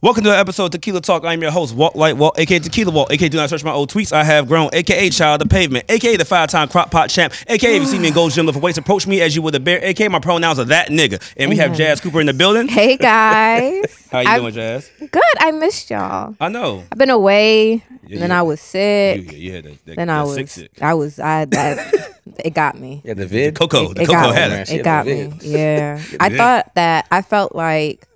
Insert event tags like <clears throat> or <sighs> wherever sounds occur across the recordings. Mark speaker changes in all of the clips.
Speaker 1: Welcome to an episode of Tequila Talk. I'm your host, Walt Light Walt, aka Tequila Walt, aka Do Not Search My Old Tweets. I have grown, aka Child of Pavement, aka the five time crop pot champ, aka if you see me in Gold's Gym looking for weights, approach me as you would a bear, aka my pronouns are that nigga. And we have Jazz Cooper in the building. <laughs>
Speaker 2: Hey guys.
Speaker 1: How you
Speaker 2: I-
Speaker 1: doing, Jazz?
Speaker 2: Good. I missed y'all.
Speaker 1: I know.
Speaker 2: I've been away.
Speaker 1: Yeah,
Speaker 2: then
Speaker 1: yeah.
Speaker 2: I was
Speaker 1: You,
Speaker 2: sick.
Speaker 1: you had that, that,
Speaker 2: Then
Speaker 1: that
Speaker 2: I
Speaker 1: sick
Speaker 2: was,
Speaker 1: sick.
Speaker 2: I was. I that
Speaker 1: <laughs>
Speaker 2: it got me.
Speaker 3: Yeah, the vid.
Speaker 1: Coco, Oh, the
Speaker 2: it
Speaker 1: Coco
Speaker 2: got
Speaker 1: had
Speaker 2: me.
Speaker 1: it.
Speaker 3: She
Speaker 2: It got
Speaker 3: had a
Speaker 2: me. Yeah. I
Speaker 1: Yeah.
Speaker 2: thought that. I felt like.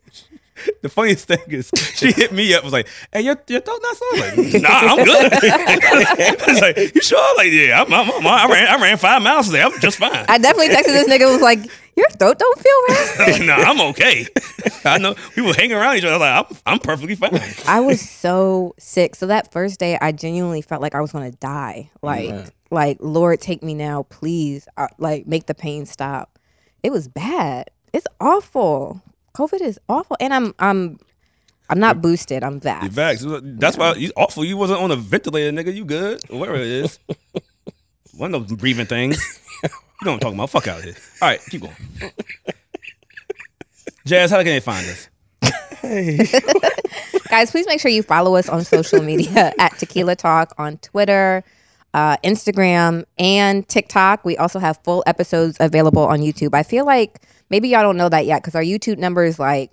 Speaker 1: The funniest thing is, she hit me up was like, "Hey, your your throat not sore?" I'm
Speaker 2: <laughs>
Speaker 1: Like, nah, I'm good. <laughs> It's like, you sure? I'm like, yeah, I'm, I'm, I'm, I ran I ran five miles today. I'm just fine.
Speaker 2: I definitely texted this nigga. Was like, your throat don't feel
Speaker 1: <laughs>
Speaker 2: right.
Speaker 1: I'm like, nah, I'm okay. I know people hang around each other. I was like, I'm, I'm perfectly <laughs> fine.
Speaker 2: I was so sick. So that first day, I genuinely felt like I was gonna die. Like, like Lord, take me now, please. Uh, like, make the pain stop. It was bad. It's awful. COVID is awful, and I'm I'm I'm not boosted. I'm
Speaker 1: You
Speaker 2: vaxxed.
Speaker 1: vax. That's why you awful. You wasn't on a ventilator, nigga. You good? Whatever it is. <laughs> One of those breathing things. You know what I'm talking about. Fuck out of here. All right, keep going. <laughs> Jazz, how can they find us?
Speaker 2: Guys, please make sure you follow us on social media at Tequila Talk on Twitter. Uh, Instagram and TikTok. We also have full episodes available on YouTube. I feel like maybe y'all don't know that yet because our YouTube number is like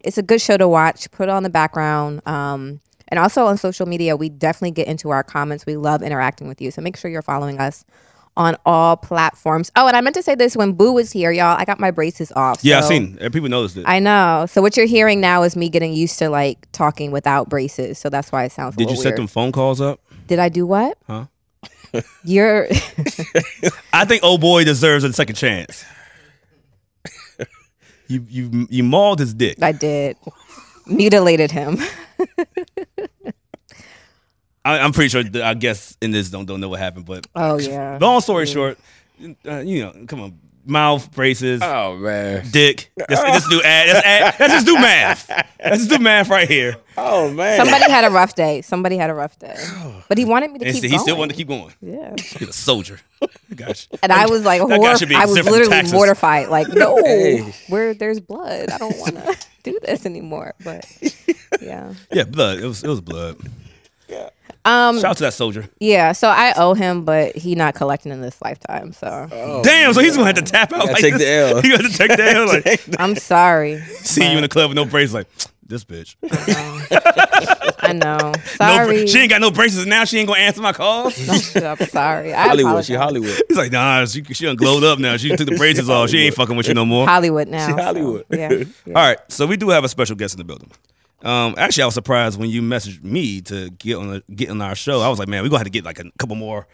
Speaker 2: it's a good show to watch. Put it on the background. Um, and also on social media, we definitely get into our comments. We love interacting with you. So make sure you're following us on all platforms. Oh, and I meant to say this when Boo was here, y'all. I got my braces off.
Speaker 1: Yeah,
Speaker 2: so-
Speaker 1: I seen. uh, People noticed it.
Speaker 2: I know. So what you're hearing now is me getting used to like talking without braces. So that's why it sounds. a
Speaker 1: Did you
Speaker 2: little
Speaker 1: set
Speaker 2: weird.
Speaker 1: them phone calls up?
Speaker 2: Did I do what?
Speaker 1: Huh?
Speaker 2: You're. <laughs>
Speaker 1: I think old boy deserves a second chance. <laughs> you you you mauled his dick.
Speaker 2: I did. Mutilated him.
Speaker 1: I, I'm pretty sure. that- I guess in this don't don't know what happened, but
Speaker 2: <laughs> Oh yeah.
Speaker 1: long story short, uh, you know, come on, mouth braces.
Speaker 2: Uh.
Speaker 3: Oh man.
Speaker 1: dick. Let's, let's do ad. Let's, add, let's just do math. Let's just do math right here.
Speaker 3: Oh man.
Speaker 2: Somebody had a rough day. Somebody had a
Speaker 1: <sighs>
Speaker 2: rough day. But he wanted me to
Speaker 1: And
Speaker 2: keep.
Speaker 1: he
Speaker 2: going.
Speaker 1: still wanted to keep going.
Speaker 2: Yeah.
Speaker 1: He's a soldier. Gosh.
Speaker 2: <laughs> And I was like,
Speaker 1: That guy should be
Speaker 2: horrified. I was
Speaker 1: exempt from
Speaker 2: literally
Speaker 1: taxes.
Speaker 2: mortified.
Speaker 1: <laughs>
Speaker 2: Like, no,
Speaker 3: Hey.
Speaker 2: where there's blood, I don't want to <laughs> do this anymore.
Speaker 1: <laughs>
Speaker 2: But yeah.
Speaker 1: Yeah, blood. It was it was blood.
Speaker 2: Um.
Speaker 1: Shout out to that soldier.
Speaker 2: Yeah. So I owe him, but he not collecting in this lifetime. So
Speaker 1: Damn. So he's gonna have to tap out.
Speaker 3: Gotta take
Speaker 1: this.
Speaker 3: the L.
Speaker 1: He got to take the L. Like,
Speaker 3: <laughs>
Speaker 2: I'm
Speaker 1: <laughs>
Speaker 2: sorry.
Speaker 1: see you in the club with no braces. Like this bitch. No <laughs>
Speaker 2: I know.
Speaker 1: bra-
Speaker 2: Sorry.
Speaker 1: she ain't got no braces now. She ain't gonna answer my calls. He's
Speaker 2: I'm sorry. I
Speaker 3: Hollywood. She
Speaker 2: apologize.
Speaker 3: Hollywood.
Speaker 1: like, nah. She she done glowed up now. She took the braces off. She ain't fucking with you no more.
Speaker 2: Hollywood now. so,
Speaker 3: Hollywood.
Speaker 2: yeah. yeah.
Speaker 1: All right, so we do have a special guest in the building. Um, actually, I was surprised when you messaged me to get on a, get on our show. I was like, man, we're gonna have to get like a couple more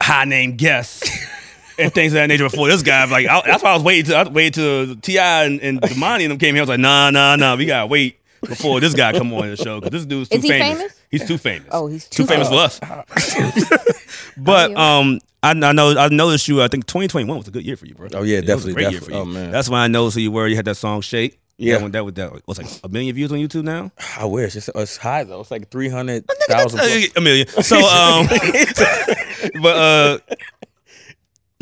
Speaker 1: high name guests
Speaker 2: <laughs>
Speaker 1: and things of that nature before this guy. Like, I, that's why I was waiting to I waited till Ti and, and Damani and them came here. I was like, nah, nah, nah, we gotta wait before this guy come on the show because this dude's too
Speaker 2: Is he famous?
Speaker 1: He's too famous.
Speaker 2: Oh, he's
Speaker 1: too
Speaker 2: too
Speaker 1: famous for
Speaker 2: <laughs>
Speaker 1: us.
Speaker 2: Oh,
Speaker 1: but um, I, I know I noticed you. I think 2021 was a good year for you, bro.
Speaker 3: Oh, yeah,
Speaker 1: It was a
Speaker 3: definitely,
Speaker 1: great year for
Speaker 3: definitely.
Speaker 1: you.
Speaker 3: Oh, man.
Speaker 1: That's when I know who you were. You had that song Shake.
Speaker 3: Yeah.
Speaker 1: That one that, was- that was like a million views on YouTube
Speaker 3: <laughs>
Speaker 1: now.
Speaker 3: I wish it's, it's high though. It's like three hundred thousand.
Speaker 1: <laughs> a million. So
Speaker 3: <laughs>
Speaker 1: um but uh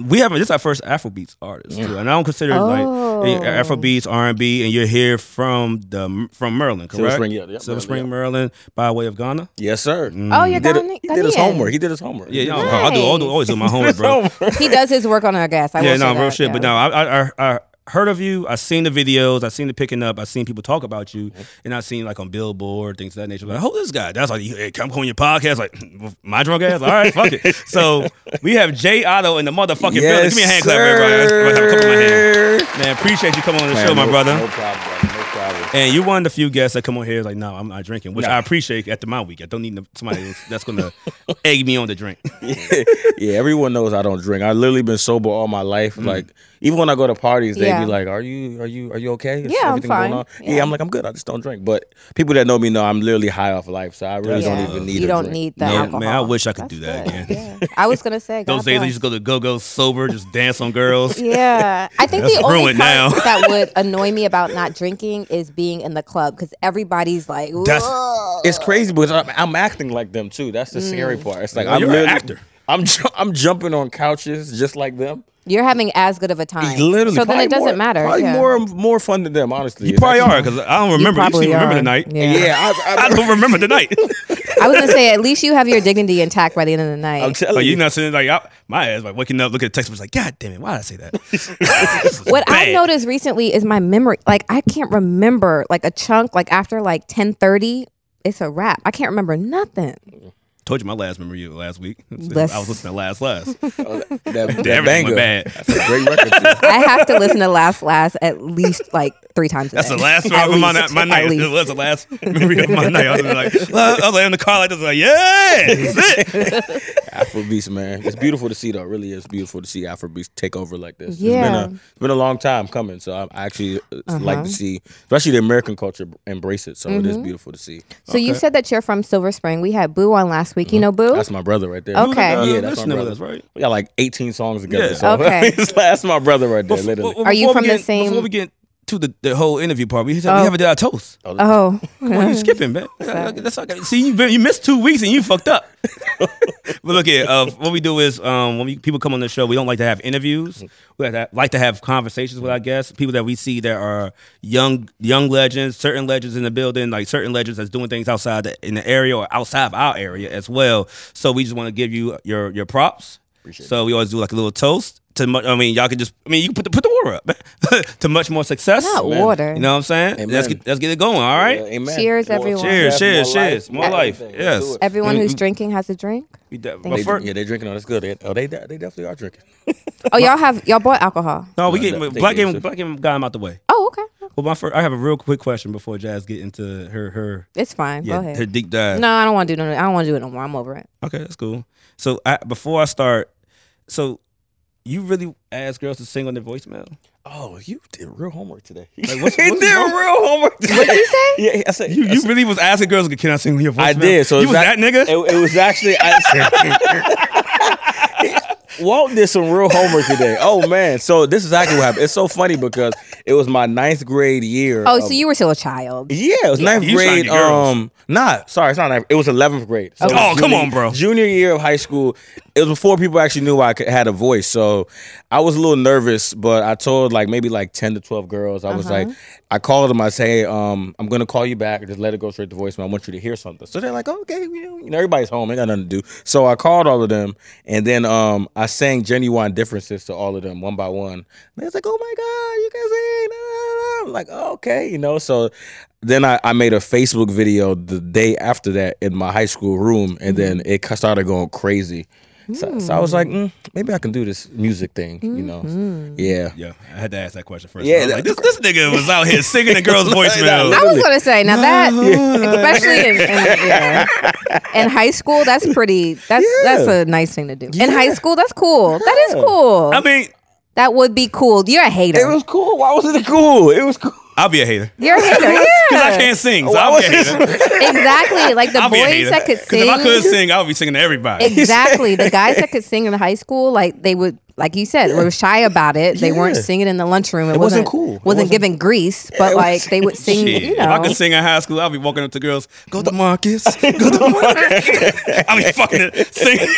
Speaker 1: we haven't this is our first Afrobeats artist too. And I don't consider it like
Speaker 2: Oh.
Speaker 1: a- Afrobeats R and B and you're here from the from Maryland, correct?
Speaker 3: Spring, yeah, yeah, Mm.
Speaker 1: Silver
Speaker 3: Maryland,
Speaker 1: Spring,
Speaker 3: yeah.
Speaker 1: Maryland, by way of Ghana. Mm.
Speaker 3: Yes, sir.
Speaker 2: Oh, you're
Speaker 3: He did,
Speaker 2: Ghana-
Speaker 3: it, he did his
Speaker 2: Ghanaian.
Speaker 3: homework. He did his homework.
Speaker 1: Yeah, yeah, I, do, I do always do my
Speaker 3: <laughs>
Speaker 1: homework, bro.
Speaker 2: He does his work on our gas. I
Speaker 1: Yeah,
Speaker 2: will
Speaker 1: no,
Speaker 2: say
Speaker 1: real
Speaker 2: that,
Speaker 1: shit. But
Speaker 2: yeah.
Speaker 1: no, I, I, I I heard of you. I seen the videos. I seen the picking up. I seen people talk about you,
Speaker 2: Mm-hmm.
Speaker 1: and I seen like on Billboard things of that nature. Like, who this guy? That's like, hey, come on your podcast. Like, my drunk ass. All right, fuck
Speaker 2: <laughs>
Speaker 1: it. So we have Jay Otto in the motherfucking building. Give me a hand clap, everybody. Let's- let's have a couple of hands. Man, appreciate you coming on the show, my
Speaker 3: no,
Speaker 1: brother.
Speaker 3: No problem, brother. No problem.
Speaker 1: And you're one of the few guests that come on here is like, no, I'm not drinking, which
Speaker 3: Nah.
Speaker 1: I appreciate after my week. I don't need no- somebody else that's gonna egg me on the
Speaker 2: <laughs>
Speaker 1: drink.
Speaker 3: <laughs> yeah, everyone knows I don't drink. I literally been sober all my life. Like even when I go to parties, they
Speaker 2: Mm. Yeah.
Speaker 3: be like, "Are you are you are you okay? Is
Speaker 2: Yeah, I'm
Speaker 3: everything going
Speaker 2: fine.
Speaker 3: on?" Yeah.
Speaker 2: Yeah.
Speaker 3: I'm like, "I'm good. I just don't drink." But people that know me know I'm literally high off life, so I really
Speaker 2: Yeah.
Speaker 3: don't even need.
Speaker 2: You
Speaker 3: a
Speaker 2: don't
Speaker 3: drink.
Speaker 2: need the
Speaker 1: No,
Speaker 2: alcohol.
Speaker 1: man, I wish I could do
Speaker 2: That's
Speaker 1: that
Speaker 2: good.
Speaker 1: again.
Speaker 2: Yeah. I was gonna say
Speaker 1: Those
Speaker 2: God
Speaker 1: days I
Speaker 2: bless.
Speaker 1: used to go to go go sober, just dance on
Speaker 2: <laughs>
Speaker 1: girls.
Speaker 2: Yeah, I think
Speaker 1: That's
Speaker 2: the only part
Speaker 1: ruined now.
Speaker 2: that would annoy me about not drinking is being in the club because everybody's like,
Speaker 1: That's-
Speaker 2: "Whoa." Mm.
Speaker 3: It's crazy because I'm, I'm acting like them too. That's the scary part. It's like
Speaker 1: Oh,
Speaker 3: I'm
Speaker 1: you're an
Speaker 3: literally-
Speaker 1: actor.
Speaker 3: I'm ju- I'm jumping on couches just like them.
Speaker 2: You're having as good of a time.
Speaker 3: Literally,
Speaker 2: so then
Speaker 3: probably
Speaker 2: it doesn't
Speaker 3: more-
Speaker 2: matter.
Speaker 3: Probably
Speaker 2: yeah.
Speaker 3: more more fun than them, honestly.
Speaker 1: You probably
Speaker 3: It's
Speaker 1: are because I don't remember. You,
Speaker 2: probably
Speaker 1: seem to remember
Speaker 2: are.
Speaker 1: the night.
Speaker 2: Yeah.
Speaker 3: actually- <laughs> Yeah, I,
Speaker 1: <laughs> I
Speaker 3: I,
Speaker 1: don't remember the
Speaker 2: <laughs>
Speaker 1: night.
Speaker 2: I was gonna say at least you have your dignity intact by the end of the night.
Speaker 3: I'm telling
Speaker 1: Like
Speaker 3: you.
Speaker 1: Oh, you know, sitting like I, my ass like waking up, looking at the text message, like God damn it, why did I say
Speaker 2: <laughs>
Speaker 1: that? This is
Speaker 2: what
Speaker 1: bad.
Speaker 2: I've noticed recently is my memory. Like I can't remember like a chunk. Like after like ten thirty, it's a wrap. I can't remember nothing.
Speaker 1: Told you my last memory of last week.
Speaker 2: Less-
Speaker 1: I was listening to last
Speaker 2: <laughs>
Speaker 1: last.
Speaker 3: that, that
Speaker 1: Everything
Speaker 3: banger.
Speaker 1: went bad.
Speaker 3: That's a great record. too.
Speaker 2: I have to
Speaker 1: <laughs>
Speaker 2: listen to Last Last at least like three times. A
Speaker 1: That's
Speaker 2: day.
Speaker 1: the
Speaker 2: <laughs>
Speaker 1: last
Speaker 2: At
Speaker 1: memory of my,
Speaker 2: least.
Speaker 1: night- my
Speaker 2: At
Speaker 1: night.
Speaker 2: least.
Speaker 1: That's the last memory of my night. I was like, <laughs> I was like in the car like this, like <laughs> yeah, that's it.
Speaker 3: Afrobeats, man. It's beautiful to see, though. It really is beautiful to see Afrobeats take over like this.
Speaker 2: Yeah. Uh-huh.
Speaker 3: It's been a, it's been a long time coming, so I I actually uh like to see, especially the American culture, embrace it. So it is
Speaker 2: Mm-hmm.
Speaker 3: beautiful to see.
Speaker 2: So you said that you're from Silver Spring. We had Boo on last week. You know
Speaker 1: Mm-hmm.
Speaker 2: Boo?
Speaker 3: That's my brother right there.
Speaker 2: Okay.
Speaker 1: Uh,
Speaker 3: Yeah, that's my
Speaker 1: listening with
Speaker 3: brother.
Speaker 1: us, right?
Speaker 3: We got like 18 songs together.
Speaker 1: Yeah.
Speaker 3: So <laughs>
Speaker 2: Okay.
Speaker 3: that's my brother right there, literally.
Speaker 2: Are you
Speaker 1: before we
Speaker 2: from the
Speaker 1: get-
Speaker 2: same-
Speaker 1: Before we get to the, the whole interview part, we, said we haven't did our toast.
Speaker 2: oh,
Speaker 1: <laughs> Why you skipping, man? That's not gonna- See, you been, you missed two weeks and you fucked up. <laughs> but look here, uh, what we do is um, when we, people come on the show, we don't like to have interviews. We like to have, like to have conversations with our guests, people that we see that are young young legends, certain legends in the building, like certain legends that's doing things outside the, in the area or outside of our area as well. So we just want to give you your your props. so we always do like a little toast. To mu- I mean, y'all can just I mean, you can put the, put the water up <laughs> to much more success.
Speaker 2: not water.
Speaker 1: You know what I'm saying? Let's
Speaker 3: Amen.
Speaker 1: get let's get it going. All right.
Speaker 3: Yeah, amen.
Speaker 2: Cheers,
Speaker 3: More
Speaker 2: everyone.
Speaker 1: Cheers,
Speaker 3: success,
Speaker 1: cheers,
Speaker 3: more
Speaker 1: cheers.
Speaker 3: life,
Speaker 1: More life.
Speaker 3: everything.
Speaker 1: Yes.
Speaker 3: Let's do it.
Speaker 1: Mm-hmm.
Speaker 2: Everyone who's drinking has
Speaker 1: <laughs>
Speaker 2: a drink.
Speaker 1: We de- but
Speaker 3: They,
Speaker 1: fir-
Speaker 3: drink- yeah, they're drinking. Oh, that's good. They- Oh, they de- they definitely are drinking.
Speaker 2: Oh, y'all have y'all bought alcohol.
Speaker 1: no, we
Speaker 3: No,
Speaker 1: get
Speaker 3: no, take
Speaker 1: black
Speaker 3: it
Speaker 1: game.
Speaker 3: easy.
Speaker 1: Black game got him out the way.
Speaker 2: Oh, okay.
Speaker 1: Well, my first, I have a real quick question before Jazz get into her her
Speaker 2: It's fine.
Speaker 1: yeah,
Speaker 2: Go ahead.
Speaker 1: her deep dive.
Speaker 2: No, I don't want to do no. I don't want to do it no more. I'm over it.
Speaker 1: Okay, that's cool. So I, before I start, so you really ask girls to sing on their voicemail?
Speaker 3: Oh, you did real homework today. <laughs>
Speaker 1: Like, what's- what's
Speaker 3: you did
Speaker 1: wrong?
Speaker 3: real <laughs> homework today. What you say? Yeah, I said.
Speaker 1: You,
Speaker 3: I
Speaker 1: you
Speaker 3: said-
Speaker 1: really was asking girls, "Can I sing on your voicemail?"
Speaker 3: I did. So
Speaker 1: you
Speaker 3: it's
Speaker 1: was that,
Speaker 3: not-
Speaker 1: nigga.
Speaker 3: It, it was actually. I, <laughs> Walt did some real homework today. Oh man! So this is actually what happened. It's so funny because it was my ninth grade year.
Speaker 2: Oh,
Speaker 1: um,
Speaker 3: of-
Speaker 2: so you were still a child.
Speaker 3: Yeah, it was ninth
Speaker 1: You was trying to
Speaker 3: grade.
Speaker 1: get girls.
Speaker 3: Um, nah, sorry, it's not ninth. It was eleventh grade. So it
Speaker 1: Oh,
Speaker 3: was
Speaker 1: come on, bro.
Speaker 3: Junior year of high school. It was before people actually knew I could, had a voice, so I was a little nervous. But I told like maybe like ten to twelve girls. I was like, I called them. I say, hey, um, I'm gonna call you back. Just let it go straight to voicemail. I want you to hear something. So they're like, okay, you know, you know, everybody's home. They got nothing to do. So I called all of them, and then um, I sang genuine differences to all of them one by one. And they was like, oh my god, you can sing. da, da, da, da." I'm like, "Oh, okay, you know. So then I, I made a Facebook video the day after that in my high school room, and then it cu- started going crazy. So, so I was like, mm, maybe I can do this music thing, you know? Yeah.
Speaker 1: Yeah, I had to ask that question first.
Speaker 3: Yeah,
Speaker 1: I was like, this, this nigga was out here singing the <laughs> girls' voicemail.
Speaker 2: I was gonna say now that, especially in, in, yeah. in high school, that's pretty. That's
Speaker 3: Yeah.
Speaker 2: that's a nice thing to do. In high
Speaker 3: Yeah.
Speaker 2: school, that's cool. That is
Speaker 3: Yeah.
Speaker 2: cool.
Speaker 1: I mean,
Speaker 2: that would be cool. You're a hater.
Speaker 3: It was cool. Why wasn't it cool? It was cool.
Speaker 1: I'll be a hater
Speaker 2: You're
Speaker 3: <laughs>
Speaker 2: a hater.
Speaker 1: <laughs>
Speaker 2: Yeah.
Speaker 1: because I can't sing. So
Speaker 3: Why
Speaker 1: I'll be a
Speaker 3: was
Speaker 1: hater. <laughs>
Speaker 2: <laughs> Exactly. Like the
Speaker 1: I'll be a
Speaker 2: boys
Speaker 1: hater.
Speaker 2: that could
Speaker 1: 'Cause
Speaker 2: sing.
Speaker 1: if I could sing, I would be singing to everybody.
Speaker 2: Exactly. the guys
Speaker 3: <laughs>
Speaker 2: that could sing in high school, like they would, like you said, were shy about it. They weren't
Speaker 3: Yeah.
Speaker 2: singing in the lunchroom. It,
Speaker 3: wasn't cool. It
Speaker 2: Wasn't,
Speaker 3: wasn't-
Speaker 2: giving grease, but like they
Speaker 1: <laughs>
Speaker 2: would sing.
Speaker 1: Shit.
Speaker 2: You
Speaker 1: If I
Speaker 2: know,
Speaker 1: could sing in high school, I'd be walking up to girls, go to Marcus, go to Marcus. I'd be fucking it, singing.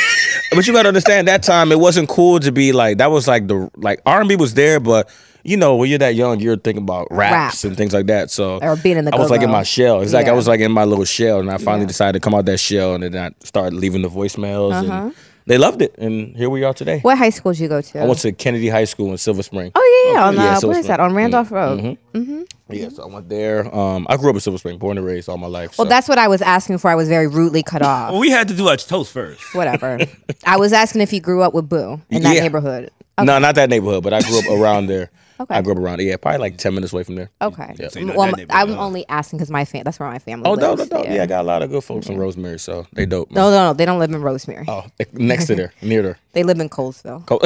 Speaker 3: But you gotta understand that time it wasn't cool to be like that was like the like R and B was there, but you know, when you're that young, you're thinking about raps
Speaker 2: Rap.
Speaker 3: and things like that. So
Speaker 2: Or being in the
Speaker 3: I was like in
Speaker 2: go-go.
Speaker 3: my shell. It's like I
Speaker 2: Yeah.
Speaker 3: was like in my little shell and I finally
Speaker 2: Yeah.
Speaker 3: decided to come out that shell and then I started leaving the voicemails and they loved it. And here we are today.
Speaker 2: Uh-huh. what high school did you go to?
Speaker 3: I went to Kennedy High School in Silver Spring.
Speaker 2: oh yeah, yeah. on
Speaker 3: Okay. Yeah,
Speaker 2: uh,
Speaker 3: so
Speaker 2: where
Speaker 3: it's
Speaker 2: is that?
Speaker 3: like-
Speaker 2: On Randolph Road.
Speaker 1: Mm-hmm.
Speaker 3: Yeah, so I went there. Um, I grew up in Silver Spring, born and raised all my life.
Speaker 2: Well,
Speaker 3: so-
Speaker 2: that's what I was asking for. I was very rudely cut off.
Speaker 1: Well, <laughs> we had to do our toast first.
Speaker 2: Whatever. I was asking if you grew up with Boo in that
Speaker 3: Yeah.
Speaker 2: neighborhood.
Speaker 3: no, not that neighborhood, but I grew up
Speaker 2: <laughs>
Speaker 3: around there.
Speaker 2: Okay.
Speaker 3: I grew up around yeah, probably like ten minutes away from there.
Speaker 2: Okay.
Speaker 3: Yeah.
Speaker 1: So you know
Speaker 2: well,
Speaker 1: that neighborhood,
Speaker 2: I'm
Speaker 1: huh?
Speaker 2: only asking because my fam- that's where my family
Speaker 3: Oh, dope,
Speaker 2: lives.
Speaker 3: dope, dope. Yeah. I got a lot of good folks in Rosemary, so they dope. Man.
Speaker 2: No, no, no. They don't live in Rosemary.
Speaker 3: Oh, next to there, near <laughs> there.
Speaker 2: They live in
Speaker 3: <laughs>
Speaker 2: Colesville.
Speaker 3: Co-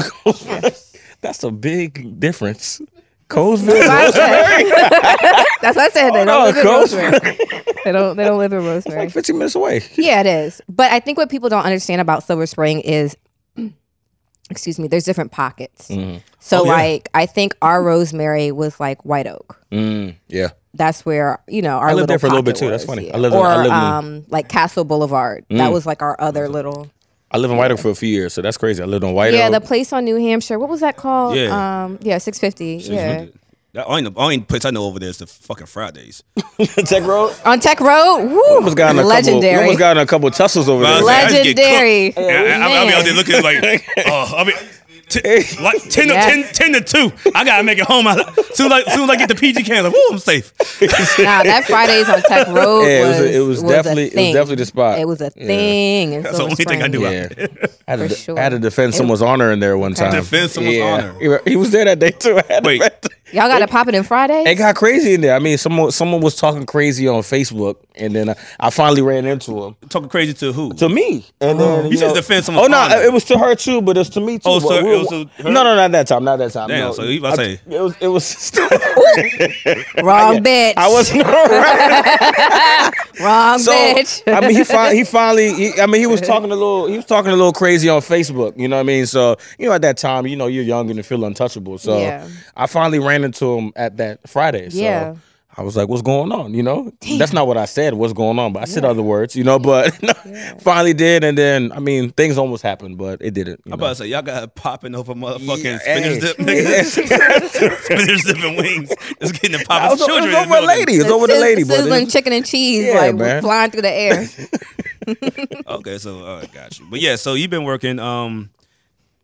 Speaker 3: That's a big difference. Colesville.
Speaker 2: That's what I said. <laughs> That's what I said. They don't
Speaker 3: on,
Speaker 2: live in
Speaker 3: coach.
Speaker 2: Rosemary. They don't. They don't live in Rosemary.
Speaker 3: <laughs> like 15 minutes away.
Speaker 2: Yeah, it is. But I think what people don't understand about Silver Spring is, <clears throat> excuse me, there's different pockets. So
Speaker 1: Oh, yeah.
Speaker 2: like, I think our Rosemary was like White Oak.
Speaker 3: Mm, yeah.
Speaker 2: That's where you know our
Speaker 3: I lived
Speaker 2: little
Speaker 3: there for a little bit
Speaker 2: pocket
Speaker 3: too. That's
Speaker 2: was,
Speaker 3: funny.
Speaker 2: yeah.
Speaker 3: I lived in- Mm.
Speaker 2: or
Speaker 3: I lived in-
Speaker 2: um like Castle Boulevard. That was like our other little.
Speaker 3: I lived in White Oak for a few years, so that's crazy. I lived on White
Speaker 2: yeah,
Speaker 3: Oak.
Speaker 2: the place on New Hampshire. What was that called?
Speaker 1: Yeah.
Speaker 2: um, yeah, six fifty. Yeah,
Speaker 1: That only, only place I know over there is the fucking Fridays.
Speaker 3: <laughs> Tech Road.
Speaker 2: on Tech Road. Woo,
Speaker 3: Almost got in a
Speaker 2: legendary.
Speaker 3: couple. Almost got in a couple tussles over there.
Speaker 1: <laughs> Well, I just get
Speaker 2: Legendary.
Speaker 1: cooked. And I, I, I'll be out there looking like, oh, I'll be. T- like 10,
Speaker 2: Yes.
Speaker 1: to, 10, 10 to 2. I got to make it home. I, soon, as I, soon as I get the PG can, like, woo, I'm safe.
Speaker 2: <laughs> nah, that Fridays on Tech Road.
Speaker 3: <laughs> Yeah, it
Speaker 2: was,
Speaker 3: was a- it was
Speaker 2: a
Speaker 3: definitely- it was
Speaker 2: thing.
Speaker 3: definitely the spot.
Speaker 2: It was a
Speaker 3: Yeah.
Speaker 2: thing. And
Speaker 1: That's
Speaker 2: so
Speaker 1: the
Speaker 2: was
Speaker 1: only thing I knew. <laughs>
Speaker 2: Frank.
Speaker 1: Yeah.
Speaker 3: Yeah. I had, to,
Speaker 2: For
Speaker 3: I had to
Speaker 2: sure.
Speaker 3: defend someone's honor in there one time.
Speaker 1: Defend someone's honor.
Speaker 3: He wa- He was there that day too. <laughs> I had to
Speaker 1: Wait.
Speaker 3: defend-
Speaker 2: Y'all got to pop it in Fridays.
Speaker 3: It got crazy in there. I mean, someone someone was talking crazy on Facebook, and then I, I finally ran into him.
Speaker 1: Talking crazy to who?
Speaker 3: To me, and then
Speaker 1: You said defend someone's
Speaker 3: Oh no,
Speaker 1: honor.
Speaker 3: it was to her too, but it's to me too.
Speaker 1: Oh,
Speaker 3: But
Speaker 1: so
Speaker 3: we
Speaker 1: it
Speaker 3: were-
Speaker 1: was to her?
Speaker 3: no, no, not that time, not that time.
Speaker 1: Damn,
Speaker 3: no.
Speaker 1: so you about to
Speaker 3: I-
Speaker 1: say-
Speaker 3: it was it <laughs> was.
Speaker 2: Wrong bitch.
Speaker 3: I wasn't around.
Speaker 2: Wrong
Speaker 3: So
Speaker 2: bitch.
Speaker 3: I mean, he, fi- he finally. He, I mean, he was talking a little. He was talking a little crazy on Facebook. You know what I mean? So you know, at that time, you know, you're young and you feel untouchable. So
Speaker 2: Yeah.
Speaker 3: I finally ran into him at that Friday. So
Speaker 2: Yeah.
Speaker 3: I was like, "What's going on?" You know, that's not what I said. What's going on? But I said other words. You know, but <laughs> finally did, and then I mean, things almost happened, but it didn't. you
Speaker 1: I'm
Speaker 3: know.
Speaker 1: about to say, y'all got popping over motherfucking
Speaker 3: Yeah,
Speaker 1: spinach
Speaker 3: <laughs> hey.
Speaker 1: dip niggas. <laughs> spinach dip and wings. It's getting the
Speaker 3: <laughs> I
Speaker 1: popping
Speaker 3: was, it was
Speaker 1: children. in
Speaker 3: over a
Speaker 1: the
Speaker 3: lady.
Speaker 1: building.
Speaker 3: It's over the
Speaker 2: Sizz-
Speaker 3: lady,
Speaker 2: Sizzling
Speaker 3: but
Speaker 2: chicken and cheese,
Speaker 3: Yeah,
Speaker 2: like
Speaker 3: man.
Speaker 2: flying through the
Speaker 3: <laughs>
Speaker 2: air.
Speaker 1: Okay, so uh, got you. But yeah, so you've been working. Um,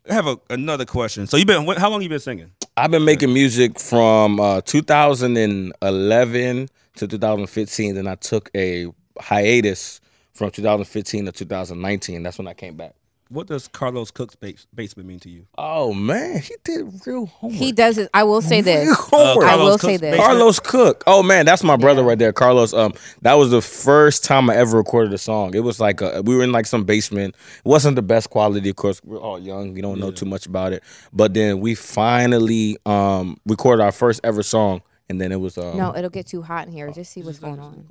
Speaker 1: I have a, another question. So you've been, what, how long you been singing?
Speaker 3: I've been making music from uh, 2011 to 2015. Then I took a hiatus from 2015 to 2019. That's when I came back.
Speaker 1: What does Carlos Cook's bas- basement mean to you?
Speaker 3: Oh man, he did real homework.
Speaker 2: he does it. I will say
Speaker 3: Real
Speaker 2: this.
Speaker 3: homework.
Speaker 2: I will
Speaker 1: Uh, Carlos
Speaker 2: say
Speaker 1: Cook's
Speaker 2: this.
Speaker 1: basement.
Speaker 3: Carlos Cook. Oh man, that's my brother right there, Carlos. Um, that was the first time I ever recorded a song. It was like a, we were in like some basement. It wasn't the best quality, of course. We're all young, we don't know too much about it. But then we finally um recorded our first ever song, and then it was um,
Speaker 2: No, it'll get too hot in here. Just see what's going on.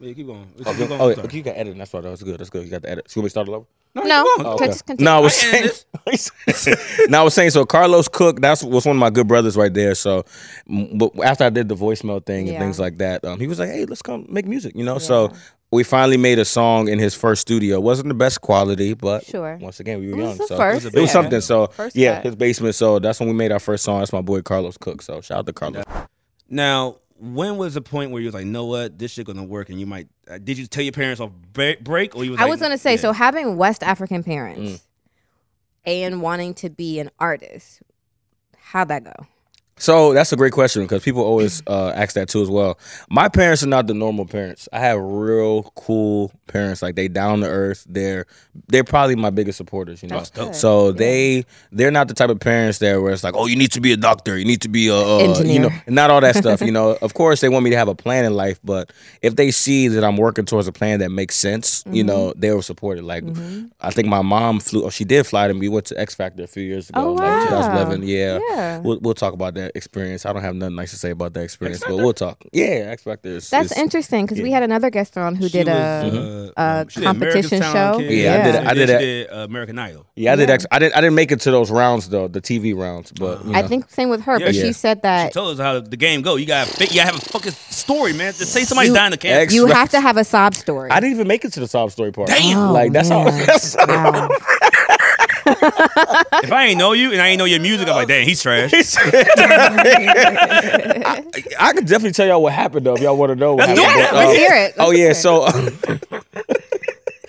Speaker 1: Yeah, keep going.
Speaker 3: Oh,
Speaker 1: Keep
Speaker 3: you-
Speaker 1: going.
Speaker 3: oh,
Speaker 1: Sorry.
Speaker 3: yeah, you got editing. That's right. That's good. That's good. You got the edit. Should we start all over?
Speaker 2: No,
Speaker 1: on.
Speaker 2: okay.
Speaker 3: Okay.
Speaker 2: just continue.
Speaker 3: No, I was
Speaker 1: I edited
Speaker 3: saying. <laughs> no, I was saying. So Carlos Cook, that's was one of my good brothers right there. So, m- but after I did the voicemail thing
Speaker 2: Yeah.
Speaker 3: and things like that, um, he was like, "Hey, let's come make music," you know. So we finally made a song in his first studio. wasn't the best quality, but
Speaker 2: Sure.
Speaker 3: Once again, we were
Speaker 2: It was
Speaker 3: young,
Speaker 2: the
Speaker 3: so
Speaker 2: first,
Speaker 3: it was
Speaker 1: yeah.
Speaker 3: something. So
Speaker 2: First
Speaker 3: yeah,
Speaker 2: cut.
Speaker 3: his basement. So that's when we made our first song. That's my boy Carlos Cook. So shout out to Carlos.
Speaker 1: Now, when was the point where you was like, "Know what? This shit gonna work," and you might? Uh, did you tell your parents off break, break or you was?
Speaker 2: I
Speaker 1: like,
Speaker 2: was gonna say,
Speaker 1: yeah.
Speaker 2: so having West African parents and wanting to be an artist, how'd that go?
Speaker 3: So that's a great question because people always uh, ask that too as well. My parents are not the normal parents. I have real cool parents. Like they down to earth. They're they're probably my biggest supporters. You know.
Speaker 2: That's good.
Speaker 3: So they they're not the type of parents there where it's like, oh, you need to be a doctor. You need to be a uh,
Speaker 2: Engineer.
Speaker 3: You know, not all that
Speaker 2: <laughs>
Speaker 3: stuff. You know. Of course, they want me to have a plan in life, but if they see that I'm working towards a plan that makes sense, you
Speaker 2: Mm-hmm.
Speaker 3: know, they will support it. Like I think my mom flew. Oh, she did fly to me. We went to X Factor a few years ago,
Speaker 2: Oh, wow.
Speaker 3: like 2011. Yeah.
Speaker 2: Yeah.
Speaker 3: We'll, we'll talk about that experience. I don't have nothing nice to say about that experience, but we'll talk. Yeah, X Factor is.
Speaker 2: That's
Speaker 3: is-
Speaker 2: interesting because we had another guest on who
Speaker 1: She
Speaker 2: did
Speaker 1: was,
Speaker 2: a a
Speaker 1: um, she did America's
Speaker 2: competition
Speaker 1: Talent
Speaker 2: show.
Speaker 1: Kid,
Speaker 3: Mm-hmm. Yeah, I did it. I
Speaker 1: and
Speaker 3: did
Speaker 1: then
Speaker 3: it.
Speaker 1: she did, uh, American Idol.
Speaker 3: Yeah, I did. X, I did. I didn't make it to those rounds though, the TV rounds. But you
Speaker 2: I
Speaker 3: know.
Speaker 2: think same with her,
Speaker 1: Yeah,
Speaker 2: but
Speaker 1: yeah.
Speaker 2: she said that
Speaker 1: Tell us how the game go. You got to you gotta have a fucking story, man. Just say somebody's
Speaker 2: You-
Speaker 1: dying of
Speaker 3: Ex-
Speaker 1: cancer.
Speaker 2: you
Speaker 3: Right.
Speaker 2: have to have a sob story.
Speaker 3: I didn't even make it to the sob story part.
Speaker 1: Damn.
Speaker 2: Oh,
Speaker 3: like that's how.
Speaker 2: man.
Speaker 3: <laughs> That's
Speaker 2: Wow.
Speaker 1: if I ain't know you and I ain't know your music, I'm like, dang, he's trash.
Speaker 3: <laughs> I, I could definitely tell y'all what happened though if y'all want to know. What
Speaker 1: Let's do
Speaker 3: happened,
Speaker 1: it.
Speaker 3: but,
Speaker 2: Let's hear it.
Speaker 3: Oh
Speaker 2: Let's hear
Speaker 3: yeah,
Speaker 2: it.
Speaker 3: so <laughs>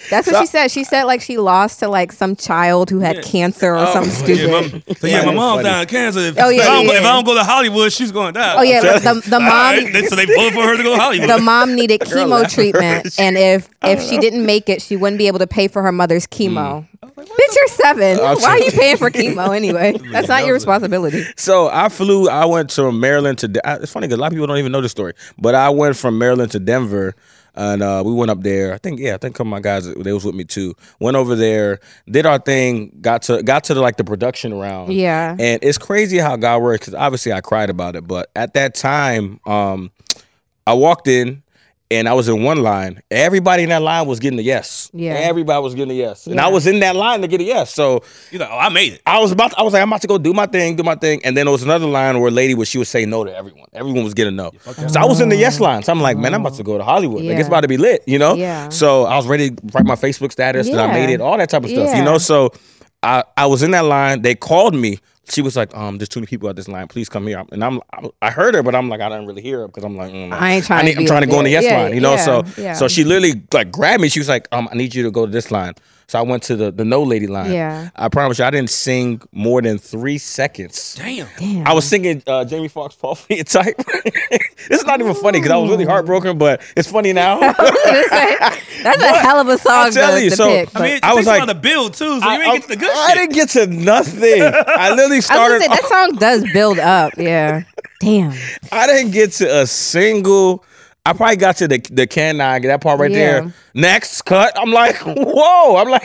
Speaker 2: That's what she said. She said like she lost to like some child who had cancer or something
Speaker 1: Oh, Yeah,
Speaker 2: stupid.
Speaker 1: my, so yeah, my
Speaker 3: Funny,
Speaker 1: mom's
Speaker 3: funny.
Speaker 1: dying of cancer. If,
Speaker 2: Oh,
Speaker 1: if,
Speaker 2: yeah,
Speaker 1: I don't,
Speaker 2: yeah,
Speaker 1: go- if
Speaker 2: yeah.
Speaker 1: I don't go to Hollywood, she's going to die.
Speaker 2: Oh yeah, like, the, the
Speaker 1: All
Speaker 3: <laughs>
Speaker 2: mom
Speaker 1: right, so <laughs> they voted for her to go to Hollywood.
Speaker 2: the mom needed chemo
Speaker 3: that Oh.
Speaker 2: treatment, and if if she didn't make it, she wouldn't be able to pay for her mother's
Speaker 3: Hmm.
Speaker 2: chemo. Bitch, you're seven.
Speaker 3: I'm
Speaker 2: Why are you
Speaker 3: sorry.
Speaker 2: paying
Speaker 3: <laughs>
Speaker 2: for chemo anyway? That's not
Speaker 1: that
Speaker 2: your
Speaker 1: was a-
Speaker 2: responsibility.
Speaker 3: So I flew. I went to Maryland to. De- I- It's funny because a lot of people don't even know the story. But I went from Maryland to Denver, and uh, we went up there. I think yeah, I think some of my guys they was with me too. Went over there, did our thing, got to got to the, like the production round.
Speaker 2: Yeah.
Speaker 3: and it's crazy how God works. Because obviously I cried about it, but at that time, um, I walked in. and I was in one line. Everybody in that line was getting a yes.
Speaker 2: Yeah.
Speaker 3: Everybody was getting a yes. And I
Speaker 2: Yeah.
Speaker 3: was in that line to get a yes. So
Speaker 1: You're like, oh, I made it.
Speaker 3: I was about to, I was like, I'm about to go do my thing, do my thing. And then there was another line where a lady was she would say no to everyone. Everyone was getting no. So I was in the yes line. So I'm like, man, I'm about to go to Hollywood. Like
Speaker 2: Oh. Yeah.
Speaker 3: it's about to be lit, you know?
Speaker 2: <laughs> Yeah.
Speaker 3: So I was ready to write my Facebook status that I
Speaker 2: Yeah.
Speaker 3: made it, all that type of stuff. You
Speaker 2: Yeah.
Speaker 3: know, so I, I was in that line. They called me. She was like, um, there's too many people at this line. Please come here. And I'm, I, I heard her, but I'm like, I didn't really hear her because I'm like, mm,
Speaker 2: I ain't trying to
Speaker 3: I'm
Speaker 2: be
Speaker 3: trying to
Speaker 2: over
Speaker 3: go in the
Speaker 2: there.
Speaker 3: yes
Speaker 2: Yeah,
Speaker 3: line, you know.
Speaker 2: yeah,
Speaker 3: so,
Speaker 2: yeah.
Speaker 3: so she literally like grabbed me. She was like, um, I need you to go to this line. So I went to the the no lady line.
Speaker 2: Yeah.
Speaker 3: I promise you, I didn't sing more than three seconds.
Speaker 1: Damn.
Speaker 2: Damn.
Speaker 3: I was singing uh, Jamie Foxx "Fall for Your Type." <laughs> this is not even funny because I was really heartbroken, but it's funny now.
Speaker 2: <laughs> That's a hell of a song.
Speaker 3: telling
Speaker 2: though,
Speaker 3: you,
Speaker 2: to
Speaker 3: so,
Speaker 2: pick,
Speaker 3: I
Speaker 1: I
Speaker 2: but-
Speaker 1: mean, it
Speaker 3: I was
Speaker 1: takes a
Speaker 3: like-
Speaker 1: lot to build too, so you
Speaker 3: I- oh,
Speaker 1: ain't get to the good
Speaker 3: I
Speaker 1: shit.
Speaker 3: didn't get to
Speaker 1: <laughs>
Speaker 3: nothing. I literally
Speaker 2: I was gonna
Speaker 3: started.
Speaker 2: say that song does build up.
Speaker 3: <laughs>
Speaker 2: Yeah. Damn.
Speaker 3: I didn't get to a single. I probably got to the the can nine that part right
Speaker 2: Yeah.
Speaker 3: there. Next cut. I'm like, <laughs> whoa. I'm like,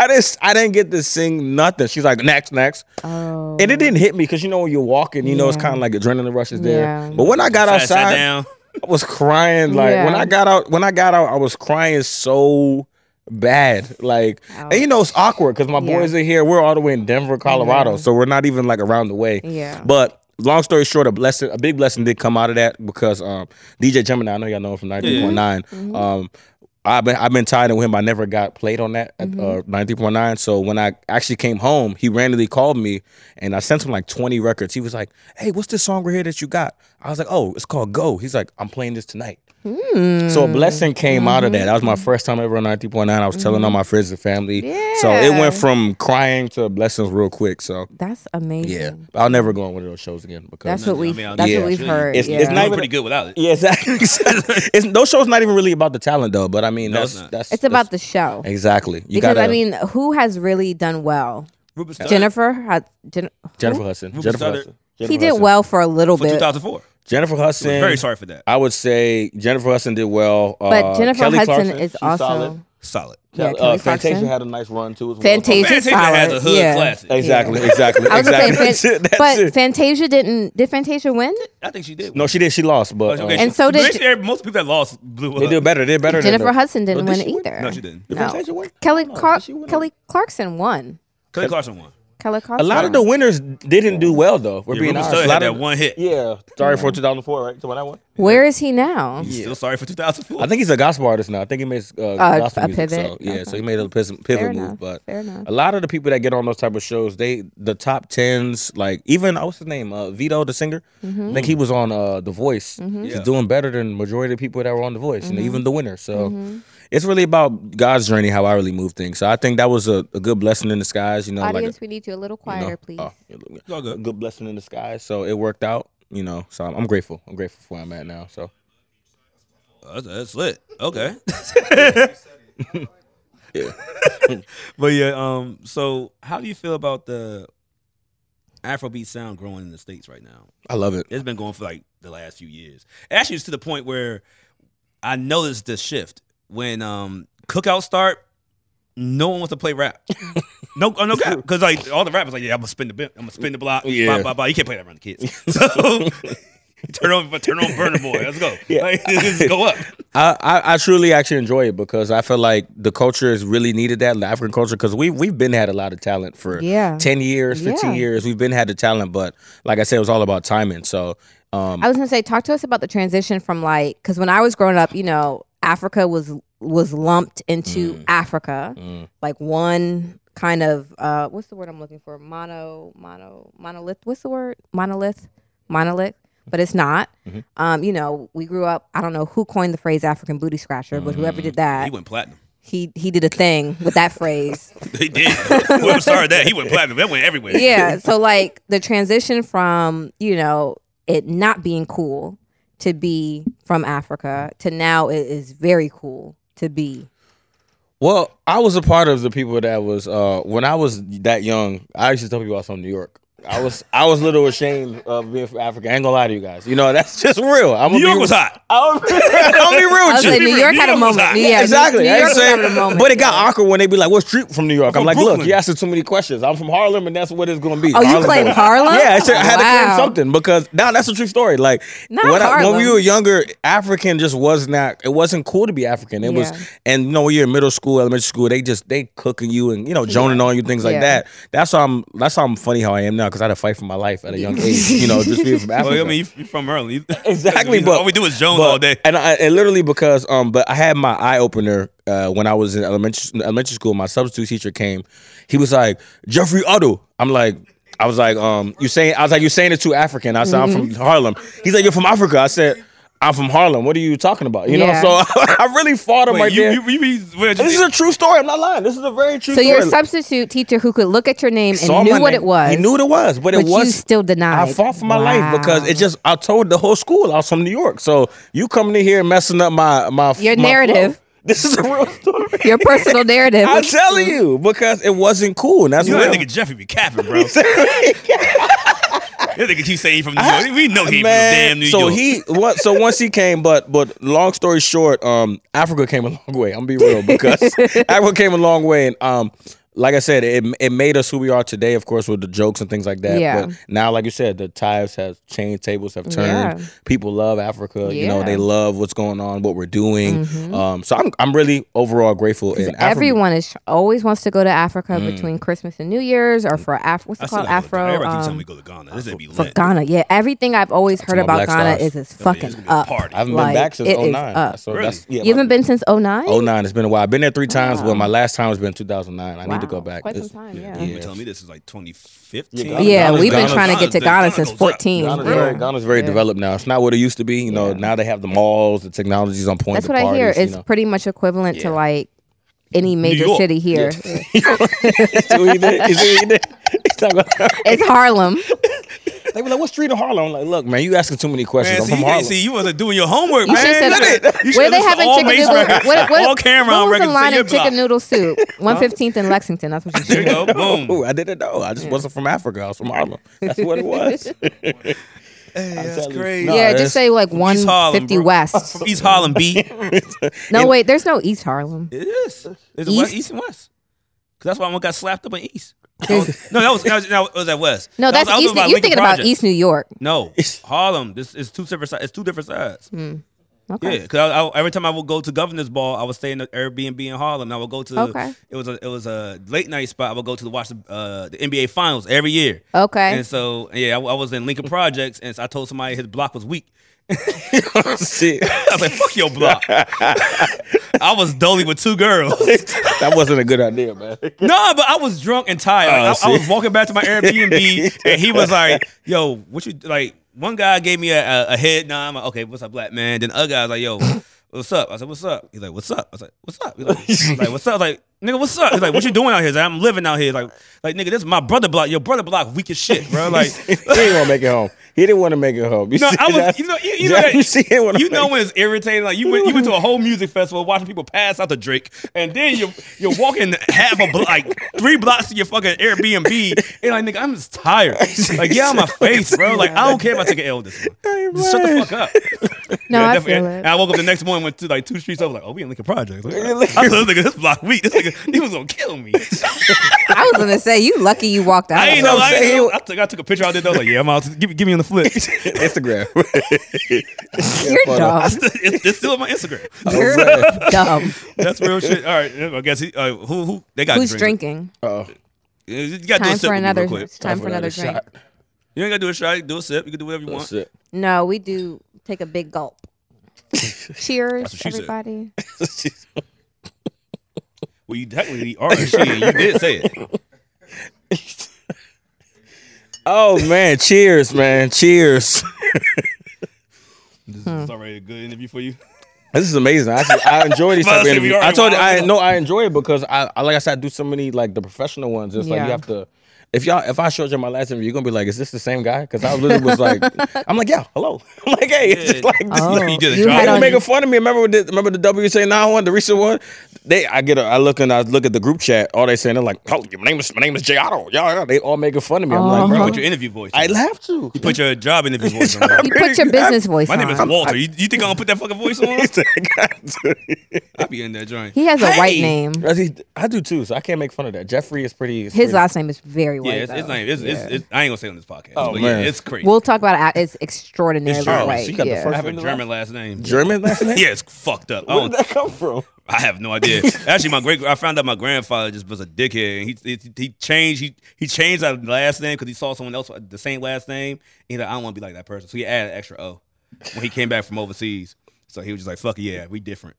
Speaker 3: I just I didn't get to sing nothing. She's like, next, next,
Speaker 2: Oh.
Speaker 3: and it didn't hit me because you know when you're walking, you know it's
Speaker 2: Yeah.
Speaker 3: kind of like adrenaline rush is there.
Speaker 2: Yeah.
Speaker 3: But when I got
Speaker 1: I sat
Speaker 3: outside,
Speaker 1: down.
Speaker 3: I was crying. Like when
Speaker 2: Yeah.
Speaker 3: I got out, when I got out, I was crying so bad. Like, and you know it's awkward because my
Speaker 2: Yeah. Mm-hmm.
Speaker 3: boys are here. We're all the way in Denver, Colorado, so we're not even like around the way.
Speaker 2: Yeah.
Speaker 3: But long story short, a blessing, a big blessing did come out of that because um, DJ Gemini, I know y'all know him from 93.9.
Speaker 2: Mm-hmm.
Speaker 3: Um, I've been I've been tied in with him. I never got played on that
Speaker 2: Mm-hmm.
Speaker 3: at uh, 93.9. So when I actually came home, he randomly called me and I sent him like 20 records. He was like, Hey, what's this song right here that you got? I was like, Oh, it's called Go. He's like, I'm playing this tonight.
Speaker 2: Hmm.
Speaker 3: So a blessing came out of that. That was
Speaker 2: Mm-hmm.
Speaker 3: my first time ever on 93.9. I was telling all my friends and family. So it
Speaker 2: Yeah.
Speaker 3: went from crying to blessings real quick. So
Speaker 2: That's amazing.
Speaker 3: yeah, Mm-hmm. I'll never go on one of those shows again because
Speaker 2: That's what we.
Speaker 1: I mean, I'll
Speaker 2: that's
Speaker 3: yeah.
Speaker 2: what we've heard.
Speaker 3: It's-
Speaker 2: yeah.
Speaker 3: it's
Speaker 1: Not
Speaker 3: not-
Speaker 1: pretty good without it.
Speaker 3: <laughs>
Speaker 2: <laughs>
Speaker 3: Yeah, exactly. it's, those shows not even really about the talent though, but I mean
Speaker 1: No,
Speaker 3: that's
Speaker 1: it's not.
Speaker 3: that's
Speaker 2: It's about the show.
Speaker 3: that's- exactly. You
Speaker 2: because
Speaker 3: gotta,
Speaker 2: I mean, who has really done well?
Speaker 1: Ruben Studdard
Speaker 2: Jennifer had. Jen,
Speaker 3: Jennifer Hudson.
Speaker 1: Rufus
Speaker 3: Jennifer
Speaker 1: Sutter.
Speaker 3: Hudson.
Speaker 2: he
Speaker 3: Jennifer
Speaker 2: did
Speaker 3: Hudson.
Speaker 2: well for a little
Speaker 1: for
Speaker 2: bit.
Speaker 1: 2004.
Speaker 3: Jennifer Hudson.
Speaker 1: Very sorry for that.
Speaker 3: I would say Jennifer Hudson did well.
Speaker 2: But
Speaker 3: uh,
Speaker 2: Jennifer
Speaker 3: Kelly
Speaker 2: Hudson
Speaker 3: Clarkson,
Speaker 2: is
Speaker 3: she's
Speaker 2: also
Speaker 3: solid.
Speaker 1: Solid.
Speaker 2: yeah.
Speaker 3: Kelly-
Speaker 2: Kelly
Speaker 3: uh, Fantasia
Speaker 2: Clarkson.
Speaker 3: had a nice run too. As well.
Speaker 2: Fantasia's
Speaker 1: Fantasia
Speaker 2: solid.
Speaker 1: has a hood
Speaker 2: yeah.
Speaker 1: classic.
Speaker 3: <laughs> Exactly, exactly,
Speaker 2: I was
Speaker 3: exactly.
Speaker 2: gonna
Speaker 3: That's
Speaker 2: say,
Speaker 3: it,
Speaker 2: Fan-
Speaker 3: <laughs> that's
Speaker 2: but
Speaker 3: it.
Speaker 2: Fantasia didn't. Did Fantasia win?
Speaker 1: I think she did.
Speaker 3: no, she did. She lost, but
Speaker 1: Okay,
Speaker 3: uh,
Speaker 1: okay,
Speaker 2: And
Speaker 1: she-
Speaker 2: so did
Speaker 1: basically, most people that lost blew up.
Speaker 3: they did better. They did better.
Speaker 2: Jennifer
Speaker 3: than the-
Speaker 2: Hudson didn't
Speaker 3: No,
Speaker 2: win
Speaker 3: did she win?
Speaker 2: either.
Speaker 1: No, she didn't.
Speaker 3: Did Fantasia win?
Speaker 2: Kelly
Speaker 3: No,
Speaker 2: Clark-
Speaker 3: did she win?
Speaker 2: Kelly Clarkson won.
Speaker 1: Kelly Clarkson won.
Speaker 2: Kelly Clarkson.
Speaker 3: A lot of the winners didn't do well though. We're
Speaker 1: Yeah,
Speaker 3: being
Speaker 1: Ruben
Speaker 3: honest.
Speaker 1: Studdard
Speaker 3: A
Speaker 1: had
Speaker 3: lot
Speaker 1: that
Speaker 3: of,
Speaker 1: one hit.
Speaker 3: yeah, sorry for 2004, right? So when I won.
Speaker 2: Where is he now?
Speaker 1: He's Still sorry for 2004.
Speaker 3: I think he's a gospel artist now. I think he makes uh, gospel
Speaker 2: a
Speaker 3: music. So,
Speaker 2: pivot.
Speaker 3: yeah, so
Speaker 2: Okay.
Speaker 3: he made a pivot, pivot
Speaker 2: Fair
Speaker 3: move.
Speaker 2: enough.
Speaker 3: But
Speaker 2: Fair enough.
Speaker 3: a lot of the people that get on those type of shows, they the top tens, like even uh, what's his name, uh, Vito the singer.
Speaker 2: Mm-hmm.
Speaker 3: I think he was on uh, The Voice. He's
Speaker 1: Yeah.
Speaker 3: doing better than majority of people that were on The Voice,
Speaker 2: Mm-hmm.
Speaker 3: and even the winner. So it's really about God's journey, how I really move things. So I think that was a, a good blessing in disguise. You know,
Speaker 2: Audience, we need you a little
Speaker 3: like uh,
Speaker 2: quieter,
Speaker 3: a,
Speaker 2: please.
Speaker 3: please.
Speaker 1: It's all
Speaker 3: a
Speaker 1: good.
Speaker 3: good blessing in disguise. So it worked out. You know, so I'm, I'm grateful. I'm grateful for where I'm at now. So.
Speaker 1: Oh, That's, that's lit. Okay.
Speaker 3: <laughs> Yeah.
Speaker 1: <laughs> but yeah, um, so how do you feel about the Afrobeat sound growing in the States right now?
Speaker 3: I love it.
Speaker 1: It's been going for like the last few years. Actually, it's to the point where I noticed the shift when um cookouts start. No one wants to play
Speaker 3: <laughs>
Speaker 1: rap. No, oh, no, because like all the rappers, like yeah, I'm gonna spin the, bi- I'm gonna spin the block.
Speaker 3: Yeah.
Speaker 1: blah, blah, blah. You can't play that around the kids. <laughs> So turn on, turn on, burner boy. Let's go.
Speaker 3: Yeah.
Speaker 1: Like, just go
Speaker 3: <laughs>
Speaker 1: up.
Speaker 3: I, I, I truly actually enjoy it because I feel like the culture has really needed that the African culture because we we've been had a lot of talent for
Speaker 2: Yeah.
Speaker 3: ten years, fifteen
Speaker 2: Yeah.
Speaker 3: years. We've been had the talent, but like I said, it was all about timing. So um,
Speaker 2: I was gonna say, talk to us about the transition from like, because when I was growing up, you know, Africa was was lumped into
Speaker 3: Mm.
Speaker 2: Africa, like one kind of uh, what's the word I'm looking for? Mono, mono, monolith. What's the word? Monolith, monolith. But it's not.
Speaker 3: Mm-hmm.
Speaker 2: Um, you know, we grew up. I don't know who coined the phrase African booty scratcher, but whoever
Speaker 3: Mm-hmm.
Speaker 1: He
Speaker 2: did that,
Speaker 1: went platinum. <laughs>
Speaker 2: he he did a thing with that
Speaker 3: <laughs>
Speaker 2: phrase.
Speaker 1: He did. Whoever started that, he went platinum. That went everywhere.
Speaker 2: yeah. So like the transition from, you know, it not being cool to be from Africa to now it is very cool to be.
Speaker 3: well, I was a part of the people that was uh, when I was that young. I used to tell people I was from New York. I was I was a little ashamed of being from Africa. I ain't gonna lie to you guys. You know <laughs> that's just real. I'm
Speaker 1: New York was hot.
Speaker 3: I'll
Speaker 2: <laughs>
Speaker 3: be, I'll be real
Speaker 2: I was
Speaker 3: with you.
Speaker 2: like, New York had a
Speaker 1: New York was
Speaker 2: moment.
Speaker 1: hot.
Speaker 2: Yeah, New-
Speaker 3: exactly.
Speaker 2: New
Speaker 3: I
Speaker 2: York
Speaker 3: ain't saying-
Speaker 2: had a moment.
Speaker 3: but it got awkward when they be like, "What street from New York?" I'm,
Speaker 1: from
Speaker 3: like, "Look,
Speaker 1: Brooklyn."
Speaker 3: you asking too many questions. I'm from Harlem, and that's what it's going to be."
Speaker 2: Oh, you
Speaker 3: Harlem
Speaker 2: claim
Speaker 3: boy.
Speaker 2: Harlem?
Speaker 3: Yeah, I, said- I had to claim
Speaker 2: Wow.
Speaker 3: something because now that's a true story. Like
Speaker 2: Not
Speaker 3: when, I- when
Speaker 2: Harlem.
Speaker 3: we were younger, African just was not. It wasn't cool to be African. It
Speaker 2: Yeah.
Speaker 3: was, and you know, when you're in middle school, elementary school, they just they cooking you and you know joning on you things like
Speaker 2: Yeah.
Speaker 3: that. That's how I'm. That's how I'm funny how I am now because I had to fight for my life at a
Speaker 2: <laughs>
Speaker 3: young age. You know, just being from Africa.
Speaker 1: Well, Oh, I mean, you- you're from Maryland.
Speaker 3: Exactly,
Speaker 1: You know,
Speaker 3: but
Speaker 1: all we do is Jones
Speaker 3: but-
Speaker 1: all day.
Speaker 3: and I and literally because um, but I had my eye opener uh when I was in elementary elementary school. My substitute teacher came. He was like Jeffrey Otto. I'm like. I was like, um, you saying? I was like, you saying it too African. I said, I'm from
Speaker 2: Mm-hmm.
Speaker 3: Harlem. He's like, you're from Africa. I said, I'm from Harlem. What are you talking about? You
Speaker 2: Yeah.
Speaker 3: know. So <laughs> I really fought him
Speaker 1: Wait,
Speaker 3: right
Speaker 1: you,
Speaker 3: there.
Speaker 1: you, you, you, where did you-
Speaker 3: this is a true story. I'm not lying. This is a very true.
Speaker 2: So
Speaker 3: story.
Speaker 2: you're a substitute teacher who could look at your name
Speaker 3: Saw
Speaker 2: and knew
Speaker 3: my
Speaker 2: what
Speaker 3: name.
Speaker 2: it was.
Speaker 3: He knew what it was, but,
Speaker 2: but
Speaker 3: it was
Speaker 2: you still denied.
Speaker 3: I fought for my life because
Speaker 2: Wow.
Speaker 3: it just I told the whole school I was from New York. So you coming in here and messing up my my
Speaker 2: Your
Speaker 3: my
Speaker 2: narrative.
Speaker 3: flow. <laughs> This is a real story.
Speaker 2: your
Speaker 3: <laughs>
Speaker 2: personal narrative.
Speaker 3: I'm telling you because it wasn't cool. And that's
Speaker 1: you know
Speaker 3: what
Speaker 1: that nigga Jeffrey be capping, bro. that
Speaker 3: <laughs>
Speaker 1: nigga keep saying he from New York. We know he from damn New
Speaker 3: so
Speaker 1: York.
Speaker 3: he what? So once he came, but but long story short, um, Africa came a long way. I'm gonna be
Speaker 1: <laughs>
Speaker 3: real because Africa came a long way, and um, like I said, it it made us who we are today. Of course, with the jokes and things like that.
Speaker 2: Yeah.
Speaker 3: But now, like you said, the tides have changed, tables have
Speaker 2: Yeah.
Speaker 3: turned. People love Africa. You know,
Speaker 2: Yeah. Mm-hmm.
Speaker 3: they love what's going on, what we're doing. Um, so I'm I'm really overall grateful. And Afri-
Speaker 2: Everyone is always wants to go to Africa
Speaker 3: Hmm.
Speaker 2: between Christmas and New Year's, or for Af- what's it
Speaker 1: still
Speaker 2: called?
Speaker 1: gotta go to-
Speaker 2: Afro.
Speaker 1: Everybody keep telling
Speaker 2: um,
Speaker 1: me go to Ghana. This ain't be
Speaker 2: for
Speaker 1: lit.
Speaker 2: Ghana, yeah. Everything I've always heard
Speaker 3: my
Speaker 2: about
Speaker 3: Black
Speaker 2: Ghana is
Speaker 3: Stars.
Speaker 2: it's
Speaker 1: I mean, it's
Speaker 2: fucking
Speaker 1: gonna be a
Speaker 2: up.
Speaker 1: party.
Speaker 3: I haven't
Speaker 2: Like,
Speaker 3: been back since
Speaker 2: it is
Speaker 3: 09.
Speaker 2: up.
Speaker 3: So
Speaker 1: Really?
Speaker 3: that's yeah.
Speaker 2: You haven't been since 09?
Speaker 3: Oh nine, it's been a while. I've been there three times, but my last time has been 2009. I need to
Speaker 2: Wow,
Speaker 3: go back.
Speaker 2: quite some
Speaker 3: It's-
Speaker 2: time, yeah.
Speaker 1: You telling me this is like 2015.
Speaker 3: Yeah,
Speaker 2: Yeah,
Speaker 3: Ghana's-
Speaker 2: we've been
Speaker 3: Ghana's-
Speaker 2: trying to get to Ghana,
Speaker 1: Ghana's-
Speaker 2: since
Speaker 1: Ghana's up.
Speaker 2: 14.
Speaker 3: Ghana's
Speaker 2: Yeah.
Speaker 3: very, Ghana's very
Speaker 2: Yeah.
Speaker 3: developed now. It's not what it used to be. You know,
Speaker 2: Yeah.
Speaker 3: now they have the malls, the technology's on point.
Speaker 2: That's
Speaker 3: the
Speaker 2: what I hear.
Speaker 3: parties,
Speaker 2: It's
Speaker 3: you
Speaker 2: pretty much equivalent to
Speaker 1: Yeah.
Speaker 2: like any major
Speaker 1: York.
Speaker 2: city here.
Speaker 3: know. You see what
Speaker 2: <laughs>
Speaker 3: he did? You see what he did? He's not gonna-
Speaker 2: it's
Speaker 3: <laughs>
Speaker 2: Harlem.
Speaker 3: they were like, "What street in Harlem?" I'm like, "Look, man, you asking too many questions.
Speaker 1: Man, see,
Speaker 3: I'm
Speaker 1: you,
Speaker 3: from Harlem."
Speaker 1: see, you wasn't doing your homework,
Speaker 2: You
Speaker 1: man.
Speaker 2: should
Speaker 1: Look
Speaker 2: said
Speaker 1: at it. You should've
Speaker 2: where they
Speaker 1: listened to
Speaker 2: having
Speaker 1: all
Speaker 2: chicken
Speaker 1: Mace
Speaker 2: noodle.
Speaker 1: records,
Speaker 2: What, what,
Speaker 1: all camera on
Speaker 2: what was
Speaker 1: records.
Speaker 2: the
Speaker 1: say
Speaker 2: line
Speaker 1: your
Speaker 2: in chicken
Speaker 1: block.
Speaker 2: noodle soup? One fifteenth and Lexington. That's what you
Speaker 1: There you
Speaker 2: should.
Speaker 1: go, boom.
Speaker 3: Ooh, I didn't know. I just wasn't from Africa. I was from
Speaker 2: <laughs>
Speaker 3: Harlem. That's what it was. <laughs>
Speaker 1: Hey, that's
Speaker 3: telling you.
Speaker 1: crazy.
Speaker 3: No,
Speaker 2: Yeah,
Speaker 3: it's-
Speaker 2: just say like one
Speaker 1: East Harlem,
Speaker 2: fifty
Speaker 1: bro.
Speaker 2: West.
Speaker 1: From East Harlem, B. it
Speaker 2: No, wait, there's no East Harlem.
Speaker 1: is. It's
Speaker 2: East?
Speaker 1: West, East and West. 'Cause that's why I got slapped up on East. I was- no, that was, that was that was at West.
Speaker 2: No,
Speaker 1: That
Speaker 2: that's
Speaker 1: was- I was
Speaker 2: East.
Speaker 1: by
Speaker 2: You're
Speaker 1: Lincoln
Speaker 2: thinking about
Speaker 1: Project.
Speaker 2: East New York. <laughs>
Speaker 1: No, Harlem. This is two separate. si- It's two different sides.
Speaker 2: Mm. Okay.
Speaker 1: Yeah, because I, I, every time I would go to Governor's Ball, I would stay in the Airbnb in Harlem. And I would go to
Speaker 2: Okay.
Speaker 1: it was a it was a late night spot. I would go to the watch the, uh, the NBA Finals every year.
Speaker 2: Okay.
Speaker 1: And so yeah, I, I was in Lincoln Projects, and so I told somebody his block was weak. <laughs>
Speaker 3: Shit. <laughs>
Speaker 1: I was like, "Fuck your
Speaker 2: <laughs>
Speaker 1: block." <laughs> I was dolly with two girls.
Speaker 3: that wasn't a good idea, man. <laughs>
Speaker 1: <laughs> No, but I was drunk and tired. Like,
Speaker 3: Oh,
Speaker 1: I, I
Speaker 3: see.
Speaker 1: was walking back to my Airbnb,
Speaker 3: <laughs>
Speaker 1: and he was like, "Yo, what you like?" One guy gave me a, a, a head nod. I'm like, "Okay, what's up, black man?" Then the other guy was like, "Yo, what's up?" I said, "What's up?" He's like, "What's up?" I was like, "What's up?" He's
Speaker 3: <laughs>
Speaker 1: like, he's like, "What's up?" I was like, "Nigga, what's up?" He's like, "What you doing out here?" He's like, "I'm living out here." Like, like nigga, this is my brother block. Your brother block weak as shit, bro. Like.
Speaker 3: <laughs> he didn't want to make it home. He didn't want to make it home. You
Speaker 1: No,
Speaker 3: <laughs> see
Speaker 1: I was.
Speaker 3: that?
Speaker 1: You know, you,
Speaker 3: <laughs>
Speaker 1: you know, that,
Speaker 3: you see it when I
Speaker 1: you know
Speaker 3: make-
Speaker 1: when it's irritating. Like you went, you went to a whole music festival, watching people pass out the drink, and then you you're walking half a blo- like three blocks to your fucking Airbnb, and like nigga, I'm just tired.
Speaker 3: <laughs>
Speaker 1: Like get out my face, bro. Like I don't care if I take an L this one. Just shut the fuck
Speaker 3: <laughs>
Speaker 1: up.
Speaker 2: No, I
Speaker 1: Definitely-
Speaker 2: feel
Speaker 1: And
Speaker 2: it.
Speaker 1: I woke up the next morning, went to like two streets over. Like, oh, we in Lincoln Projects. Like, I told this nigga this block week. This nigga, he was gonna kill me.
Speaker 2: I was gonna say you lucky you walked out.
Speaker 1: I ain't
Speaker 2: of
Speaker 1: know.
Speaker 2: it.
Speaker 1: I, ain't
Speaker 3: saying.
Speaker 1: know. I, took, I took a picture out there. I was like, yeah, I'm out. Give, me- give me on the
Speaker 3: <laughs>
Speaker 1: flip.
Speaker 3: Instagram.
Speaker 2: You're dumb.
Speaker 1: it's, it's still on my Instagram.
Speaker 2: You're dumb.
Speaker 1: That's real shit. All right, I guess he, uh, who who they got
Speaker 2: Who's
Speaker 1: drinks.
Speaker 2: drinking?
Speaker 3: Oh,
Speaker 1: Uh, You got to do a
Speaker 2: Time
Speaker 1: sip
Speaker 2: for
Speaker 1: with me
Speaker 2: another.
Speaker 1: real quick.
Speaker 2: It's time for another drink.
Speaker 1: You ain't got to do a shot. Do a sip. You can do whatever you want.
Speaker 3: That's it.
Speaker 2: No, we do take a big gulp. Cheers,
Speaker 1: what she said.
Speaker 2: everybody.
Speaker 3: Oh, <laughs>
Speaker 1: Well, you technically are a she. and You did say it.
Speaker 3: Oh man, cheers, man, cheers. <laughs>
Speaker 1: This
Speaker 2: Hmm.
Speaker 1: is already a good interview for you.
Speaker 3: This is amazing. I, actually, I enjoy these type
Speaker 1: Well,
Speaker 3: of
Speaker 1: see, we
Speaker 3: interviews. I
Speaker 1: already
Speaker 3: told you,
Speaker 1: wound
Speaker 3: I
Speaker 1: up.
Speaker 3: no, I enjoy it because I, I like I said, I do so many like the professional ones. It's like
Speaker 2: Yeah.
Speaker 3: you have to. if y'all, if I showed you my last interview, you're gonna be like, "Is this the same guy?" Because I literally was like, <laughs> "I'm like, yeah, hello." <laughs> I'm like, "Hey, it's just
Speaker 1: Yeah.
Speaker 3: like this."
Speaker 2: Oh,
Speaker 3: <laughs> like,
Speaker 1: You did a
Speaker 2: you
Speaker 1: job.
Speaker 2: had
Speaker 1: They
Speaker 3: they were
Speaker 2: on,
Speaker 3: making fun of me. Remember, the, remember the WSA now one, the recent one. They, I get, a, I look and I look at the group chat. All they saying, they're like, "Oh, my name is, my name is Jay Otto." Y'all, y'all- they all making fun of me. I'm
Speaker 2: Uh-huh.
Speaker 3: like,
Speaker 1: You
Speaker 3: bro,
Speaker 1: put your interview voice.
Speaker 3: I
Speaker 1: on.
Speaker 3: have to. <laughs>
Speaker 1: You put your job
Speaker 2: <laughs>
Speaker 1: interview voice on. there.
Speaker 2: you put your business voice
Speaker 1: My
Speaker 2: on.
Speaker 1: name is Walter. You, you think I'm gonna put that fucking voice on? I be in that joint.
Speaker 2: he has a white
Speaker 1: Hey!
Speaker 2: name.
Speaker 3: I see- I do too, so I can't make fun of that. Jeffrey is pretty. is
Speaker 2: His
Speaker 3: pretty-
Speaker 2: last name is very
Speaker 1: Yeah,
Speaker 2: white.
Speaker 1: it's, it's
Speaker 2: though.
Speaker 1: not. It's, it's, it's, I ain't gonna say it on this podcast.
Speaker 3: Oh,
Speaker 1: but
Speaker 3: man.
Speaker 1: yeah, it's crazy.
Speaker 2: We'll talk about it. at- It's extraordinarily
Speaker 3: It's
Speaker 1: Oh,
Speaker 3: German.
Speaker 2: white.
Speaker 3: She got the
Speaker 2: yeah.
Speaker 1: I
Speaker 3: first-
Speaker 1: have a German last name.
Speaker 3: German last
Speaker 1: <laughs>
Speaker 3: name.
Speaker 1: Yeah, it's fucked up. I,
Speaker 3: <laughs> Where did
Speaker 1: don't,
Speaker 3: that come from?
Speaker 1: I have no
Speaker 2: <laughs>
Speaker 1: idea. Actually, my great I found out my grandfather just was a dickhead, and he he, he changed he he changed our last name because he saw someone else with the same last name. He's like, I don't want to be like that person, so he added an extra O when he came back from overseas. So he was just like, "Fuck it, yeah, we
Speaker 2: <laughs>
Speaker 1: different."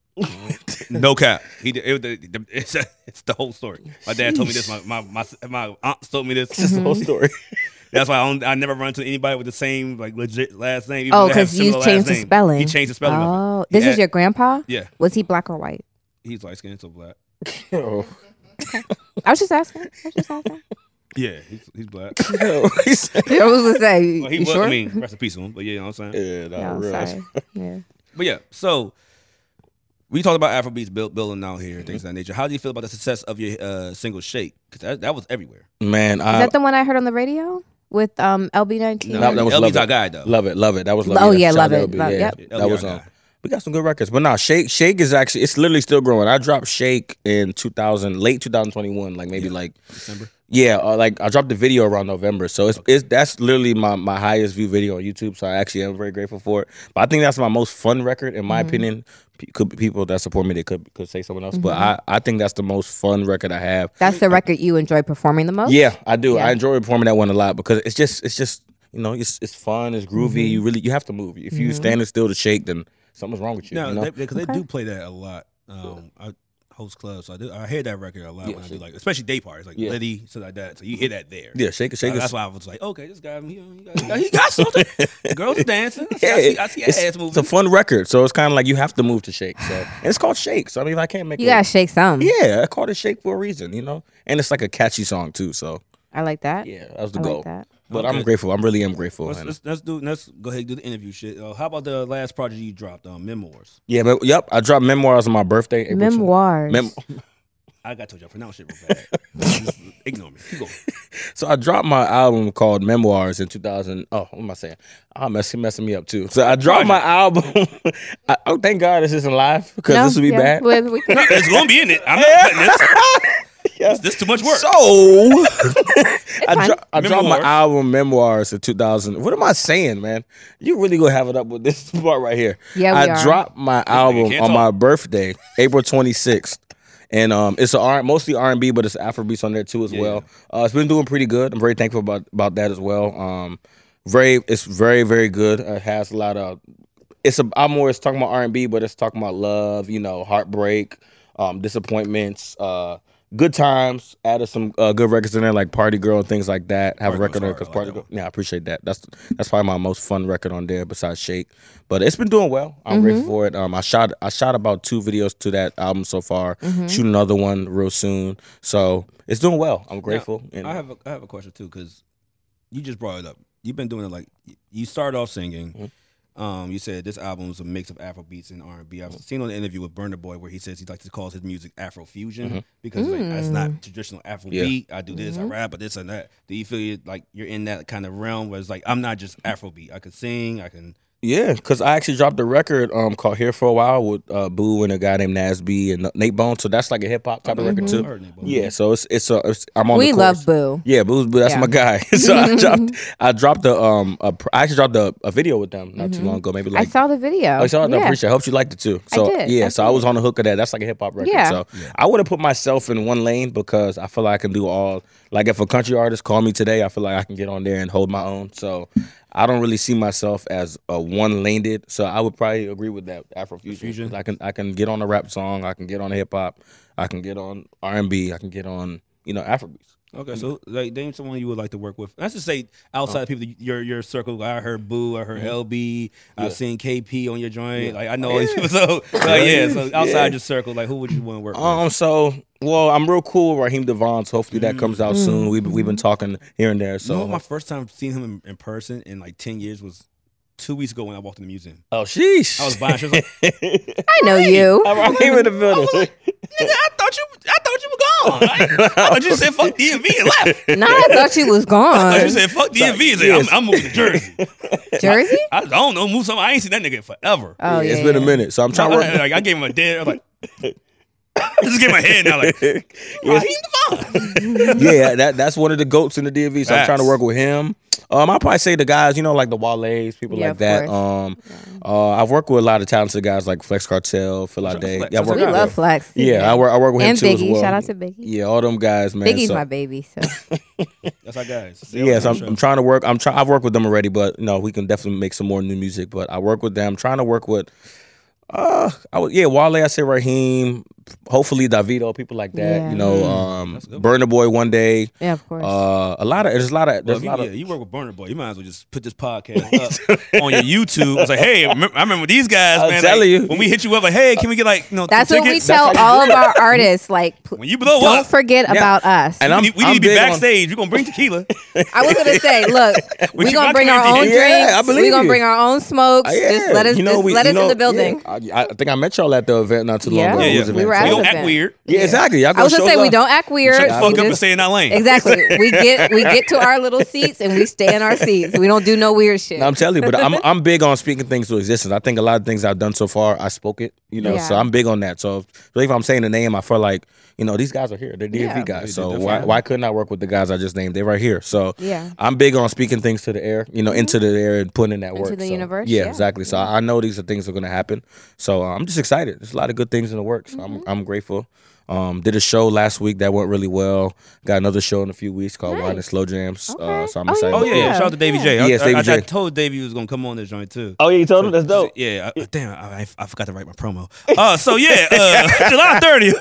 Speaker 1: no cap. He did- it, it, it's, it's the whole story. My dad told me this. My my my, my aunt told me this.
Speaker 3: It's the whole
Speaker 2: Mm-hmm.
Speaker 3: story. <laughs>
Speaker 1: That's why I, don't, I never run into anybody with the same like legit last name. even
Speaker 2: Oh,
Speaker 1: though they have
Speaker 2: because you
Speaker 1: similar
Speaker 2: changed
Speaker 1: last
Speaker 2: the
Speaker 1: name.
Speaker 2: spelling.
Speaker 1: He changed the spelling. of
Speaker 2: Oh,
Speaker 1: it. He
Speaker 2: this is
Speaker 1: add-
Speaker 2: your grandpa.
Speaker 1: yeah.
Speaker 2: Was he black or white?
Speaker 1: He's light skinned, so black.
Speaker 3: Yo,
Speaker 2: I was just asking. I
Speaker 1: <laughs>
Speaker 2: was just asking.
Speaker 1: Yeah, he's, he's black.
Speaker 3: yo,
Speaker 2: <laughs>
Speaker 3: he said-
Speaker 2: I was gonna say.
Speaker 1: Well, he
Speaker 2: you
Speaker 1: was.
Speaker 2: sure?
Speaker 1: I mean, uh, rest in peace to him. But yeah, you know what I'm saying.
Speaker 3: Yeah, no,
Speaker 2: no,
Speaker 1: <laughs>
Speaker 3: real.
Speaker 2: sorry. Yeah.
Speaker 1: But yeah, so we talked about Afrobeats build, building out here, things of that nature. How do you feel about the success of your uh, single Shake? Because that, that was everywhere.
Speaker 3: Man,
Speaker 1: Uh,
Speaker 2: Is
Speaker 3: I
Speaker 2: that the one I heard on the radio with um LB19?
Speaker 3: No, that was
Speaker 1: LB's
Speaker 3: Love
Speaker 1: our
Speaker 3: It.
Speaker 1: guy though. Oh,
Speaker 3: love it, love it. That was love
Speaker 2: Oh,
Speaker 3: it.
Speaker 2: yeah,
Speaker 3: Shout
Speaker 2: Love
Speaker 3: out
Speaker 2: It,
Speaker 3: LB,
Speaker 2: love-
Speaker 3: yeah.
Speaker 2: yep.
Speaker 1: LB,
Speaker 3: That was
Speaker 1: our
Speaker 3: on.
Speaker 1: guy.
Speaker 3: We got some good records, but now Shake Shake is actually it's literally still growing. I dropped Shake in 2000, late 2021, like maybe like
Speaker 1: December.
Speaker 3: yeah, uh, like I dropped the video around November, so it's, it's that's literally my, my highest view video on YouTube. So I actually am very grateful for it. But I think that's my most fun record, in
Speaker 2: Mm-hmm.
Speaker 3: my opinion. P- could be people that support me, they could could say someone else, but
Speaker 2: Mm-hmm.
Speaker 3: I, I think that's the most fun record I have.
Speaker 2: That's the record you enjoy performing the most.
Speaker 3: Yeah, I do.
Speaker 2: Yeah.
Speaker 3: I enjoy performing that one a lot because it's just it's just you know it's it's fun. It's groovy.
Speaker 2: Mm-hmm.
Speaker 3: You really you have to move. If you standing still to shake, then something's wrong with you.
Speaker 1: No,
Speaker 3: you know?
Speaker 1: because they, 'cause they
Speaker 2: Okay.
Speaker 1: do play that a lot. Um, I host clubs, so I do. I hear that record a lot when I do like, especially day parties, like
Speaker 3: Yeah.
Speaker 1: Liddy, so like that. So you hear that there.
Speaker 3: yeah, shake it,
Speaker 1: So
Speaker 3: shake it.
Speaker 1: that's why I was like, okay, this guy, he, he got, he got
Speaker 3: <laughs>
Speaker 1: something. The girls are dancing. I see, I see, I see her
Speaker 3: it's,
Speaker 1: ass
Speaker 3: it's a
Speaker 1: moving.
Speaker 3: fun record, so it's kind of like you have to move to shake. So and it's called shake. So I mean, if I can't make
Speaker 2: You
Speaker 3: it,
Speaker 2: gotta shake some.
Speaker 3: yeah, I called it shake for a reason, you know. And it's like a catchy song too. So
Speaker 2: I like that.
Speaker 3: yeah, that was the
Speaker 2: I
Speaker 3: goal.
Speaker 2: like that.
Speaker 3: But
Speaker 1: Okay.
Speaker 3: I'm grateful. I'm really am grateful.
Speaker 1: Let's,
Speaker 3: and-
Speaker 1: let's, let's do. Let's go ahead and do the interview shit. Uh, how about the last project you dropped? Um, Memoirs.
Speaker 3: yeah, but yep. I dropped memoirs on my birthday. April 20.
Speaker 2: Memoirs.
Speaker 3: Mem-
Speaker 1: I got told y'all pronounce shit real bad. Just Ignore me. Keep going.
Speaker 3: So I dropped my album called Memoirs in 2000. Oh, what am I saying? I'm messing, messing me up too. So I dropped my album. <laughs> I, oh, thank God this isn't live because
Speaker 2: No,
Speaker 3: this would be
Speaker 2: yeah,
Speaker 3: bad.
Speaker 2: We,
Speaker 3: <laughs>
Speaker 2: we could-
Speaker 1: It's gonna be in it. I'm not putting this.
Speaker 3: Yeah.
Speaker 1: This too much work.
Speaker 3: So I,
Speaker 2: fine.
Speaker 3: dro- <laughs> I dropped my
Speaker 1: Memoirs.
Speaker 3: album Memoirs in 2000. What am I saying, man? You really gonna have it up with this <laughs> part right here?
Speaker 2: Yeah, we
Speaker 3: I
Speaker 2: are.
Speaker 3: dropped my album on
Speaker 1: can't talk.
Speaker 3: my birthday, April 26th. And um, it's a R- mostly R and B, but it's Afrobeats on there too as well. Uh, it's been doing pretty good. I'm very thankful about about that as well. Um, very, it's very very good. It has a lot of. It's a. I'm more. It's talking about R and B, but it's talking about love. You know, heartbreak, um, disappointments, uh, good times. Added some uh, good records in there like Party Girl and things like that. Have a
Speaker 1: Party Girl's
Speaker 3: record on
Speaker 1: hard. I
Speaker 3: because
Speaker 1: like
Speaker 3: Party
Speaker 1: that
Speaker 3: Girl.
Speaker 1: one.
Speaker 3: Yeah, I appreciate that. That's that's probably my most fun record on there besides Shake. But it's been doing well. I'm
Speaker 2: Mm-hmm.
Speaker 3: grateful for it. Um, I shot I shot about two videos to that album so far.
Speaker 2: Mm-hmm.
Speaker 3: Shoot another one real soon. So it's doing well. I'm grateful. and
Speaker 1: I have a, I have a question too because you just brought it up. You've been doing it like you started off singing.
Speaker 3: Mm-hmm.
Speaker 1: Um, you said this album is a mix of Afro beats and R and B. I've seen on the interview with Burner Boy where he says he likes to call his music Afro fusion because like, it's not traditional Afro
Speaker 3: Mm-hmm. Yeah.
Speaker 1: beat. I do this, I rap, but this and that. Do you feel you, like you're in that kind of realm where it's like I'm not just Afro beat. I can sing. I can.
Speaker 3: yeah, because I actually dropped a record um called Here for a While with uh, Boo and a guy named Nasby and Nate Bone. So that's like a hip hop type of record
Speaker 1: I
Speaker 3: too.
Speaker 1: heard that, but-
Speaker 3: Yeah, so it's it's, a, it's I'm on.
Speaker 2: Mm-hmm. we
Speaker 3: the
Speaker 2: love
Speaker 3: chorus.
Speaker 2: Boo.
Speaker 3: Yeah, Boo's Boo, that's
Speaker 2: Yeah.
Speaker 3: my guy. <laughs> so
Speaker 2: <laughs>
Speaker 3: I dropped I dropped the um a, pr- I actually dropped a, a video with them not too long ago, maybe like
Speaker 2: Mm-hmm. I saw the video.
Speaker 3: Oh, I saw it. I
Speaker 2: Yeah.
Speaker 3: appreciate. it. I hope you liked it too. So
Speaker 2: did.
Speaker 3: yeah,
Speaker 2: I
Speaker 3: so I was on the hook of that. That's like a hip hop record.
Speaker 2: Yeah.
Speaker 3: So I would have put myself in one lane because I feel like I can do all. Like if a country artist called me today, I feel like I can get on there and hold my own. So I don't really see myself as a one laned. So I would probably agree with that Afrofusion. I can I can get on a rap song. I can get on a hip hop. I can get on R and B. I can get on you know Afrobeats.
Speaker 1: Okay, so like name someone you would like to work with. Let's just say outside people that your your circle. like, I heard Boo. I heard LB. I've seen KP on your joint. Like I know <laughs> all these people. So like, Oh, yeah. So outside your circle, like who would you want to work with?
Speaker 3: Um, so well, I'm real cool with Raheem Devon. So hopefully that comes
Speaker 2: Mm.
Speaker 3: out soon. We've we've been talking here and there.
Speaker 1: You
Speaker 3: So
Speaker 1: know, my first time seeing him in, in person in like ten years was two weeks ago when I walked in the museum.
Speaker 3: oh sheesh,
Speaker 1: I was buying. She was like,
Speaker 2: I know you.
Speaker 3: <laughs> I'm Raheem in the building.
Speaker 1: Nigga, I thought you, I thought you were gone. I, I thought you said fuck DMV and left.
Speaker 2: Nah, I thought you was
Speaker 1: I thought you
Speaker 2: gone.
Speaker 1: said fuck DMV. He's Like, I'm, I'm moving to Jersey.
Speaker 2: Jersey?
Speaker 1: I don't know, move somewhere. I ain't seen that nigga in forever.
Speaker 2: Oh yeah.
Speaker 3: It's been a minute, so I'm trying to
Speaker 1: I, <laughs>
Speaker 3: work.
Speaker 1: like, I gave him a dead. I was like, I just gave my head now.
Speaker 3: <laughs>
Speaker 1: Like, "Ah, Raheem Devon.
Speaker 3: yeah, that that's one of the goats in the DMV. So I'm trying to
Speaker 1: Facts.
Speaker 3: work with him. Um, I probably say the guys, you know, like the Wale's, people
Speaker 2: Yeah,
Speaker 3: like
Speaker 2: of
Speaker 3: that.
Speaker 2: course.
Speaker 3: Um, uh, I've worked with a lot of talented guys like Flex Cartel, Phil Day.
Speaker 1: Flex,
Speaker 3: Yeah, I
Speaker 1: that's a
Speaker 3: work
Speaker 2: We
Speaker 1: guy.
Speaker 3: with-
Speaker 2: love Flex.
Speaker 3: Yeah, I work. I work with
Speaker 2: And
Speaker 3: him too as
Speaker 2: Biggie.
Speaker 3: well.
Speaker 2: Shout out to Biggie.
Speaker 3: Yeah, all them guys, man.
Speaker 2: Biggie's
Speaker 3: so-
Speaker 2: my baby, so
Speaker 1: That's our guys. They
Speaker 3: Yes,
Speaker 1: always
Speaker 3: I'm,
Speaker 1: on the show.
Speaker 3: I'm trying to work. I'm trying. I've worked with them already, but no, we can definitely make some more new music. But I work with them. I'm trying to work with. Uh, I would, yeah, Wale, I say Raheem, hopefully Davido, people like that.
Speaker 2: Yeah.
Speaker 3: You know, um, Burner Boy one day.
Speaker 2: yeah, of course.
Speaker 3: Uh, a lot of there's a lot of
Speaker 1: Well,
Speaker 3: there's
Speaker 1: if
Speaker 3: a
Speaker 1: you,
Speaker 3: lot
Speaker 1: yeah,
Speaker 3: of
Speaker 1: you work with Burner Boy. You might as well just put this
Speaker 3: <laughs>
Speaker 1: podcast up on your YouTube. It's like, hey, remember, I remember these guys,
Speaker 3: I'm
Speaker 1: man.
Speaker 3: telling
Speaker 1: like,
Speaker 3: you.
Speaker 1: when we hit you up, like, hey, can we get like, you know,
Speaker 2: That's
Speaker 1: some
Speaker 2: what we
Speaker 1: tickets?
Speaker 2: tell
Speaker 3: how
Speaker 2: all of our artists. Like, pl-
Speaker 1: When you blow
Speaker 2: don't
Speaker 1: up.
Speaker 2: forget about us.
Speaker 3: And I'm,
Speaker 1: we need, we need
Speaker 3: I'm
Speaker 1: to be
Speaker 3: big on-
Speaker 1: backstage. We're gonna bring
Speaker 3: <laughs>
Speaker 1: tequila.
Speaker 2: I was gonna say, look, we
Speaker 1: you
Speaker 2: gonna
Speaker 1: rock
Speaker 2: bring our own
Speaker 1: candy?
Speaker 2: drinks.
Speaker 3: Yeah, I
Speaker 2: we
Speaker 3: believe
Speaker 2: gonna
Speaker 3: you.
Speaker 2: bring our own smokes.
Speaker 3: Uh, yeah,
Speaker 2: Just let us,
Speaker 3: you know,
Speaker 2: just
Speaker 3: we-
Speaker 2: let
Speaker 3: you
Speaker 2: us in
Speaker 3: know,
Speaker 2: the building.
Speaker 3: yeah, I, I think I met y'all at the event not too long
Speaker 2: Yeah.
Speaker 3: ago.
Speaker 2: Yeah,
Speaker 3: It
Speaker 1: yeah.
Speaker 3: was
Speaker 2: We
Speaker 3: event.
Speaker 2: were at
Speaker 1: we
Speaker 2: the
Speaker 1: don't
Speaker 3: yeah,
Speaker 2: event.
Speaker 1: act weird.
Speaker 3: exactly. Y'all
Speaker 2: I
Speaker 3: go
Speaker 2: was gonna
Speaker 3: show
Speaker 2: say we
Speaker 3: up.
Speaker 2: don't act weird.
Speaker 1: Shut the fuck
Speaker 2: We
Speaker 1: up and
Speaker 2: just-
Speaker 1: stay in our lane.
Speaker 2: exactly. We get we get to our little seats and we stay in our seats. We don't do no weird shit.
Speaker 3: No, I'm telling you, but I'm I'm big on speaking things to existence. I think a lot of things I've done so far, I spoke it, you know. So
Speaker 2: Yeah.
Speaker 3: I'm big on that. So, so if I'm saying the name, I feel like you know these guys are here. They're DMV
Speaker 2: Yeah.
Speaker 3: guys.
Speaker 1: They- they
Speaker 3: So why
Speaker 1: definitely-
Speaker 3: why couldn't I work with the guys I just named? They're right here. So
Speaker 2: Yeah. Mm-hmm.
Speaker 3: I'm big on speaking things to the air, you know, into the air and putting in that work.
Speaker 2: the
Speaker 3: So,
Speaker 2: universe,
Speaker 3: Yeah,
Speaker 2: yeah.
Speaker 3: exactly. So I I know these are things that are gonna happen. So uh, I'm just excited. There's a lot of good things in the works. I'm
Speaker 2: Mm-hmm.
Speaker 3: I'm grateful. Um, did a show last week that went really well. Got another show in a few weeks called Wild and Slow Jams. Uh,
Speaker 2: Okay.
Speaker 3: so I'm
Speaker 2: Oh, yeah,
Speaker 3: excited.
Speaker 1: Oh yeah,
Speaker 2: Yeah.
Speaker 1: shout out to Davey J. I,
Speaker 3: Yes,
Speaker 1: I-
Speaker 3: Davey
Speaker 1: I-
Speaker 3: J.
Speaker 1: I told Davey he was gonna come on this joint too.
Speaker 3: Oh, yeah, you told him that's dope.
Speaker 1: Yeah, I, damn, I, I forgot to write my promo. Uh, so yeah,
Speaker 3: <laughs>
Speaker 1: uh, July 30th.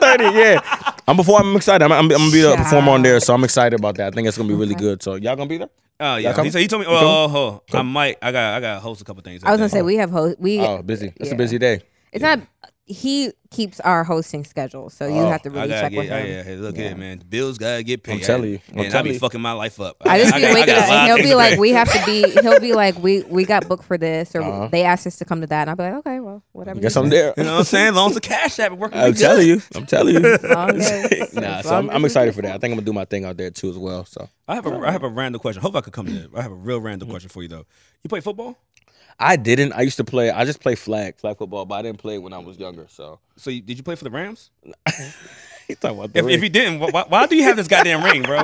Speaker 3: 30, yeah. I'm before I'm excited. I'm, I'm, I'm gonna be a performer on there, so I'm excited about that. I think it's gonna be really good. So y'all gonna be there?
Speaker 1: Oh yeah,
Speaker 3: come.
Speaker 1: he, said, he told me. Oh, oh, oh, I might. I got. I got to host a couple things. that
Speaker 2: I was gonna
Speaker 1: day.
Speaker 2: say we have host. We
Speaker 3: Oh, busy. It's a
Speaker 2: Yeah.
Speaker 3: busy day.
Speaker 2: it's not. He keeps our hosting schedule, so you
Speaker 3: Oh,
Speaker 2: have to
Speaker 1: I
Speaker 2: really
Speaker 1: gotta
Speaker 2: check
Speaker 1: get,
Speaker 2: with
Speaker 1: I,
Speaker 2: him.
Speaker 1: yeah, hey, look here, man. Bills gotta get paid.
Speaker 3: telling you. I'm
Speaker 1: and I
Speaker 3: telling
Speaker 1: be
Speaker 3: you.
Speaker 1: fucking my life up.
Speaker 2: I just be
Speaker 1: got-
Speaker 2: waking
Speaker 1: got
Speaker 2: up
Speaker 1: a lot of
Speaker 2: and he'll
Speaker 1: things
Speaker 2: be
Speaker 1: to
Speaker 2: like,
Speaker 1: do. <laughs>
Speaker 2: we have to be. He'll be like, we we got booked for this, or they asked us to come to that, and I'll be like, okay, well, whatever.
Speaker 3: Uh-huh. Guess
Speaker 2: you
Speaker 3: I'm
Speaker 2: say.
Speaker 3: there.
Speaker 1: You know what I'm saying? Loans to cash app and working.
Speaker 3: I'm telling you. I'm telling
Speaker 2: <laughs>
Speaker 3: you.
Speaker 2: Long as-
Speaker 3: <laughs> Nah,
Speaker 2: as
Speaker 3: so I'm,
Speaker 2: long
Speaker 3: I'm
Speaker 2: as-
Speaker 3: excited for that. I think I'm gonna do my thing out there too as well. So
Speaker 1: I have a. I have a random question. Hope I could come to. I have a real random question for you though. You play football?
Speaker 3: I didn't. I used to play. I just play flag, flag football, but I didn't play when I was younger. So
Speaker 1: So you, did you play for the Rams?
Speaker 3: you talking about
Speaker 1: If, if you didn't, why, why- why do you have this goddamn ring, bro? <laughs>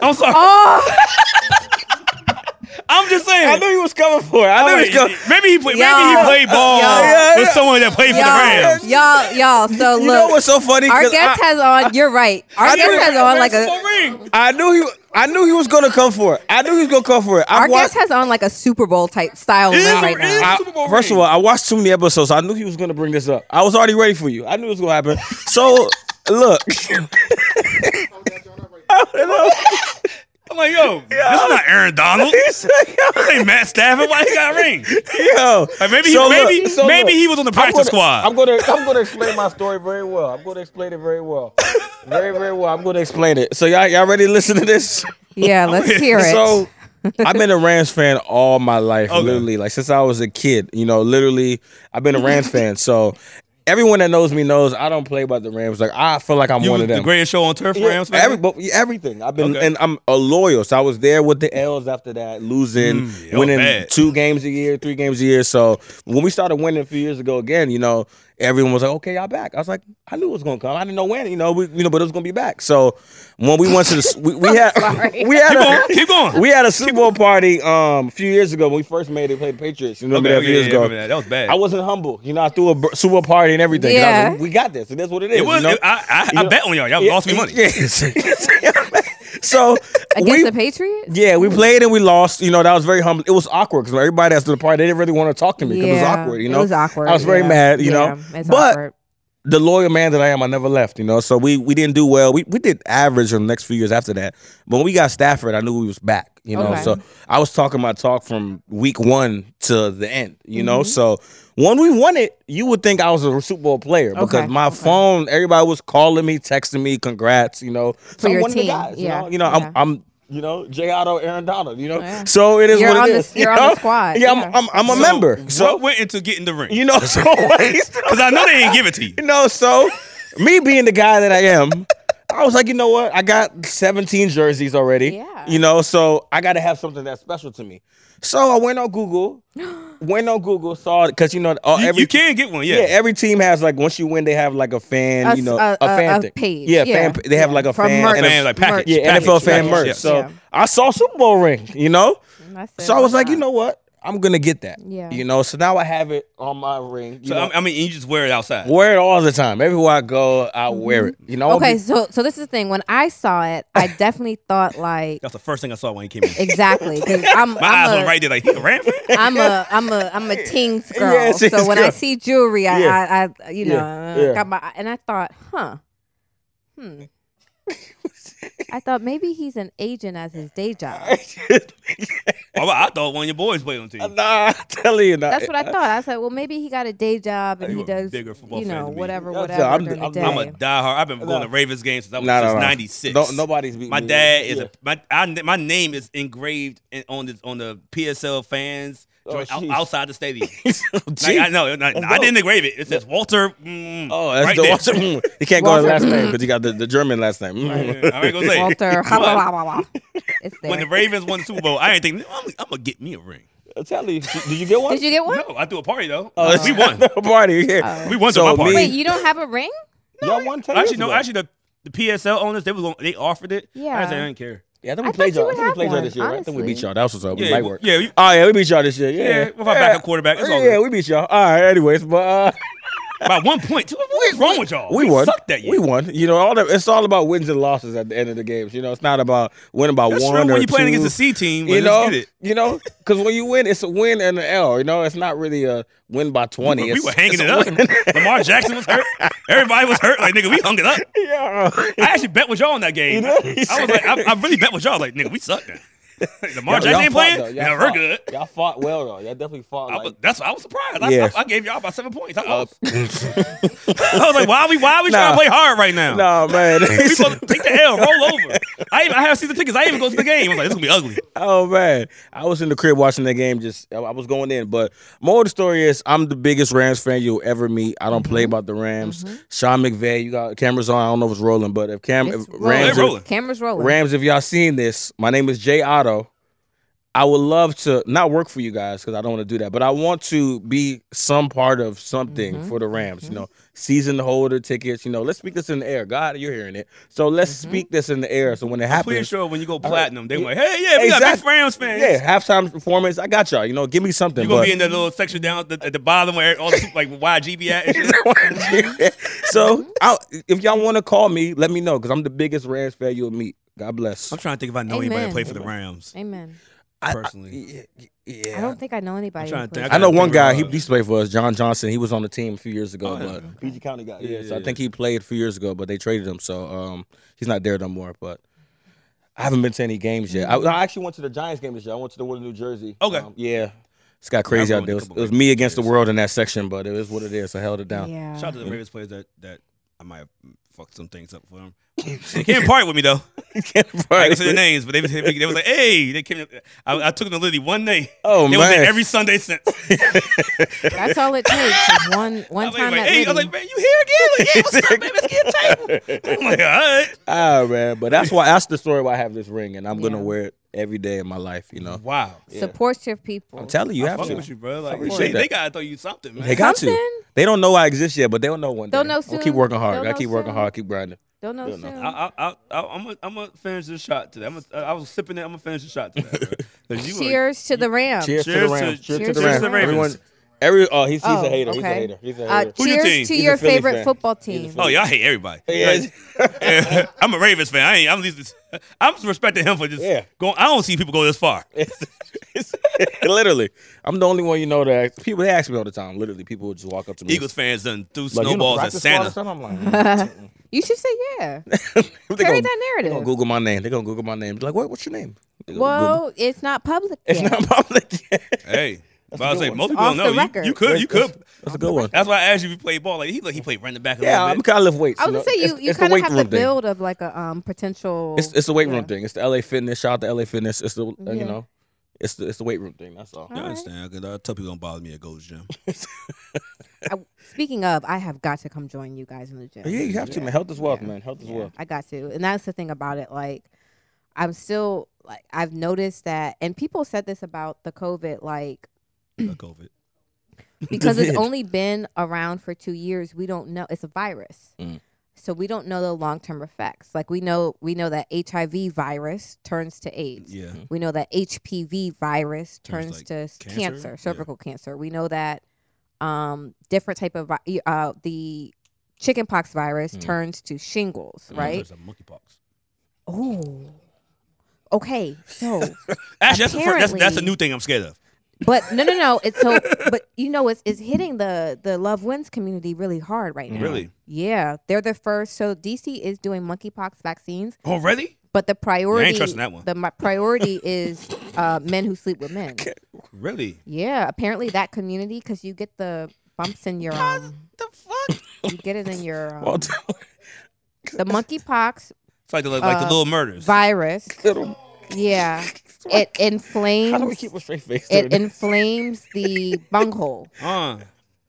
Speaker 1: I'm sorry.
Speaker 3: <laughs>
Speaker 2: Oh,
Speaker 1: I'm just saying.
Speaker 3: I knew you was coming for it. I knew
Speaker 1: Wait,
Speaker 3: you was coming.
Speaker 1: maybe he played. Maybe
Speaker 2: Yo.
Speaker 1: he played ball
Speaker 2: Yo. Yeah,
Speaker 1: with someone that played for the
Speaker 2: y'all,
Speaker 1: Rams.
Speaker 2: y'all, y'all. So
Speaker 3: You know
Speaker 2: look,
Speaker 3: what's so funny?
Speaker 2: our
Speaker 3: 'Cause
Speaker 2: guest
Speaker 3: I,
Speaker 2: has on. You're right. Our
Speaker 3: knew
Speaker 2: guest
Speaker 3: it.
Speaker 2: has on like a.
Speaker 1: Where's the ring?
Speaker 3: I knew he. I knew he was gonna come for it. I knew he was gonna come for it. I
Speaker 2: Our
Speaker 3: watched-
Speaker 2: guest has on like a Super Bowl type style ring
Speaker 1: Is it-
Speaker 2: right
Speaker 1: is
Speaker 2: now.
Speaker 1: it-
Speaker 3: I-
Speaker 1: Super Bowl
Speaker 3: first of
Speaker 1: ring.
Speaker 3: all, I watched too many episodes. So I knew he was going to bring this up. I was already ready for you. I knew it was going to happen. So look, <laughs>
Speaker 1: I'm like, yo, this is not Aaron Donald.
Speaker 3: He's like,
Speaker 1: This ain't Matt Stafford. Why he got a ring?
Speaker 3: yo,
Speaker 1: Like, maybe he-
Speaker 3: So look,
Speaker 1: maybe-
Speaker 3: so
Speaker 1: maybe
Speaker 3: look.
Speaker 1: he was on the
Speaker 3: I'm
Speaker 1: practice
Speaker 3: gonna-
Speaker 1: squad.
Speaker 3: I'm going to I'm going to explain my story very well. I'm going to explain it very well, very very well. I'm going to explain it. So y'all y'all ready to listen to this?
Speaker 2: Yeah,
Speaker 3: <laughs>
Speaker 2: let's hear it. <laughs>
Speaker 3: So I've been a Rams fan all my life,
Speaker 1: Okay.
Speaker 3: literally, like since I was a kid. You know, literally, I've been a Rams fan. So. Everyone that knows me knows I don't play about the Rams. Like I feel like I'm
Speaker 1: You
Speaker 3: one
Speaker 1: was
Speaker 3: of them.
Speaker 1: the greatest show on turf,
Speaker 3: Yeah,
Speaker 1: Rams fan.
Speaker 3: every- but yeah, everything. I've been
Speaker 1: Okay.
Speaker 3: and I'm a loyal. So I was there with the L's after that, losing,
Speaker 1: Mm, y'all
Speaker 3: winning
Speaker 1: bad.
Speaker 3: two games a year, three games a year. So when we started winning a few years ago again, you know, everyone was like, "Okay, y'all back." I was like, "I knew it was gonna come. I didn't know when. You know, we, you know, but it was gonna be back." So when we went to the, we, we had <laughs>
Speaker 2: sorry.
Speaker 3: we had
Speaker 1: Keep
Speaker 3: a,
Speaker 1: going.
Speaker 3: <laughs>
Speaker 1: Keep going.
Speaker 3: we had a Super Bowl party um a few years ago when we first made it play the Patriots. You remember
Speaker 1: Okay,
Speaker 3: that a few
Speaker 1: yeah,
Speaker 3: years
Speaker 1: yeah, I
Speaker 3: ago?
Speaker 1: remember that. That was bad.
Speaker 3: I wasn't humble. You know, I threw a br- Super Bowl party and everything. 'Cause I was
Speaker 2: Yeah.
Speaker 3: like, we got this, and that's what it is.
Speaker 1: it was.
Speaker 3: you know?
Speaker 1: it- I, I, I bet on y'all. Y'all lost me money.
Speaker 3: <laughs> Yes. so
Speaker 2: Against
Speaker 3: we,
Speaker 2: the Patriots.
Speaker 3: yeah, we played and we lost. You know, that was very humble. It was awkward because everybody that's to the party, they didn't really want to talk to me because it was awkward. You know,
Speaker 2: it was awkward.
Speaker 3: I was very
Speaker 2: yeah.
Speaker 3: mad. You
Speaker 2: Yeah,
Speaker 3: know,
Speaker 2: it's
Speaker 3: but
Speaker 2: awkward.
Speaker 3: the lawyer man that I am, I never left, you know. So we we didn't do well. We we did average in the next few years after that. But when we got Stafford, I knew we was back, you know.
Speaker 2: Okay.
Speaker 3: So I was talking my talk from week one to the end, you know.
Speaker 2: Mm-hmm.
Speaker 3: So when we won it, you would think I was a Super Bowl player
Speaker 2: Okay,
Speaker 3: because my
Speaker 2: okay.
Speaker 3: phone, everybody was calling me, texting me, congrats, you know. For so I'm
Speaker 2: your
Speaker 3: one of the
Speaker 2: team,
Speaker 3: guys,
Speaker 2: yeah,
Speaker 3: you know. You know,
Speaker 2: yeah.
Speaker 3: I'm I'm you know, J. Otto, Aaron Donald, you know.
Speaker 2: Yeah.
Speaker 3: So it is
Speaker 2: You're
Speaker 3: what
Speaker 2: on
Speaker 3: it
Speaker 2: the-
Speaker 3: is. you
Speaker 2: you're on the
Speaker 3: know?
Speaker 2: squad,
Speaker 3: Yeah,
Speaker 2: yeah.
Speaker 3: I'm, I'm, I'm a member. So
Speaker 1: what went into getting the ring?
Speaker 2: <laughs>
Speaker 3: you know, so
Speaker 1: Because I know they didn't give it to you.
Speaker 3: you know, so me being the guy that I am, I was like, you know what? I got 17 jerseys already.
Speaker 2: Yeah.
Speaker 3: You know, so I got to have something that's special to me. So I went
Speaker 2: <gasps>
Speaker 3: on Google, went on Google, saw it because you know, all,
Speaker 1: You,
Speaker 3: Oh, every
Speaker 1: you can get one, yeah.
Speaker 3: yeah. every team has like once you win, they have like a fan,
Speaker 2: A
Speaker 3: you know,
Speaker 2: s-
Speaker 3: a,
Speaker 2: a- a-
Speaker 3: fan
Speaker 2: uh, a
Speaker 3: thing.
Speaker 2: page,
Speaker 3: Yeah,
Speaker 2: yeah.
Speaker 3: fan. p- They have like a
Speaker 2: From
Speaker 3: fan,
Speaker 2: merch.
Speaker 3: and a-
Speaker 1: Fan, like package.
Speaker 2: merch.
Speaker 3: yeah, NFL
Speaker 1: package,
Speaker 3: fan
Speaker 1: package,
Speaker 3: merch.
Speaker 1: yeah.
Speaker 3: So
Speaker 2: Yeah.
Speaker 3: I saw a Super Bowl ring, you know. So I was like, you know what? I'm gonna get that.
Speaker 2: Yeah.
Speaker 3: You know, so now I have it on my ring. you
Speaker 1: So
Speaker 3: know.
Speaker 1: I I mean, you just wear it outside.
Speaker 3: Wear it all the time. Everywhere I go, I wear it. You know.
Speaker 2: Mm-hmm. Okay, so so this is the thing. When I saw it,
Speaker 3: <laughs>
Speaker 2: I definitely thought like
Speaker 1: That's the first thing I saw when he came in.
Speaker 2: exactly because I'm
Speaker 1: My
Speaker 2: I'm
Speaker 1: eyes
Speaker 2: a,
Speaker 1: went right there, like he a
Speaker 3: <laughs>
Speaker 1: ram. fan?
Speaker 2: I'm a I'm a I'm a teens girl.
Speaker 3: Yeah, she's
Speaker 2: so when I
Speaker 3: girl.
Speaker 2: see jewelry, I,
Speaker 3: Yeah.
Speaker 2: I, I you know
Speaker 3: Yeah,
Speaker 2: uh,
Speaker 3: yeah.
Speaker 2: got my and I thought, huh,
Speaker 3: <laughs>
Speaker 2: hmm. I thought maybe he's an agent as his day job.
Speaker 1: Oh, I thought one of your boys played on the team.
Speaker 3: nah, <laughs> I'm telling you. Nah.
Speaker 2: That's what I thought. I said, well, maybe he got a day job and
Speaker 1: You
Speaker 2: he
Speaker 1: a
Speaker 2: does,
Speaker 1: bigger football
Speaker 2: you
Speaker 1: fan
Speaker 2: know,
Speaker 1: than me.
Speaker 2: whatever,
Speaker 3: Yeah,
Speaker 2: whatever
Speaker 3: I'm-
Speaker 2: during
Speaker 3: I'm-
Speaker 2: the day.
Speaker 1: I'm a diehard. I've been going
Speaker 3: No.
Speaker 1: to Ravens games since I was
Speaker 3: <laughs> Nah, nah, nah.
Speaker 1: '96.
Speaker 3: No, nobody's beating
Speaker 1: My
Speaker 3: me.
Speaker 1: dad is
Speaker 3: <laughs> Yeah.
Speaker 1: a my I, my name is engraved in, on the on the PSL fans
Speaker 3: Oh,
Speaker 1: joint out-
Speaker 3: jeez.
Speaker 1: outside the
Speaker 3: <laughs>
Speaker 1: stadium. like,
Speaker 3: Jeez.
Speaker 1: I know I, I
Speaker 3: dope.
Speaker 1: didn't engrave it. It says Walter. Mm,
Speaker 3: Oh, that's
Speaker 1: right
Speaker 3: the
Speaker 1: there. <laughs>
Speaker 3: Walter. Mm. You can't go his last
Speaker 2: Walter.
Speaker 3: name because you got the, the German last name. Mm. <laughs>
Speaker 1: Yeah, I ain't gonna say.
Speaker 2: Walter, blah,
Speaker 1: But
Speaker 2: blah, blah, blah. It's there.
Speaker 1: when the Ravens won the Super Bowl, I ain't thinking I'm, I'm gonna get me a ring.
Speaker 3: I'm telling you. Did you get one?
Speaker 2: Did you get one?
Speaker 1: No, I threw a party though.
Speaker 3: Oh,
Speaker 1: we
Speaker 3: <laughs>
Speaker 1: won.
Speaker 3: a party? Yeah.
Speaker 2: Oh.
Speaker 1: We won
Speaker 3: So
Speaker 1: so my party.
Speaker 3: me-
Speaker 2: Wait, you don't have a ring?
Speaker 3: Y'all won ten
Speaker 1: actually,
Speaker 3: years
Speaker 1: no.
Speaker 3: ago.
Speaker 1: Actually, the, the PSL owners they was gonna, they offered it. I
Speaker 2: Yeah.
Speaker 1: said I didn't care.
Speaker 3: yeah, I think
Speaker 2: I
Speaker 3: we
Speaker 2: thought
Speaker 3: played
Speaker 2: you
Speaker 3: y'all. I
Speaker 2: would
Speaker 3: think we
Speaker 2: have
Speaker 3: played y'all
Speaker 2: one,
Speaker 3: this year. right? I think we beat
Speaker 2: honestly.
Speaker 3: y'all. That was what's up.
Speaker 1: Yeah,
Speaker 3: we might
Speaker 1: we-
Speaker 3: work.
Speaker 1: yeah, we-
Speaker 3: oh yeah, we beat y'all this year. Yeah,
Speaker 1: Yeah, with our backup quarterback, it's all
Speaker 3: yeah,
Speaker 1: good.
Speaker 3: we beat y'all. All right, anyways, but uh,
Speaker 1: By one point. What's wrong with y'all?
Speaker 3: Oh, we won.
Speaker 1: Sucked that year.
Speaker 3: We won. You know, all that. It's all about wins and losses at the end of the games. You know, it's not about winning by
Speaker 1: That's
Speaker 3: one
Speaker 1: true
Speaker 3: or
Speaker 1: when you're
Speaker 3: two.
Speaker 1: playing against the C team. But
Speaker 3: you know,
Speaker 1: let's get it.
Speaker 3: you know, because when you win, it's a win and an L. You know, it's not really a win by twenty.
Speaker 1: We
Speaker 3: it's,
Speaker 1: were hanging
Speaker 3: it's
Speaker 1: it
Speaker 3: a
Speaker 1: up.
Speaker 3: win. <laughs>
Speaker 1: Lamar Jackson was hurt. Everybody was hurt. Like nigga, we hung it up.
Speaker 3: yeah.
Speaker 1: I actually bet with y'all on that game.
Speaker 3: You did?
Speaker 1: I was like, I, I really bet with y'all. Like nigga, we suck
Speaker 3: <laughs>
Speaker 1: now. Lamar
Speaker 3: Y'all-
Speaker 1: Jackson
Speaker 3: y'all
Speaker 1: ain't
Speaker 3: fought,
Speaker 1: playing.
Speaker 3: though.
Speaker 1: Yeah,
Speaker 3: Y'all
Speaker 1: we're
Speaker 3: fought.
Speaker 1: good.
Speaker 3: Y'all fought well though. Y'all definitely fought.
Speaker 1: I
Speaker 3: like, <laughs>
Speaker 1: was, that's why I was surprised. I,
Speaker 3: Yeah.
Speaker 1: I, I gave y'all about seven points. I,
Speaker 3: Uh,
Speaker 1: lost. <laughs> I was like, why are we why are we trying
Speaker 3: Nah.
Speaker 1: to play hard right now?
Speaker 3: no man.
Speaker 1: <laughs> We supposed to take the L, roll over. I even, I have season tickets. I even go to the game. I was like, this gonna be ugly.
Speaker 3: Oh man, I was in the crib watching the game. Just I I was going in, but more of the story is I'm the biggest Rams fan you'll ever meet. I don't play about the Rams. Sean McVay, you got cameras on. I don't know if it's rolling, but if cam if
Speaker 2: It's
Speaker 3: uh, Rams,
Speaker 1: They're rolling.
Speaker 3: if,
Speaker 2: Camera's rolling.
Speaker 3: Rams, if y'all seen this, my name is Jay Otto. I would love to not work for you guys because I don't want to do that, but I want to be some part of something for the Rams. You know, season holder tickets. You know, let's speak this in the air. God, you're hearing it, so let's speak this in the air. So when it
Speaker 1: Pretty
Speaker 3: happens,
Speaker 1: sure when you go
Speaker 3: right.
Speaker 1: platinum, they were like, hey, yeah, we got big
Speaker 3: Exactly.
Speaker 1: Rams fans.
Speaker 3: Yeah, halftime performance. I got y'all. You know, give me something.
Speaker 1: You gonna
Speaker 3: but-
Speaker 1: be in that little section down at the, at the bottom where all the like YG be at? And shit?
Speaker 3: <laughs> so I'll, if y'all want to call me, let me know because I'm the biggest Rams fan you'll meet. God
Speaker 1: <laughs>
Speaker 3: bless.
Speaker 1: I'm trying to think if I know anybody that
Speaker 2: Amen.
Speaker 1: played for the Rams
Speaker 2: Amen.
Speaker 1: personally.
Speaker 3: yeah,
Speaker 2: I don't think I know anybody.
Speaker 1: I'm trying
Speaker 2: who
Speaker 1: to think.
Speaker 2: plays
Speaker 3: I know
Speaker 1: I
Speaker 3: one
Speaker 1: think we're,
Speaker 3: guy. He
Speaker 1: uh,
Speaker 3: used to play for us, John Johnson. He was on the team a few years ago,
Speaker 1: Oh, yeah.
Speaker 3: but PG County guy.
Speaker 1: Yeah,
Speaker 3: Yeah, so
Speaker 1: yeah,
Speaker 3: I think he played a few years ago, but they traded him, so um, he's not there no more. But I haven't been to any games yet. I, I actually went to the Giants game this year. I went to the one in New Jersey.
Speaker 1: Okay.
Speaker 3: Um, yeah, it's got crazy out there. It was,
Speaker 1: Everyone-
Speaker 3: it was me against the world in that section, but it is what it is. I held it down. <laughs>
Speaker 1: <laughs>
Speaker 2: Yeah.
Speaker 1: Shout out to the Ravens players that that I might have fucked some things up for him. they can't part with me <laughs> though. I ain't gonna say their names, but they was they was like, hey, they came. I, I took them to Liddy one day.
Speaker 3: Oh,
Speaker 1: they was there
Speaker 3: man.
Speaker 1: every Sunday since.
Speaker 2: That's all it takes. is
Speaker 1: <laughs>
Speaker 2: one
Speaker 1: I
Speaker 2: one
Speaker 1: was,
Speaker 2: time
Speaker 1: like,
Speaker 2: at
Speaker 1: hey, I was
Speaker 2: Liddy.
Speaker 1: like, man, you here again? Like, yeah, what's up, man? Let's get a <laughs> table. I'm like, all right.
Speaker 3: Ah man, but that's why that's the story why I have this ring, and I'm
Speaker 2: Yeah.
Speaker 3: gonna
Speaker 2: Mm-hmm.
Speaker 3: wear it every day in my life. You know,
Speaker 1: Wow.
Speaker 2: Support your people.
Speaker 3: I'm telling you, you
Speaker 1: I
Speaker 3: have
Speaker 1: fuck with
Speaker 3: to.
Speaker 1: you, bro. Like,
Speaker 3: appreciate
Speaker 1: they,
Speaker 3: that.
Speaker 1: they gotta throw you something, man.
Speaker 3: They got
Speaker 2: Something.
Speaker 3: to. They don't know I exist yet, but they'll know one day.
Speaker 2: They'll know
Speaker 3: I'm gonna
Speaker 2: soon.
Speaker 3: Oh, keep working hard.
Speaker 2: They'll
Speaker 3: I
Speaker 2: know
Speaker 3: keep working
Speaker 2: soon.
Speaker 3: hard. Keep grinding.
Speaker 2: Don't know
Speaker 3: Don't know.
Speaker 2: soon.
Speaker 1: I, I, I, I'm gonna I'm gonna finish this shot today. I'm gonna, I was sipping it. I'm gonna finish the shot today. bro. <laughs> 'Cause you were-
Speaker 2: Cheers to the Rams.
Speaker 3: Cheers, to
Speaker 1: Cheers
Speaker 3: the
Speaker 1: to-
Speaker 3: Rams. Cheers,
Speaker 2: cheers
Speaker 3: to
Speaker 2: to
Speaker 3: the Rams.
Speaker 2: the Ravens.
Speaker 3: Everyone, Every oh, he's, he's a
Speaker 2: Oh,
Speaker 3: hater. He's a
Speaker 2: okay.
Speaker 3: hater. He's a
Speaker 2: Uh,
Speaker 3: hater. <laughs>
Speaker 1: Who your
Speaker 2: cheers
Speaker 1: team?
Speaker 2: to
Speaker 1: He's
Speaker 3: a
Speaker 2: your
Speaker 3: Philly
Speaker 2: favorite
Speaker 3: fan.
Speaker 2: football
Speaker 3: a
Speaker 2: team.
Speaker 3: Philly-
Speaker 1: Oh, y'all hate everybody.
Speaker 3: Yeah, it's-
Speaker 1: Like, <laughs> I'm a Ravens fan. I ain't, I'm, just, <laughs> I'm just respecting him for just
Speaker 3: Yeah.
Speaker 1: going. I don't see people go this far.
Speaker 3: it's- <laughs> literally, I'm the only one you know that people they ask me all the time. Literally, people would just walk up to me.
Speaker 1: Eagles fans done threw
Speaker 3: like, you know,
Speaker 1: snowballs at
Speaker 3: practice squad
Speaker 1: Santa.
Speaker 3: or
Speaker 2: <laughs>
Speaker 3: something? I'm like,
Speaker 2: You should say yeah.
Speaker 3: they
Speaker 2: Carry
Speaker 3: gonna-
Speaker 2: that
Speaker 3: they gonna
Speaker 2: narrative.
Speaker 3: Google my name. They're gonna Google my name. Be like, what? What's your name? They gonna Google.
Speaker 2: Well, it's not public.
Speaker 3: it's
Speaker 2: yet.
Speaker 3: not <laughs> public. yet.
Speaker 1: Hey, but I
Speaker 3: a
Speaker 1: was
Speaker 3: good
Speaker 1: saying
Speaker 3: one.
Speaker 1: most people don't
Speaker 2: Off
Speaker 1: know.
Speaker 2: the
Speaker 1: You,
Speaker 2: record.
Speaker 1: you could, you could.
Speaker 3: That's a good one.
Speaker 1: That's why I asked you if you played ball. Like he, like he played running back. A
Speaker 3: Yeah,
Speaker 1: little
Speaker 3: I'm
Speaker 1: bit.
Speaker 3: kind of lift weights.
Speaker 2: I was gonna
Speaker 3: you know?
Speaker 2: say you
Speaker 3: It's-
Speaker 2: you
Speaker 3: it's the
Speaker 2: kind of
Speaker 3: weight
Speaker 2: have
Speaker 3: room
Speaker 2: the
Speaker 3: thing.
Speaker 2: build of like a um potential.
Speaker 3: It's it's the weight
Speaker 2: yeah.
Speaker 3: room thing. It's the LA Fitness. Shout out to LA Fitness. It's the uh,
Speaker 2: Yeah.
Speaker 3: you know, it's the it's the weight room thing. That's all.
Speaker 1: I
Speaker 2: All right.
Speaker 1: understand. Cause I tell people don't bother me at Gold's
Speaker 3: <clears throat>
Speaker 1: Gym.
Speaker 2: I- speaking of, I have got to come join you guys in the gym.
Speaker 3: Yeah, you have to man. Health is wealth,
Speaker 2: Yeah.
Speaker 3: man. Health is
Speaker 2: Yeah,
Speaker 3: wealth.
Speaker 2: I got to. And that's the thing about it. Like, I'm still, like, I've noticed that, and people said this about the COVID,
Speaker 3: <laughs>
Speaker 2: like,
Speaker 1: Got COVID.
Speaker 2: because it's
Speaker 3: vid.
Speaker 2: only been around for two years, we don't know. It's a virus.
Speaker 3: Mm.
Speaker 2: So we don't know the long term effects. Like we know we know that HIV virus turns to AIDS.
Speaker 1: Yeah.
Speaker 2: We know that HPV virus
Speaker 1: Turns,
Speaker 2: turns
Speaker 1: like,
Speaker 2: to s-
Speaker 1: cancer?
Speaker 2: cancer,
Speaker 1: Yeah.
Speaker 2: cervical cancer. We know that um, different type of vi- uh, the chickenpox virus
Speaker 1: Hmm.
Speaker 3: Mhm.
Speaker 2: turns to shingles, right?
Speaker 1: There's a monkeypox.
Speaker 2: Oh, okay. So,
Speaker 1: Actually, that's, the first, that's that's a
Speaker 2: Apparently-
Speaker 1: new thing I'm scared of.
Speaker 2: but no, no, no. It's so, but you know, it's it's hitting the the Love Wins community really hard right now.
Speaker 1: Mm-hmm. Really?
Speaker 2: Yeah, they're the first. So DC is doing monkeypox vaccines,
Speaker 1: Already?
Speaker 2: but the priority
Speaker 1: trusting that one.
Speaker 2: the mi- priority is uh, men who sleep with men.
Speaker 1: Really?
Speaker 2: Yeah, apparently that community because you get the bumps in your um,
Speaker 1: The fuck?
Speaker 2: you get it in your um,
Speaker 3: Well, <laughs>
Speaker 2: the monkeypox
Speaker 1: It's like the like the
Speaker 2: Uh,
Speaker 1: little murders.
Speaker 2: virus.
Speaker 3: little-
Speaker 2: Yeah,
Speaker 3: <laughs>
Speaker 2: it inflames.
Speaker 3: How do we keep a straight face?
Speaker 2: it
Speaker 3: during
Speaker 2: inflames the bunghole,
Speaker 1: uh,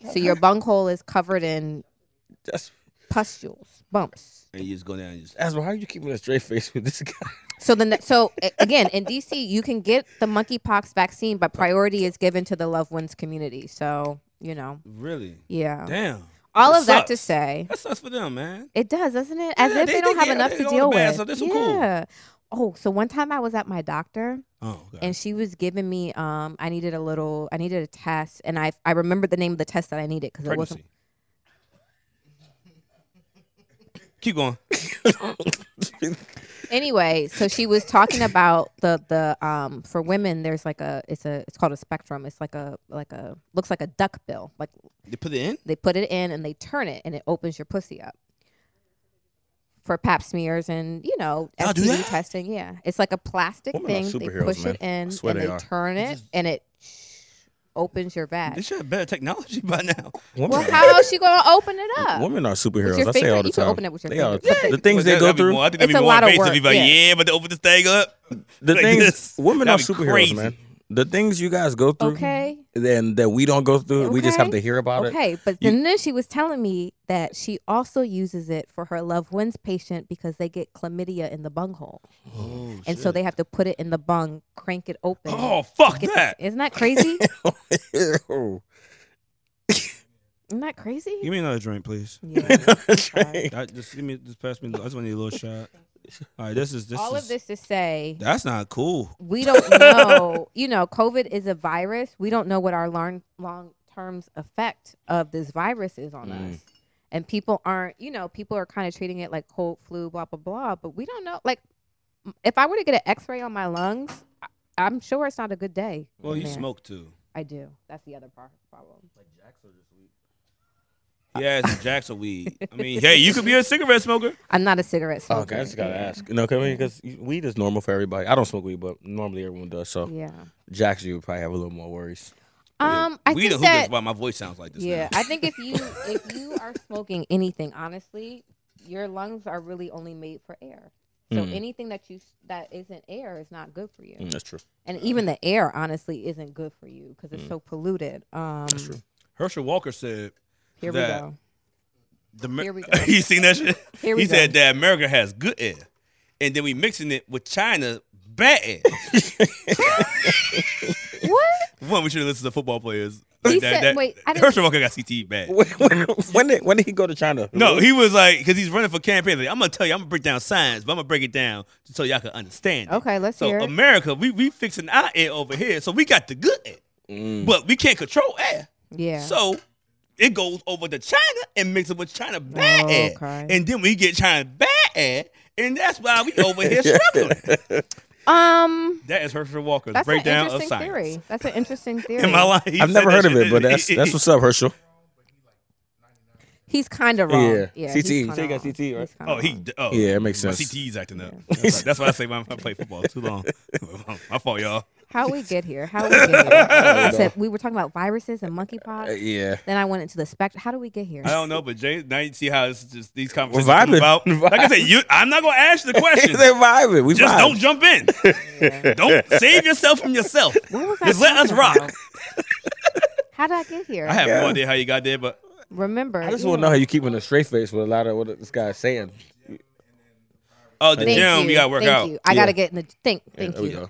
Speaker 2: so your bunghole is covered in
Speaker 3: this? <laughs> that's
Speaker 2: pustules, bumps.
Speaker 1: and you just go down. And just,
Speaker 3: Asma, how are you keeping a straight face with this guy? <laughs>
Speaker 2: So the ne- so a- again in DC you can get the monkeypox vaccine, but priority is given to the loved ones community. So you know,
Speaker 1: really?
Speaker 2: yeah,
Speaker 1: Damn.
Speaker 2: all
Speaker 1: that
Speaker 2: of that to
Speaker 1: sucks.
Speaker 2: say
Speaker 1: That sucks for them, man.
Speaker 2: it does, doesn't it? As
Speaker 1: Yeah,
Speaker 2: if
Speaker 1: they-
Speaker 2: they, don't
Speaker 1: they
Speaker 2: have
Speaker 1: get-
Speaker 2: enough
Speaker 1: they
Speaker 2: to
Speaker 1: go to
Speaker 2: deal
Speaker 1: bed,
Speaker 2: with.
Speaker 1: so this is cool.
Speaker 2: yeah. Oh, so one time I was at my doctor
Speaker 1: Oh, okay.
Speaker 2: and she was giving me um I needed a little I needed a test and I I remembered the name of the test that I needed because it wasn't
Speaker 1: pregnancy. <laughs> Keep going.
Speaker 2: anyway so she was talking about the the um for women there's like a it's a it's called a spectrum it's like a like a looks like a duck bill like
Speaker 1: They put it in.
Speaker 2: they put it in and they turn it and it opens your pussy up for pap smears and you know
Speaker 1: Y'all do
Speaker 2: STD
Speaker 1: that?
Speaker 2: testing yeah it's like a plastic
Speaker 3: Women are
Speaker 2: thing they
Speaker 3: superheroes,
Speaker 2: push
Speaker 3: man.
Speaker 2: it in
Speaker 3: swear
Speaker 2: and
Speaker 3: they
Speaker 2: they,
Speaker 3: are.
Speaker 2: turn it and it opens your
Speaker 1: They
Speaker 2: vag
Speaker 1: should have better technology by <laughs> now.
Speaker 3: Women,
Speaker 2: well how is she gonna open it up
Speaker 3: women are superheroes.
Speaker 2: your
Speaker 3: I say
Speaker 2: finger-
Speaker 3: all the
Speaker 2: you can
Speaker 3: time.
Speaker 2: open it with your
Speaker 3: they are,
Speaker 2: finger. Yeah.
Speaker 3: the things they
Speaker 1: That'd
Speaker 3: go
Speaker 1: be
Speaker 3: through.
Speaker 1: More, I think that'd
Speaker 2: It's
Speaker 1: be
Speaker 2: a
Speaker 1: more
Speaker 2: lot of
Speaker 1: invasive.
Speaker 2: work,
Speaker 1: If like,
Speaker 2: yeah.
Speaker 1: yeah. but they open this thing up.
Speaker 3: the
Speaker 1: Like
Speaker 3: things
Speaker 1: this.
Speaker 3: women
Speaker 1: That'd be
Speaker 3: are superheroes,
Speaker 1: crazy.
Speaker 3: man. The things you guys go through,
Speaker 2: Okay.
Speaker 3: then that we don't go through, we just have
Speaker 2: Okay.
Speaker 3: to hear about it.
Speaker 2: okay but then, then she was telling me that she also uses it for her loved ones patient because they get chlamydia in the bunghole
Speaker 1: Oh,
Speaker 2: and so they have to put it in the bung crank it open
Speaker 1: oh fuck
Speaker 2: Get this-
Speaker 1: that.
Speaker 2: isn't that
Speaker 3: <laughs>
Speaker 2: crazy
Speaker 3: Ew. <laughs>
Speaker 2: isn't that crazy
Speaker 1: Give me another drink, please.
Speaker 2: Yeah.
Speaker 3: <laughs> That's
Speaker 2: Okay.
Speaker 3: right.
Speaker 1: I, just give me, just pass me. I just want to need a little shot. All right, this is this.
Speaker 2: all
Speaker 1: is,
Speaker 2: of this to say
Speaker 1: That's not cool.
Speaker 2: we don't
Speaker 3: <laughs>
Speaker 2: know you know covid is a virus we don't know what our long long term effect of this virus is on
Speaker 3: Mm.
Speaker 2: us and people aren't you know people are kind of treating it like cold flu blah blah blah but we don't know like m- if i were to get an x-ray on my lungs I, i'm sure it's not a good day
Speaker 1: Well, you
Speaker 2: Yeah.
Speaker 1: smoke too.
Speaker 2: i do that's the other pro- problem
Speaker 1: Yeah, it's Jackson weed. I mean, hey, you could be a cigarette smoker.
Speaker 2: i'm not a cigarette smoker
Speaker 3: Okay, I just Oh, gotta
Speaker 2: yeah.
Speaker 3: ask. No, because weed is normal for everybody. I don't smoke weed, but normally everyone does. So,
Speaker 2: yeah
Speaker 3: Jax, you would probably have a little more worries.
Speaker 2: um i
Speaker 1: weed
Speaker 2: think
Speaker 1: and hookahs,
Speaker 2: that
Speaker 1: why my voice sounds like this.
Speaker 2: Yeah,
Speaker 1: now.
Speaker 2: I think if you if you are smoking anything, honestly, your lungs are really only made for air. So
Speaker 3: Mm.
Speaker 2: anything that you s- that isn't air is not good for you.
Speaker 3: Mm, that's true.
Speaker 2: And even the air, honestly, isn't good for you because it's so polluted. Um,
Speaker 3: Hmm. true.
Speaker 1: Herschel Walker said
Speaker 2: Here
Speaker 1: That-
Speaker 2: we go.
Speaker 1: The Mer- <laughs>
Speaker 2: Here we go.
Speaker 1: you seen that shit?
Speaker 2: Here we
Speaker 1: he said
Speaker 2: go.
Speaker 1: that America has good air, and then we mixing it with China bad air.
Speaker 2: <laughs> What?
Speaker 1: One, we should listen to football players.
Speaker 2: He
Speaker 1: Like that,
Speaker 2: said-
Speaker 1: that-
Speaker 2: wait, I didn't-
Speaker 1: Herschel Walker got CTE bad.
Speaker 3: <laughs> When, when, when did, when did he go to China?
Speaker 1: No, he was like, because he's running for campaign. Like, I'm gonna tell you, I'm gonna break down science, but I'm gonna break it down so y'all can understand. it."
Speaker 2: Okay, let's
Speaker 1: so
Speaker 2: hear it.
Speaker 1: America, we we fixing our air over here, so we got the good air,
Speaker 3: Mm.
Speaker 1: but we can't control air.
Speaker 2: Yeah.
Speaker 1: So it goes over to China and mixes with China bad
Speaker 2: Oh,
Speaker 1: ad.
Speaker 2: Christ.
Speaker 1: And then we get China bad ad, and that's why we over here
Speaker 3: <laughs>
Speaker 1: struggling.
Speaker 2: um,
Speaker 1: that is Herschel Walker's
Speaker 2: that's an
Speaker 1: breakdown of
Speaker 2: interesting
Speaker 1: science.
Speaker 2: theory. That's an interesting
Speaker 1: <laughs>
Speaker 2: theory.
Speaker 1: In my life, he
Speaker 3: I've
Speaker 1: said
Speaker 3: never
Speaker 1: that
Speaker 3: heard of
Speaker 1: shit.
Speaker 3: it, but that's that's what's up, Herschel.
Speaker 2: He's kind of wrong.
Speaker 3: Yeah.
Speaker 2: Yeah. he's
Speaker 3: CTE.
Speaker 2: kinda
Speaker 3: So you got
Speaker 2: wrong.
Speaker 3: CTE, right?
Speaker 2: He's kinda
Speaker 1: Oh, he.
Speaker 2: wrong.
Speaker 1: d- Oh,
Speaker 3: Yeah, it makes
Speaker 1: My
Speaker 3: sense.
Speaker 1: CTE's acting up. That's, that's why I say my, I play football too long. <laughs> my fault, y'all.
Speaker 2: How we get here? How
Speaker 3: <laughs>
Speaker 2: we get here? We said- we were talking about viruses and monkeypox.
Speaker 3: Uh, yeah.
Speaker 2: Then I went into the spectrum. How do we get here?
Speaker 1: I don't know, but Jay, now you see how it's just these conversations
Speaker 3: We're vibing.
Speaker 1: come about. Like I said, you, I'm not gonna ask you the
Speaker 3: <laughs>
Speaker 1: question.
Speaker 3: They're vibing. We
Speaker 1: Just
Speaker 3: vibe.
Speaker 1: don't jump in.
Speaker 2: Yeah.
Speaker 1: Don't save yourself from yourself.
Speaker 2: What was I
Speaker 1: Just let us
Speaker 2: talking
Speaker 1: rock.
Speaker 2: about? <laughs> How did I get here?
Speaker 1: I have no
Speaker 3: Yeah.
Speaker 1: idea how you got there, but
Speaker 2: Remember,
Speaker 3: I just want to know how you keeping a straight face with a lot of what this guy's saying.
Speaker 1: oh, the
Speaker 2: Thank
Speaker 1: gym,
Speaker 2: you.
Speaker 1: you gotta work
Speaker 2: Thank
Speaker 1: out.
Speaker 2: You. I
Speaker 3: Yeah.
Speaker 2: gotta get in the think. Thank
Speaker 3: there
Speaker 2: you.
Speaker 3: we go.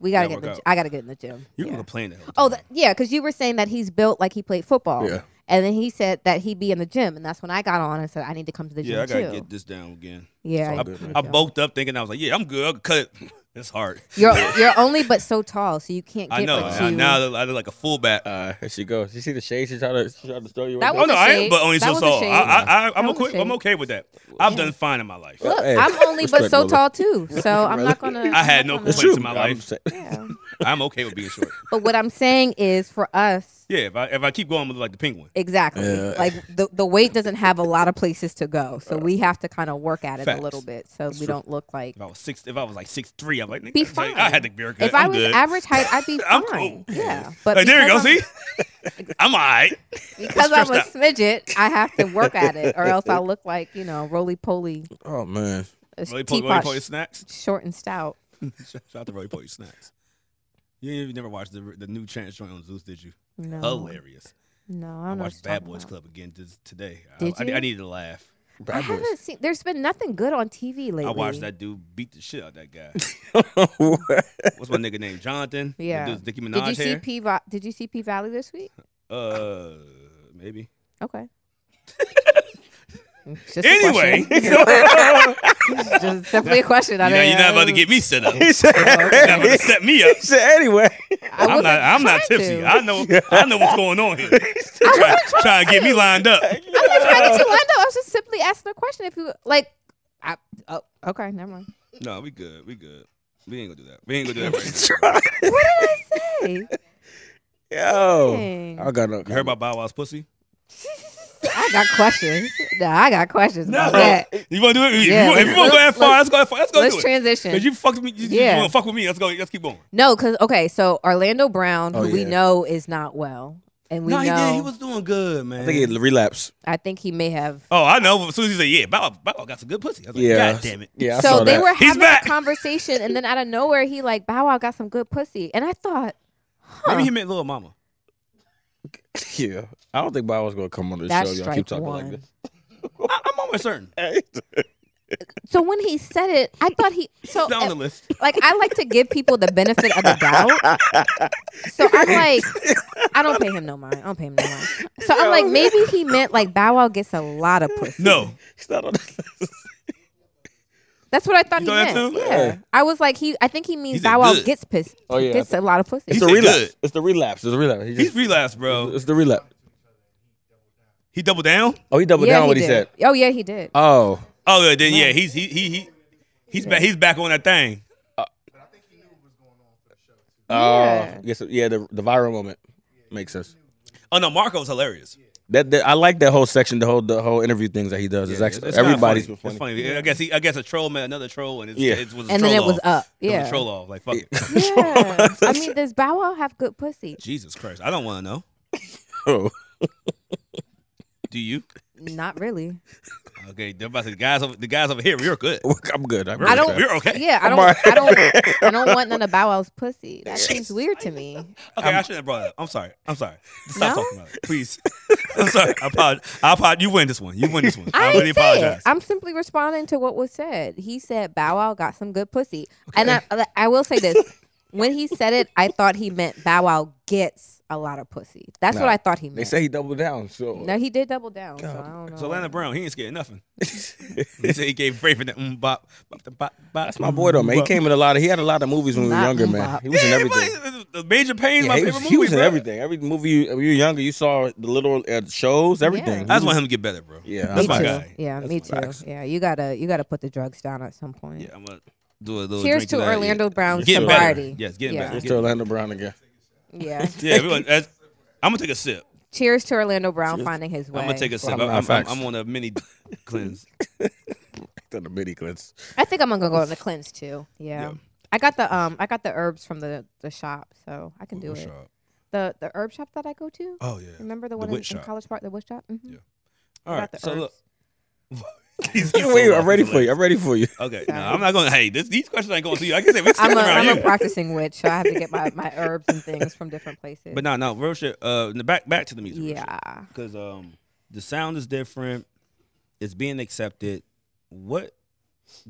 Speaker 2: We
Speaker 1: Yeah,
Speaker 2: gotta get in the.
Speaker 1: work
Speaker 2: gy- I gotta get in the gym.
Speaker 1: You
Speaker 2: Yeah.
Speaker 1: can complain that.
Speaker 2: Oh, that, yeah, because you were saying that he's built like he played football.
Speaker 3: Yeah.
Speaker 2: And then he said that he'd be in the gym, and that's when I got on and said I need to come to the
Speaker 1: yeah, I
Speaker 2: gym
Speaker 1: gotta
Speaker 2: too.
Speaker 1: get this down again.
Speaker 2: yeah,
Speaker 3: all
Speaker 2: I-
Speaker 3: good, man.
Speaker 1: I bulked up thinking I was like, yeah, I'm good. I can cut it. It's
Speaker 2: <laughs>
Speaker 1: hard.
Speaker 2: you're you're only but so tall, so you can't get
Speaker 1: I know.
Speaker 2: but
Speaker 1: Now-
Speaker 2: two.
Speaker 1: Now I look, I look like a fullback.
Speaker 3: Uh, here she goes. You see the shade she tried to she tried to throw you.
Speaker 2: That
Speaker 1: oh
Speaker 3: right
Speaker 2: was
Speaker 1: no,
Speaker 2: a
Speaker 1: I am,
Speaker 2: shade.
Speaker 1: but only
Speaker 2: That
Speaker 1: so
Speaker 2: was a
Speaker 1: tall. I,
Speaker 2: shade.
Speaker 1: I, I, I'm
Speaker 2: That was a
Speaker 1: okay. I'm
Speaker 2: shade.
Speaker 1: okay with that.
Speaker 2: Yeah.
Speaker 1: I've done fine in my life.
Speaker 2: Look,
Speaker 3: Hey,
Speaker 2: I'm only but
Speaker 3: respect,
Speaker 2: so
Speaker 3: brother.
Speaker 2: tall too, so I'm not gonna.
Speaker 1: I had
Speaker 2: I'm
Speaker 1: no
Speaker 2: not
Speaker 1: complaints
Speaker 3: It's true.
Speaker 1: in my
Speaker 3: I'm
Speaker 1: life.
Speaker 3: saying-
Speaker 2: gonna- Yeah.
Speaker 1: I'm okay with being
Speaker 2: <laughs>
Speaker 1: short.
Speaker 2: But what I'm saying is, for us,
Speaker 1: Yeah, if I if I keep going, I'm like the pink one.
Speaker 2: Exactly.
Speaker 3: Yeah.
Speaker 2: Like the the weight doesn't have a lot of places to go, so we have to kind of work at it
Speaker 1: Facts.
Speaker 2: a little bit, so we don't look like.
Speaker 1: If I was six, if I was like six three, I'm like, nigga,
Speaker 2: Be
Speaker 1: it's like,
Speaker 2: fine.
Speaker 1: I had the beer.
Speaker 2: If
Speaker 1: i
Speaker 2: i was average height, I'd be
Speaker 1: <laughs> I'm
Speaker 2: fine.
Speaker 1: cool.
Speaker 2: Yeah, but
Speaker 1: hey, there you go.
Speaker 2: because I'm-
Speaker 1: See, <laughs>
Speaker 2: <laughs>
Speaker 1: I'm all right.
Speaker 2: because I'm a
Speaker 1: stressed
Speaker 2: smidget, I have to work at it, or
Speaker 1: <laughs>
Speaker 2: else I'll look like you know roly poly,
Speaker 3: <laughs> Oh man.
Speaker 1: Roy Poly, Roy
Speaker 2: teapot,
Speaker 1: Poly
Speaker 2: sh-
Speaker 1: snacks. <laughs>
Speaker 2: short and stout.
Speaker 1: Shout out to Roy Poly snacks. You ain't even never watched the the new Chance joint on Zeus, did you?
Speaker 2: No,
Speaker 1: Hilarious.
Speaker 2: no, I
Speaker 1: I
Speaker 2: don't
Speaker 1: watched
Speaker 2: know. what you're
Speaker 1: Bad
Speaker 2: talking
Speaker 1: Boys
Speaker 2: about.
Speaker 1: Club again this, today.
Speaker 2: Did
Speaker 1: I, I,
Speaker 2: you?
Speaker 1: I needed to laugh.
Speaker 2: I
Speaker 3: Bad boys.
Speaker 2: haven't seen. There's been nothing good on TV lately.
Speaker 1: I watched that dude beat the shit out of that
Speaker 2: <laughs>
Speaker 1: guy.
Speaker 3: What?
Speaker 1: What's my nigga name? Jonathan. The
Speaker 2: Yeah.
Speaker 1: dude's Nicki Minaj
Speaker 2: Did you see
Speaker 1: hair?
Speaker 2: P? Va- Did you see P Valley this week?
Speaker 1: Uh, maybe.
Speaker 2: Okay. It's <laughs> just a
Speaker 1: Anyway,
Speaker 2: question.
Speaker 1: you know,
Speaker 2: It's just definitely a question. I um,
Speaker 1: you're
Speaker 2: didn't-
Speaker 1: not about to get me set
Speaker 2: <laughs>
Speaker 1: up.
Speaker 3: <laughs> he
Speaker 1: You're
Speaker 3: said,
Speaker 1: not about to set me up.
Speaker 3: <laughs> he said anyway.
Speaker 2: I
Speaker 1: I'm
Speaker 2: wasn't
Speaker 1: not. I'm not
Speaker 2: trying
Speaker 1: tipsy.
Speaker 2: to. <laughs>
Speaker 1: I know. I know what's going on here. Try, try to get me lined up.
Speaker 2: I wasn't trying to get you lined up. I was just simply asking a question. If you like, I, oh, okay, never mind.
Speaker 1: No, we good. We good. We ain't gonna do that. We ain't gonna do that.
Speaker 2: <laughs>
Speaker 1: Right
Speaker 2: What did I <laughs> say?
Speaker 3: Yo.
Speaker 2: Dang.
Speaker 3: I got no.
Speaker 1: now. You heard about Bow Wow's pussy?
Speaker 2: I got questions. Nah, I got questions about that.
Speaker 1: You wanna do it?
Speaker 2: Yeah,
Speaker 1: Yeah, if you
Speaker 2: let's-
Speaker 1: wanna go that
Speaker 2: let's-
Speaker 1: far, let's go that far. Let's go
Speaker 2: Let's
Speaker 1: do it.
Speaker 2: transition.
Speaker 1: Cause you fucked me. You,
Speaker 2: Yeah.
Speaker 1: want to fuck with me? Let's go. Let's keep going.
Speaker 2: no, because okay, so Orlando Brown,
Speaker 3: Oh,
Speaker 2: who we
Speaker 3: yeah.
Speaker 2: know is not well, and we
Speaker 1: no,
Speaker 2: know
Speaker 1: he did. He was doing good, man.
Speaker 3: I think he relapsed.
Speaker 2: I think he may have
Speaker 1: oh, I know. As soon as he said, "Yeah, Bow Wow- Bow Wow got some good pussy," I was like,
Speaker 3: Yeah.
Speaker 1: "God damn it."
Speaker 3: Yeah. I
Speaker 2: so
Speaker 3: saw
Speaker 2: they
Speaker 3: that.
Speaker 2: were having
Speaker 1: back.
Speaker 2: a conversation, and then out of nowhere, he like Bow Wow got some good pussy, and I thought, huh,
Speaker 1: Maybe he meant little mama.
Speaker 3: <laughs> Yeah. I don't think Bob was gonna come on the
Speaker 2: that's
Speaker 3: show. Y'all
Speaker 2: strike
Speaker 3: keep talking
Speaker 2: one.
Speaker 3: <laughs> like
Speaker 1: I, I'm almost certain.
Speaker 3: this.
Speaker 2: so when he said it, I
Speaker 1: <laughs>
Speaker 2: thought he so eh,
Speaker 1: Down the list.
Speaker 2: like I like to give people the benefit of the doubt. So I'm like, I don't pay him no mind. I don't pay him no mind. So I'm like, maybe he meant like Bow Wow gets a lot of pussy.
Speaker 1: No,
Speaker 3: He's not
Speaker 1: <laughs>
Speaker 3: on the list.
Speaker 2: that's what I thought
Speaker 1: You
Speaker 2: he
Speaker 1: thought that
Speaker 2: meant.
Speaker 1: too?
Speaker 2: Yeah.
Speaker 3: Yeah.
Speaker 2: I was like, he. I think he means
Speaker 1: said
Speaker 2: Bow Wow
Speaker 1: good.
Speaker 2: gets pissed.
Speaker 3: Oh, yeah.
Speaker 2: gets a lot of pussy.
Speaker 3: It's the
Speaker 1: said
Speaker 3: relapse.
Speaker 1: good.
Speaker 3: It's the relapse. It's the relapse. He
Speaker 1: he's
Speaker 3: just-
Speaker 1: relapsed, bro.
Speaker 3: it's the relapse.
Speaker 1: He doubled down.
Speaker 3: Oh, he doubled
Speaker 2: yeah,
Speaker 3: down what he
Speaker 2: did.
Speaker 3: said.
Speaker 2: Oh yeah, he did.
Speaker 3: Oh.
Speaker 1: Oh yeah, then yeah, he's he he, he he's back. He's back on that thing.
Speaker 2: Yeah.
Speaker 3: Oh. Yes. Yeah. The the viral moment makes sense.
Speaker 1: Oh no, Marco's hilarious.
Speaker 3: That, that I like that whole section, the whole the whole interview things that he does. It's
Speaker 1: Yeah,
Speaker 3: actually
Speaker 1: kinda
Speaker 3: everybody's
Speaker 1: funny.
Speaker 3: been
Speaker 1: It's
Speaker 3: funny.
Speaker 1: funny. I guess he, I guess a troll met another troll, and it's,
Speaker 3: Yeah.
Speaker 1: it was a
Speaker 2: And
Speaker 1: troll
Speaker 2: then it was
Speaker 1: off.
Speaker 2: up.
Speaker 1: It was
Speaker 2: Yeah.
Speaker 1: a troll off. Like fuck. it.
Speaker 2: Yeah.
Speaker 1: <laughs>
Speaker 2: I mean, does Bow Wow have good pussy?
Speaker 1: Jesus Christ, I don't want to know.
Speaker 3: <laughs> Oh. <laughs>
Speaker 1: Do you?
Speaker 2: Not really.
Speaker 1: Okay, they're about to, the guys over the guys over here. We're good.
Speaker 3: I'm good. I'm
Speaker 1: We're,
Speaker 3: good.
Speaker 2: I don't-
Speaker 1: We're okay.
Speaker 2: Yeah, I don't, I don't, I don't want none of Bow Wow's pussy. That seems weird to me.
Speaker 1: Okay, I shouldn't have brought it up. I'm sorry. I'm sorry. Stop
Speaker 2: No?
Speaker 1: talking about it, please. <laughs> I'm sorry. I apologize. I apologize. You win this one. You win this one. I,
Speaker 2: I,
Speaker 1: really
Speaker 2: ain't say
Speaker 1: apologize.
Speaker 2: it. I'm simply responding to what was said. He said Bow Wow got some good pussy, and I, I uh, will say this: when he said it, I thought he meant Bow Wow gets a lot of pussy. That's
Speaker 3: Nah,
Speaker 2: what I thought he meant.
Speaker 3: They say he doubled down. So
Speaker 2: no, he did double down. So I don't know.
Speaker 1: So Atlanta Brown, he ain't scared of nothing.
Speaker 3: <laughs>
Speaker 1: he said he gave Faith that mm bop, bop, da, bop, bop.
Speaker 3: that's my boy though, man. He came in a lot of. He had a lot of movies when we were
Speaker 2: Not
Speaker 3: younger, man.
Speaker 2: Bebop.
Speaker 3: He was in
Speaker 1: Yeah,
Speaker 3: everything.
Speaker 1: everybody- The Major Pain's
Speaker 3: Yeah,
Speaker 1: my
Speaker 3: he,
Speaker 1: favorite
Speaker 3: was,
Speaker 1: movie.
Speaker 3: he was in
Speaker 1: bruh.
Speaker 3: everything. Every movie you, when you were younger, you saw the little uh, shows, everything.
Speaker 1: I just want him to get better, bro.
Speaker 3: Yeah,
Speaker 1: that's
Speaker 2: me
Speaker 1: my
Speaker 2: too.
Speaker 1: guy.
Speaker 2: Yeah,
Speaker 1: That's
Speaker 2: me
Speaker 1: my
Speaker 2: too.
Speaker 1: guy.
Speaker 2: Yeah, you gotta you gotta put the drugs down at some point.
Speaker 1: Yeah, I'm gonna do a little.
Speaker 2: Cheers
Speaker 1: drink
Speaker 2: to
Speaker 1: that,
Speaker 2: Orlando
Speaker 1: yeah.
Speaker 2: Brown's
Speaker 1: Getting
Speaker 2: sobriety.
Speaker 1: Better. Yes, getting
Speaker 2: Yeah.
Speaker 1: better.
Speaker 3: Mr. Orlando Brown again. <laughs>
Speaker 2: Yeah.
Speaker 1: Yeah, we gonna- that's- I'm gonna take a sip.
Speaker 2: Cheers to Orlando Brown finding his way.
Speaker 1: I'm gonna take a sip. I'm,
Speaker 3: Well, I'm not
Speaker 1: I'm, I'm,
Speaker 3: facts.
Speaker 1: on a
Speaker 2: <laughs>
Speaker 1: mini cleanse.
Speaker 3: To the mini clips.
Speaker 2: I think I'm gonna go on the cleanse too. Yeah.
Speaker 1: Yeah.
Speaker 2: I got the um I got the herbs from the the shop, so I can do
Speaker 1: What's
Speaker 2: it.
Speaker 1: up?
Speaker 2: The the herb shop that I go to.
Speaker 1: Oh yeah.
Speaker 2: Remember the one in,
Speaker 1: witch
Speaker 2: in
Speaker 1: shop.
Speaker 2: College Park, the witch shop? Mm-hmm.
Speaker 1: Yeah. All right.
Speaker 2: the
Speaker 1: So
Speaker 2: herbs.
Speaker 1: look. <laughs> He's- he's so
Speaker 3: <laughs> Wait, I'm
Speaker 1: off
Speaker 3: ready
Speaker 1: the
Speaker 3: for you.
Speaker 1: list.
Speaker 3: I'm ready for you. <laughs>
Speaker 1: Okay, no,
Speaker 2: Sorry.
Speaker 1: I'm not going. to Hey, this, these questions ain't going to you. Like I said, we're
Speaker 2: <laughs> I'm
Speaker 1: sitting
Speaker 2: a,
Speaker 1: around
Speaker 2: I'm a
Speaker 1: here.
Speaker 2: practicing witch, so I have to get my,
Speaker 1: <laughs>
Speaker 2: my herbs and things from different places.
Speaker 1: But no, no, real shit. Uh, n- back back to the music.
Speaker 2: yeah.
Speaker 1: because um, the sound is different. It's being accepted. What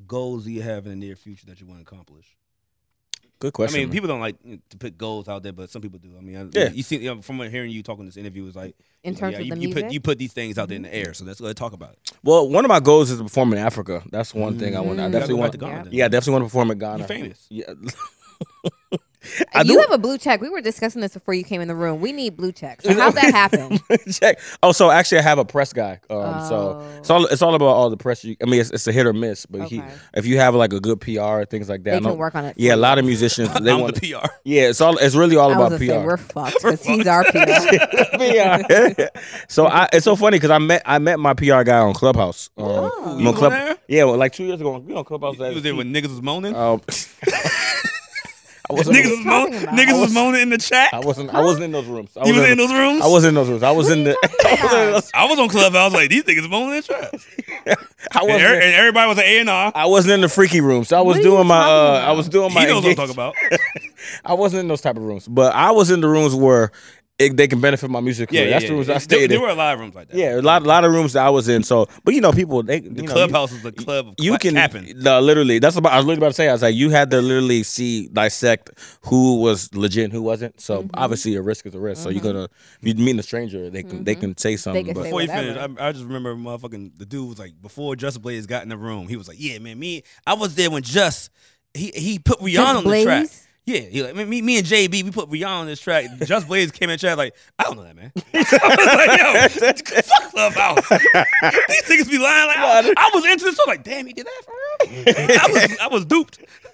Speaker 1: goals do you have in the near future that you want to accomplish?
Speaker 3: Good
Speaker 1: I
Speaker 3: question.
Speaker 1: mean,
Speaker 3: man.
Speaker 1: people don't like you know, to put goals out there, but some people do. I mean, I,
Speaker 3: Yeah.
Speaker 1: you see, you know, from what hearing you talking this interview is like
Speaker 2: In terms
Speaker 1: yeah,
Speaker 2: of
Speaker 1: you,
Speaker 2: the
Speaker 1: you
Speaker 2: music,
Speaker 1: put you put these things out there in the air. So let's go ahead and talk about it.
Speaker 3: well, one of my goals is to perform in Africa. That's one thing I want. I
Speaker 1: You
Speaker 2: Mm.
Speaker 1: gotta
Speaker 3: definitely
Speaker 1: go back
Speaker 3: want.
Speaker 1: to Ghana
Speaker 2: Yeah.
Speaker 1: then.
Speaker 3: Yeah, I definitely want to perform in Ghana.
Speaker 1: You're famous.
Speaker 3: Yeah. <laughs>
Speaker 2: If
Speaker 3: do-
Speaker 2: you have a blue check. We were discussing this before you came in the room. We need blue
Speaker 1: <laughs>
Speaker 2: checks. So how'd that happen?
Speaker 3: <laughs> Check. Oh, so actually, I have a press guy. Um, So it's all it's all about all the press. You, I mean, it's, it's a hit or miss, but he,
Speaker 2: Oh. Okay.
Speaker 3: if you have like a good PR things like that,
Speaker 2: They
Speaker 3: I know-
Speaker 2: can work on it
Speaker 3: Yeah, a
Speaker 2: for
Speaker 3: lot of musicians.
Speaker 1: <laughs>
Speaker 3: They
Speaker 1: I'm
Speaker 3: want.
Speaker 1: the PR.
Speaker 3: <laughs> yeah, it's all. It's really all
Speaker 2: I was gonna
Speaker 3: about PR. <laughs>
Speaker 2: say we're fucked
Speaker 1: <laughs>
Speaker 2: because he's our PR.
Speaker 3: PR.
Speaker 2: <laughs>
Speaker 3: <laughs> so I, it's so funny because I met I met my PR guy on Clubhouse. Um,
Speaker 2: Oh,
Speaker 3: I'm
Speaker 1: You
Speaker 3: on Club-
Speaker 1: were there?
Speaker 3: yeah, well, like two years ago, we on Clubhouse.
Speaker 1: He was there when niggas was moaning.
Speaker 3: Um, <laughs> I
Speaker 1: <laughs>
Speaker 3: wasn't.
Speaker 1: niggas was, moan-
Speaker 2: talking about?
Speaker 1: niggas
Speaker 2: I
Speaker 1: was, moaning in the chat.
Speaker 3: I wasn't. I wasn't in those rooms. I
Speaker 1: you was
Speaker 3: wasn't
Speaker 1: in those rooms.
Speaker 3: I was in those rooms. I was in the. <laughs> I was in those-
Speaker 1: I was on club. I was like, these niggas moaning in the
Speaker 3: <laughs>
Speaker 1: chat.
Speaker 3: I
Speaker 1: And,
Speaker 3: wasn't.
Speaker 1: er- and everybody was an A and R.
Speaker 3: I wasn't in the freaky room, so I was
Speaker 2: What are you
Speaker 3: doing my.
Speaker 2: talking
Speaker 3: Uh,
Speaker 2: about?
Speaker 3: I was doing my.
Speaker 1: He knows what I'm talking
Speaker 3: engage-
Speaker 1: about.
Speaker 3: I wasn't in those type of rooms, but I was in the rooms where it, they can benefit my music career. That's the rooms I
Speaker 1: There,
Speaker 3: stayed
Speaker 1: there
Speaker 3: in.
Speaker 1: were a lot of rooms like that.
Speaker 3: Yeah, a lot, a lot of rooms that I was in. So, but you know, people they
Speaker 1: The
Speaker 3: you know, you-
Speaker 1: clubhouse is a club of
Speaker 3: you
Speaker 1: cla-
Speaker 3: can
Speaker 1: capping.
Speaker 3: no, literally. That's about. I was literally about to say. I was like, you had to literally see dissect who was legit, and who wasn't. So
Speaker 2: Mm-hmm.
Speaker 3: obviously, a risk is a risk. So you're gonna if you meet a stranger, they can they can say something.
Speaker 2: Mm-hmm. can
Speaker 3: but
Speaker 2: say
Speaker 1: Before you
Speaker 2: whatever.
Speaker 1: finish, I, I just remember motherfucking the dude was like, before Just Blaze got in the room, he was like, "Yeah, man, me, I was there when Just he he put Rihanna on the
Speaker 2: Blaze?
Speaker 1: track." Yeah, he like me, me and JB, we put Rihanna on this track. Just Blaze came in the chat like, I don't know that man. <laughs> I was like, yo, fuck clubhouse. These niggas be lying like I, I was into this. So I'm like, damn, he did that for real. I was I was duped. <laughs>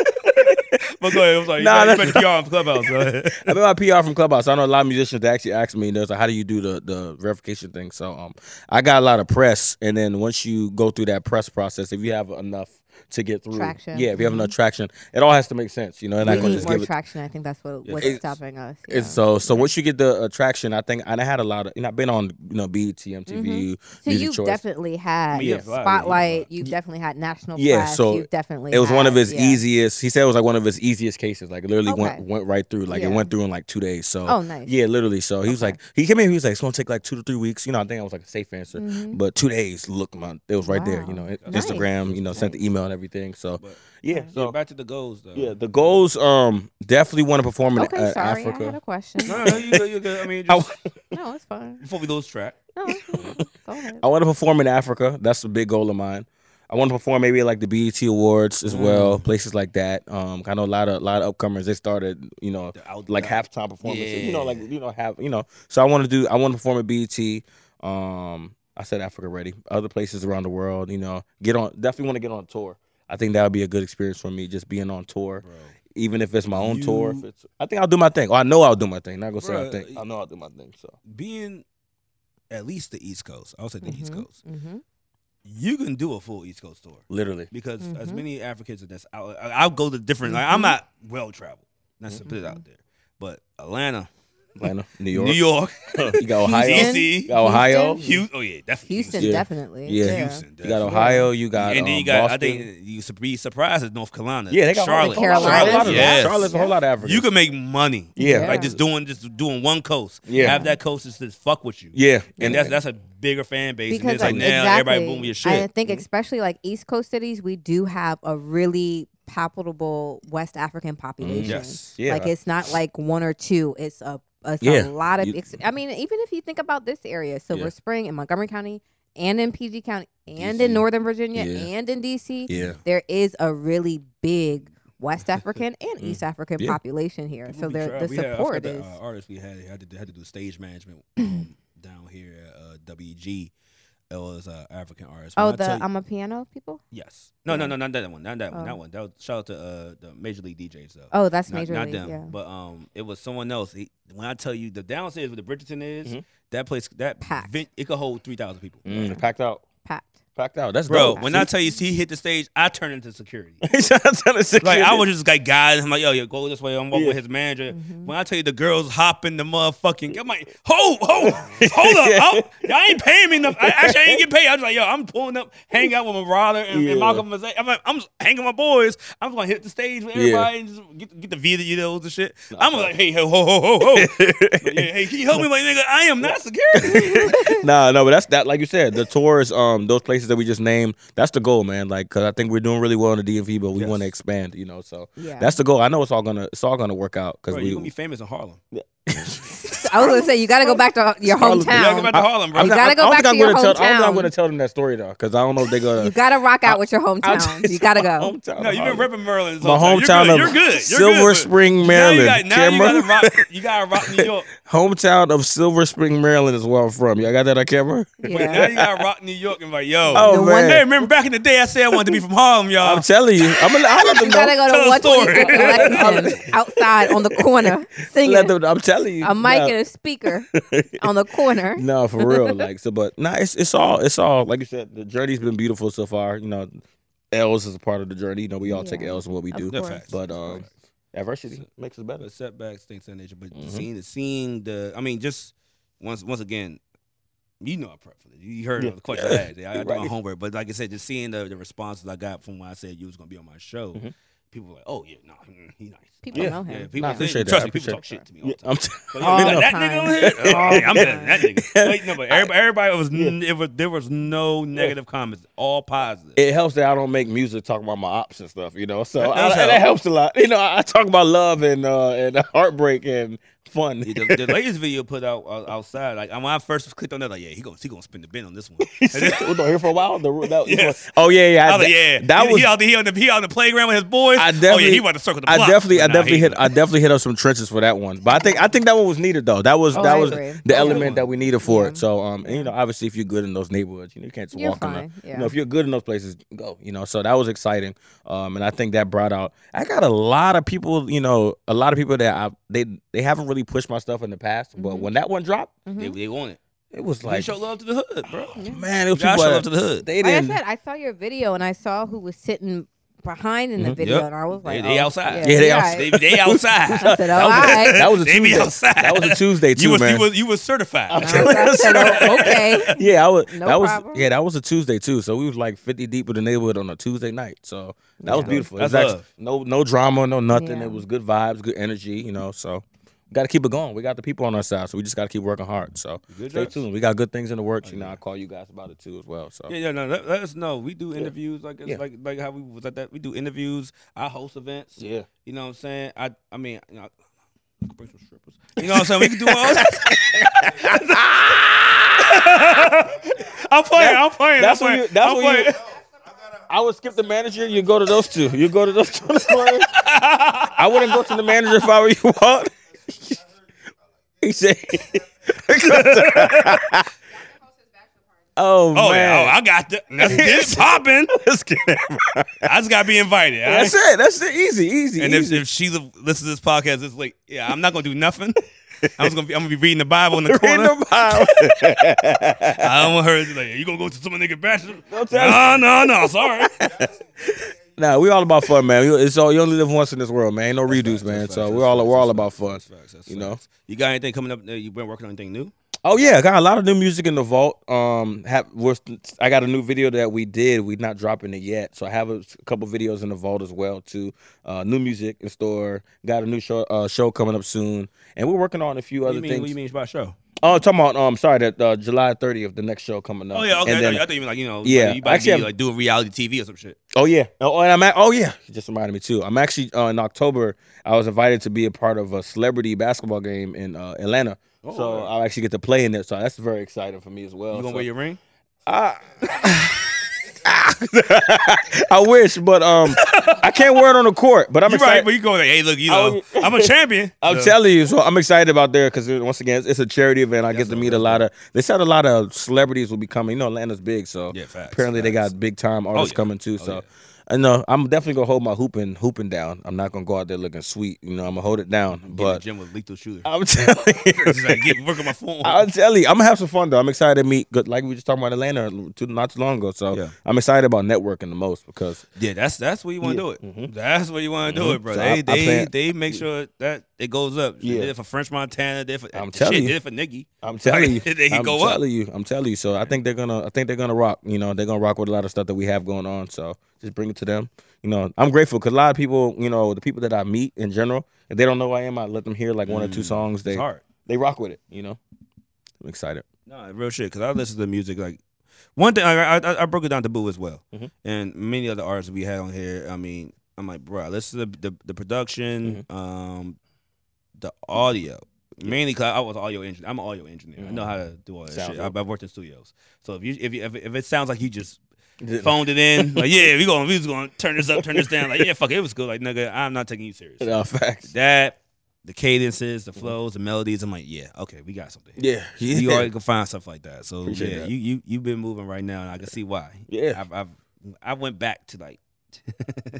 Speaker 1: but go ahead, I was like,
Speaker 3: Nah,
Speaker 1: nah, you
Speaker 3: that's-
Speaker 1: better keep y'all on clubhouse. go ahead.
Speaker 3: I remember my PR from Clubhouse. I know a lot of musicians that actually asked me, "There's like, how do you do the the verification thing?" So um, I got a lot of press, and then once you go through that press process, if you have enough to get through,
Speaker 2: Traction.
Speaker 3: yeah, if you have enough traction, it all has to make sense. You know, and I
Speaker 2: We
Speaker 3: can
Speaker 2: need
Speaker 3: just
Speaker 2: more
Speaker 3: give it.
Speaker 2: traction. I think that's what what's
Speaker 3: It's-
Speaker 2: stopping us. yeah.
Speaker 3: It's so so once you get the attraction, I think and I had a lot of you know I've been on you know BET, MTV,
Speaker 2: Mm-hmm. So
Speaker 3: Music
Speaker 2: you've
Speaker 3: Choice.
Speaker 2: definitely had
Speaker 1: mean, yeah, it's a lot of-
Speaker 2: spotlight. You've definitely had national
Speaker 3: Yeah,
Speaker 2: press.
Speaker 3: so
Speaker 2: you've definitely
Speaker 3: it was one of
Speaker 2: had-
Speaker 3: his
Speaker 2: yeah.
Speaker 3: easiest. He said it was like one of his easiest cases. Like it literally went
Speaker 2: Okay.
Speaker 3: went right through. Like
Speaker 2: Yeah.
Speaker 3: it went through in like two days. So
Speaker 2: Oh, nice.
Speaker 3: Yeah, literally. So he was like, he came in. He was like, it's gonna take like two to three weeks. You know, I think I was like a safe answer, but two days. Look, man, it was right there. You
Speaker 2: Mm-hmm. Wow.
Speaker 3: know, it-
Speaker 2: Nice.
Speaker 3: Instagram. You know, sent the email and everything. So
Speaker 1: But-
Speaker 3: yeah,
Speaker 1: So
Speaker 3: so
Speaker 1: back to the goals though.
Speaker 3: yeah, the goals. Um, definitely want to perform in
Speaker 2: Okay,
Speaker 3: uh,
Speaker 2: sorry, I had a
Speaker 3: Africa. <laughs>
Speaker 2: question.
Speaker 1: No, no, no, you good, you good. I mean,
Speaker 3: I,
Speaker 1: just
Speaker 2: no, it's fine.
Speaker 1: before we lose track,
Speaker 2: No, it's fine. go ahead.
Speaker 3: I want to perform in Africa. That's a big goal of mine. I want to perform maybe at, like the BET Awards as
Speaker 2: Mm.
Speaker 3: well, places like that. Um, I know a lot of a lot of upcomers. They started, you know,
Speaker 1: out-
Speaker 3: like
Speaker 1: the-
Speaker 3: halftime performances. You know, like
Speaker 1: Yeah.
Speaker 3: you know, have you know. So I want to do. I want to perform at BET. Um, I said Africa already. Other places around the world. You know, get on. Definitely want to get on tour. I think that would be a good experience for me, just being on tour, even if it's my own tour. If
Speaker 1: You-
Speaker 3: it's, I think I'll do my thing. Oh, I know I'll do my thing. Not gonna say I
Speaker 1: Bruh,
Speaker 3: think. I know I'll do my thing. So
Speaker 1: being at least the East Coast, I would say the East
Speaker 2: Mhm,
Speaker 1: Coast,
Speaker 2: mhm.
Speaker 1: you can do a full East Coast tour
Speaker 3: literally,
Speaker 1: because as
Speaker 2: Mhm.
Speaker 1: many Africans that's out, I- I'll go to different. Like, I'm not well traveled. Let's put it out there. But Atlanta, <laughs>
Speaker 3: Atlanta, New York,
Speaker 1: New York,
Speaker 3: you got Ohio,
Speaker 2: Houston,
Speaker 1: DC,
Speaker 3: you got Ohio.
Speaker 1: Houston. Oh yeah, definitely
Speaker 2: Houston,
Speaker 3: Yeah.
Speaker 2: definitely.
Speaker 3: Yeah.
Speaker 1: Houston.
Speaker 3: You got
Speaker 1: definitely.
Speaker 3: Ohio. You got
Speaker 1: and then
Speaker 3: um,
Speaker 1: you got.
Speaker 3: Boston.
Speaker 1: I think you should be surprised at North Carolina.
Speaker 3: yeah, they got
Speaker 1: Charlotte,
Speaker 2: Carolina.
Speaker 3: Charlotte, a lot of,
Speaker 1: Yes.
Speaker 3: Charlotte's a whole lot of Africa.
Speaker 1: You can make money.
Speaker 3: Yeah.
Speaker 1: Like just doing just doing one coast.
Speaker 3: Yeah.
Speaker 1: Have that coast just to fuck with you.
Speaker 3: yeah,
Speaker 1: And that's that's a bigger fan base. and
Speaker 2: Because
Speaker 1: it's like,
Speaker 2: like,
Speaker 1: now
Speaker 2: exactly,
Speaker 3: Mm-hmm.
Speaker 1: everybody boom your shit.
Speaker 2: I think especially like East Coast cities, we do have a really palpable West African population.
Speaker 1: Yes.
Speaker 3: Yeah.
Speaker 2: Like it's not like one or two. It's a it's
Speaker 3: Yeah.
Speaker 2: a lot of.
Speaker 3: You-
Speaker 2: ex- I mean, even if you think about this area, Silver
Speaker 3: Yeah.
Speaker 2: Spring in Montgomery County and in PG County and
Speaker 3: DC.
Speaker 2: in Northern Virginia
Speaker 3: Yeah.
Speaker 2: and in DC,
Speaker 3: Yeah.
Speaker 2: there is a really big
Speaker 3: <laughs>
Speaker 2: West African and East African
Speaker 3: Mm. Yeah.
Speaker 2: population here. so
Speaker 1: People be
Speaker 2: there,
Speaker 1: trying-
Speaker 2: the
Speaker 1: we had- I
Speaker 2: support
Speaker 1: forgot
Speaker 2: is. Oh,
Speaker 1: The, uh, artists we had had to, had to do stage
Speaker 2: <clears throat>
Speaker 1: management um, down here at uh, WG. It was uh, African artist.
Speaker 2: oh, the I'm a piano people.
Speaker 1: yes. No, no, no, not that one. Not that
Speaker 2: Oh.
Speaker 1: one. That one. That was, shout out to uh, the Major League DJs though.
Speaker 2: Oh, that's
Speaker 1: not,
Speaker 2: major
Speaker 1: not
Speaker 2: league.
Speaker 1: them,
Speaker 2: Yeah.
Speaker 1: but um, it was someone else. He, when I tell you the downstairs where the Bridgerton is,
Speaker 3: Mhm.
Speaker 1: that place that
Speaker 2: Packed.
Speaker 1: vent- it could hold three thousand people.
Speaker 3: Mm, packed out.
Speaker 2: Packed.
Speaker 3: Packed out. That's
Speaker 1: Bro,
Speaker 3: dope.
Speaker 1: when I tell you he hit the stage, I turned into
Speaker 3: <laughs>
Speaker 1: security.
Speaker 3: Tell
Speaker 1: Like I was just like guys, I'm like, yo, yo, go this way. I'm walking
Speaker 3: Yeah. Mm-hmm.
Speaker 1: with his manager.
Speaker 2: Mhm.
Speaker 1: When I tell you the girls hopping the motherfucking, I'm like, ho, ho,
Speaker 3: <laughs>
Speaker 1: hold up, I'm, y'all ain't paying me enough. I, actually, I ain't get paid. I was like, yo, I'm pulling up, hang out with Marauder and,
Speaker 3: Yeah.
Speaker 1: and Malcolm. Mazza- I'm like, I'm just hanging with my boys. I'm gonna hit the stage with
Speaker 3: Yeah.
Speaker 1: everybody and just get get the videos and shit. I'm like, hey, ho, ho, ho, ho.
Speaker 3: <laughs>
Speaker 1: Like, yeah, hey, can you help me, my nigga? I am not security.
Speaker 3: <laughs> no, no, but that's that. Like you said, the tours, um, those places that we just named, that's the goal, man. Like, cause I think we're doing really well in the DMV, but we
Speaker 1: Yes.
Speaker 3: want to expand, you know. So
Speaker 2: Yeah.
Speaker 3: that's the goal. I know it's all gonna, it's all gonna work out, cause
Speaker 1: Bro,
Speaker 3: we.
Speaker 1: you gonna be famous in Harlem.
Speaker 2: <laughs> I was gonna say you got to go back to your
Speaker 3: Harlem.
Speaker 1: You gotta
Speaker 2: hometown.
Speaker 1: go back to Harlem, bro.
Speaker 2: I'm not- gotta go
Speaker 3: I don't
Speaker 2: back
Speaker 3: think
Speaker 2: to your
Speaker 3: I'm gonna tell. I don't think I'm
Speaker 2: hometown.
Speaker 3: gonna tell them that story though, cause I don't know if they're gonna. <laughs>
Speaker 2: You gotta rock out
Speaker 3: I-
Speaker 2: with your
Speaker 3: I'll
Speaker 2: hometown.
Speaker 3: just-
Speaker 2: You gotta go.
Speaker 3: Hometown
Speaker 1: No, you've been
Speaker 3: Harlem.
Speaker 1: ripping Maryland. So
Speaker 3: My hometown
Speaker 1: you're
Speaker 3: of
Speaker 1: good. You're good. You're
Speaker 3: Silver
Speaker 1: good, but
Speaker 3: Spring, Maryland.
Speaker 1: Now you, got, now you
Speaker 3: Camera?
Speaker 1: gotta rock. <laughs> You gotta rock New
Speaker 3: <laughs>
Speaker 1: York.
Speaker 3: hometown of Silver Spring, Maryland is where I'm from. Y'all got that on camera?
Speaker 1: Wait, now you gotta rock New York and be like, yo.
Speaker 3: Oh,
Speaker 2: The one
Speaker 3: man.
Speaker 1: Hey, remember back in the day I said I wanted to be from Harlem, y'all.
Speaker 3: I'm telling you, I'm gonna I'll let
Speaker 1: <laughs>
Speaker 3: them
Speaker 2: You gotta
Speaker 3: know.
Speaker 2: go to
Speaker 1: Tell a story.
Speaker 2: 122nd
Speaker 3: <laughs>
Speaker 2: Lexington outside on the corner
Speaker 3: Let
Speaker 2: singing
Speaker 3: them, I'm telling you,
Speaker 2: a mic
Speaker 3: No.
Speaker 2: and a
Speaker 3: <laughs>
Speaker 2: speaker on the corner.
Speaker 3: no,
Speaker 2: <laughs>
Speaker 3: for real. Like so, but nah, it's it's all it's all like you said. The journey's been beautiful so far. You know, L's is a part of the journey. You know, we all take
Speaker 2: Yeah,
Speaker 3: L's in what we
Speaker 2: of
Speaker 3: do,
Speaker 2: course.
Speaker 3: but um, adversity makes us better.
Speaker 1: But setbacks, things of that nature. But
Speaker 3: Mhm.
Speaker 1: seeing, seeing the, I mean, just once, once again, you know I prep for this. You heard
Speaker 3: Yeah.
Speaker 1: the question I had. I, I did my
Speaker 3: <laughs> Right.
Speaker 1: homework, but like I said, just seeing the, the responses I got from when I said you was gonna be on my show,
Speaker 3: Mhm.
Speaker 1: people were like, oh yeah, no, nah, <laughs> he nice.
Speaker 2: People
Speaker 1: yeah.
Speaker 2: know him.
Speaker 1: Yeah, people
Speaker 3: Nah, I
Speaker 1: say-
Speaker 3: appreciate that.
Speaker 1: trust
Speaker 3: I
Speaker 1: me, people
Speaker 3: appreciate
Speaker 1: talk
Speaker 3: that.
Speaker 1: shit to me all
Speaker 3: <laughs>
Speaker 1: the time. But you be
Speaker 2: All
Speaker 3: Yeah, I'm t-
Speaker 1: like,
Speaker 2: the
Speaker 1: that
Speaker 2: time.
Speaker 1: nigga on here. Oh,
Speaker 3: All
Speaker 1: yeah, I'm
Speaker 2: the
Speaker 1: better than that
Speaker 3: <laughs>
Speaker 1: nigga. Like, no, but everybody, everybody was n- it was there was no negative comments, all positive.
Speaker 3: it helps that I don't make music talking about my ops and stuff, you know. So
Speaker 1: That
Speaker 3: that,
Speaker 1: does
Speaker 3: I,
Speaker 1: help.
Speaker 3: that helps a lot. <laughs> You know, I, I talk about love and uh, and heartbreak and <laughs> fun.
Speaker 1: Yeah, the, the latest video put out uh, outside, like when I first clicked on that, like yeah, he gonna he gonna spin the bin on
Speaker 3: <laughs>
Speaker 1: this one. And then-
Speaker 3: we don't hear for a while. The, <laughs> that,
Speaker 1: Yes.
Speaker 3: Oh yeah, yeah.
Speaker 1: I
Speaker 3: I-
Speaker 1: was like, yeah,
Speaker 3: that
Speaker 1: he,
Speaker 3: was.
Speaker 1: he out there, he on the he on the playground with his boys.
Speaker 3: I
Speaker 1: oh yeah,
Speaker 3: definitely-
Speaker 1: he about to circle the
Speaker 3: I
Speaker 1: block.
Speaker 3: definitely, I
Speaker 1: Nah,
Speaker 3: definitely
Speaker 1: he-
Speaker 3: hit, I definitely hit up some trenches for that one. But I think, I think that one was needed though. That was,
Speaker 2: Oh,
Speaker 3: that
Speaker 2: I
Speaker 3: was
Speaker 2: agree.
Speaker 3: the
Speaker 2: Yeah.
Speaker 3: element that we needed for
Speaker 2: Yeah.
Speaker 3: it. So, um, and, you know, obviously, if you're good in those neighborhoods, you know, you can't just
Speaker 2: You're
Speaker 3: walk in
Speaker 2: fine,
Speaker 3: them.
Speaker 2: yeah.
Speaker 3: You know, if you're good in those places, go. You know, so that was exciting. Um, and I think that brought out. I got a lot of people. You know, a lot of people that I they they haven't really pushed my stuff in the past, but
Speaker 2: Mhm.
Speaker 3: when that one dropped,
Speaker 1: They, they want it.
Speaker 3: it was
Speaker 1: Like,
Speaker 3: like,
Speaker 1: show love to the hood, bro.
Speaker 3: man, it was
Speaker 1: Y'all
Speaker 3: people.
Speaker 1: show
Speaker 3: that-
Speaker 1: love to the hood.
Speaker 3: They
Speaker 2: Like I
Speaker 3: didn't.
Speaker 2: said, I saw your video and I saw who was sitting behind in the
Speaker 3: Mhm.
Speaker 2: video,
Speaker 1: Mm-hmm. Yep.
Speaker 2: and I was
Speaker 1: They,
Speaker 2: like,
Speaker 1: they
Speaker 2: oh,
Speaker 1: outside.
Speaker 3: Yeah, they outside.
Speaker 1: They,
Speaker 2: right.
Speaker 1: they
Speaker 2: I
Speaker 1: outside.
Speaker 2: said, oh, all right.
Speaker 3: that was a
Speaker 1: They be
Speaker 3: Tuesday.
Speaker 1: outside.
Speaker 3: That was a Tuesday too,
Speaker 1: You was,
Speaker 3: man.
Speaker 1: you was you was certified.
Speaker 2: I was-
Speaker 3: <laughs>
Speaker 2: I said, oh, okay.
Speaker 3: yeah, I was.
Speaker 2: No
Speaker 3: that was
Speaker 2: problem.
Speaker 3: yeah, that was a Tuesday too. So we was like fifty deep in the neighborhood on a Tuesday night. So that was
Speaker 2: Yeah.
Speaker 3: beautiful.
Speaker 1: That's
Speaker 3: It was actually-
Speaker 1: love.
Speaker 3: no no drama, no nothing.
Speaker 2: Yeah.
Speaker 3: It was good vibes, good energy. You know, so got to keep it going. We got the people on our side, so we just got to keep working hard. So
Speaker 1: <laughs> Good
Speaker 3: stay
Speaker 1: jobs.
Speaker 3: tuned. We got good things in the works. You know, I call you guys about it too as well. So
Speaker 1: Yeah, yeah, no. Let, let us know. We do interviews like it's
Speaker 3: Oh. Yeah.
Speaker 1: like like how we was at that. We do interviews. I host events.
Speaker 3: Yeah.
Speaker 1: You know what I'm saying? I I mean, you know, I could bring some strippers. You know what I'm saying? We can do all
Speaker 3: <laughs>
Speaker 1: that. I'm playing. I'm <laughs> playing.
Speaker 3: that's
Speaker 1: I'm
Speaker 3: what
Speaker 1: playing.
Speaker 3: you. That's
Speaker 1: I'm
Speaker 3: what
Speaker 1: playing.
Speaker 3: you. I would skip the manager. You go to those two. You go to those two. <laughs> I wouldn't go to the manager if I were you. Walt. <laughs> he said. <laughs> oh,
Speaker 1: Oh yeah, oh,
Speaker 3: man.
Speaker 1: I got the
Speaker 3: <laughs>
Speaker 1: that's this popping.
Speaker 3: Let's get it.
Speaker 1: I just gotta be invited. all
Speaker 3: That's
Speaker 1: right?
Speaker 3: it. That's it. Easy, easy.
Speaker 1: And if,
Speaker 3: easy.
Speaker 1: if she li- listens to this podcast this late, yeah, I'm not gonna do nothing. I'm just gonna be I'm gonna be reading the Bible
Speaker 3: <laughs>
Speaker 1: in the corner.
Speaker 3: Random pile.
Speaker 1: I don't want her to be like, you gonna go to some nigga bachelor? No,
Speaker 3: tell
Speaker 1: no, no, sorry.
Speaker 3: nah, we all about fun, man. You- It's all you only live once in this world, man. Ain't no redos, man. So we're all we're all about fun. you know?
Speaker 1: <laughs> You got anything coming up? that You been working on anything new?
Speaker 3: Oh yeah, I got a lot of new music in the vault. Um, have we're, I got a new video that we did. We're not dropping it yet, so I have a s- couple videos in the vault as well too. Uh, new music in store. Got a new show uh, show coming up soon, and we're working on a few
Speaker 1: What
Speaker 3: other
Speaker 1: you mean?
Speaker 3: things.
Speaker 1: What you mean by show?
Speaker 3: Oh, talking about um, sorry, that uh, July 30th, the next show coming up.
Speaker 1: Oh yeah, okay.
Speaker 3: And
Speaker 1: I,
Speaker 3: then-
Speaker 1: thought- I thought you mean like you know,
Speaker 3: Yeah,
Speaker 1: like, you about
Speaker 3: actually,
Speaker 1: to
Speaker 3: I'm-
Speaker 1: be, like do a reality TV or some shit.
Speaker 3: Oh yeah. Oh, and I'm at, oh yeah. You just reminded me too. I'm actually uh, in October. I was invited to be a part of a celebrity basketball game in uh, Atlanta. so
Speaker 1: alright.
Speaker 3: I'll actually get to play in it. So that's very exciting for me as well.
Speaker 1: Oh, You gonna
Speaker 3: So-
Speaker 1: wear your
Speaker 3: <laughs>
Speaker 1: ring?
Speaker 3: I wish, but um, I can't wear it on the court. But I'm
Speaker 1: You right,
Speaker 3: excited.
Speaker 1: but you go like, hey, look, you
Speaker 3: I
Speaker 1: know, <laughs> I'm a
Speaker 3: <laughs>
Speaker 1: champion.
Speaker 3: I'm
Speaker 1: So-
Speaker 3: telling you, so I'm excited about there because once again, it's- it's a charity event. I get to
Speaker 1: what-
Speaker 3: meet a
Speaker 1: that's
Speaker 3: lot of. They said a lot of celebrities will be coming. You know, Atlanta's big, so
Speaker 1: Yeah, facts,
Speaker 3: apparently they
Speaker 1: facts.
Speaker 3: got big time artists
Speaker 1: yeah.
Speaker 3: coming too.
Speaker 1: Oh,
Speaker 3: So,
Speaker 1: yeah.
Speaker 3: I know I'm definitely gonna hold my hooping hooping down. I'm not gonna go out there looking sweet. You know, I'm gonna hold it down.
Speaker 1: Get in the
Speaker 3: But
Speaker 1: gym with lethal <laughs> shooter.
Speaker 3: I'm <laughs> telling you,
Speaker 1: Just like get work on my phone.
Speaker 3: I'm telling you, I'm gonna have some fun though. I'm excited to meet. Good, like we just talking about Atlanta too, not too long ago. So
Speaker 1: Yeah.
Speaker 3: I'm excited about networking the most because
Speaker 1: Yeah, that's that's where you want to do it. That's where you want to do it, bro.
Speaker 3: mm-hmm. So I-
Speaker 1: they
Speaker 3: I
Speaker 1: they
Speaker 3: plan-
Speaker 1: they make sure that it goes up.
Speaker 3: Yeah.
Speaker 1: They did it for French Montana. They did it for
Speaker 3: I'm
Speaker 1: shit,
Speaker 3: telling you.
Speaker 1: Did it for Nikki.
Speaker 3: I'm
Speaker 1: <laughs>
Speaker 3: telling you,
Speaker 1: They can
Speaker 3: I'm
Speaker 1: go up.
Speaker 3: telling you, I'm telling you. So I think they're gonna, I think they're gonna rock. You know, they're gonna rock with a lot of stuff that we have going on. So just bring it to them. You know, I'm grateful because a lot of people, you know, the people that I meet in general, if they don't know who I am, I let them hear like one or two
Speaker 1: Mm.
Speaker 3: songs. They
Speaker 1: It's hard.
Speaker 3: they rock with it. You know, I'm excited.
Speaker 1: No, real shit. Because I listen to music like one thing. I I, I broke it down to Boo as well, and many other artists we had on here. I mean, I'm like, bro, listen to the the, the production, um, the audio. Mainly because I was an audio engineer. I'm an audio engineer. I know how to do all that
Speaker 3: Sounds
Speaker 1: shit.
Speaker 3: good.
Speaker 1: I've, I've worked in studios, so if you if you, if, it- if it sounds like you just <laughs> phoned it in, like yeah, we going to we was gonna turn this up, turn this down, like yeah, fuck, it, it was good. Like nigga, I'm not taking you serious.
Speaker 3: No, facts.
Speaker 1: That the cadences, the flows, the melodies. I'm like, yeah, okay, we got something.
Speaker 3: Yeah, <laughs> yeah.
Speaker 1: You already can find stuff like that. So
Speaker 3: Appreciate
Speaker 1: yeah,
Speaker 3: that.
Speaker 1: you you you've been moving right now, and I can see why.
Speaker 3: Yeah.
Speaker 1: I've, I've I went back to like.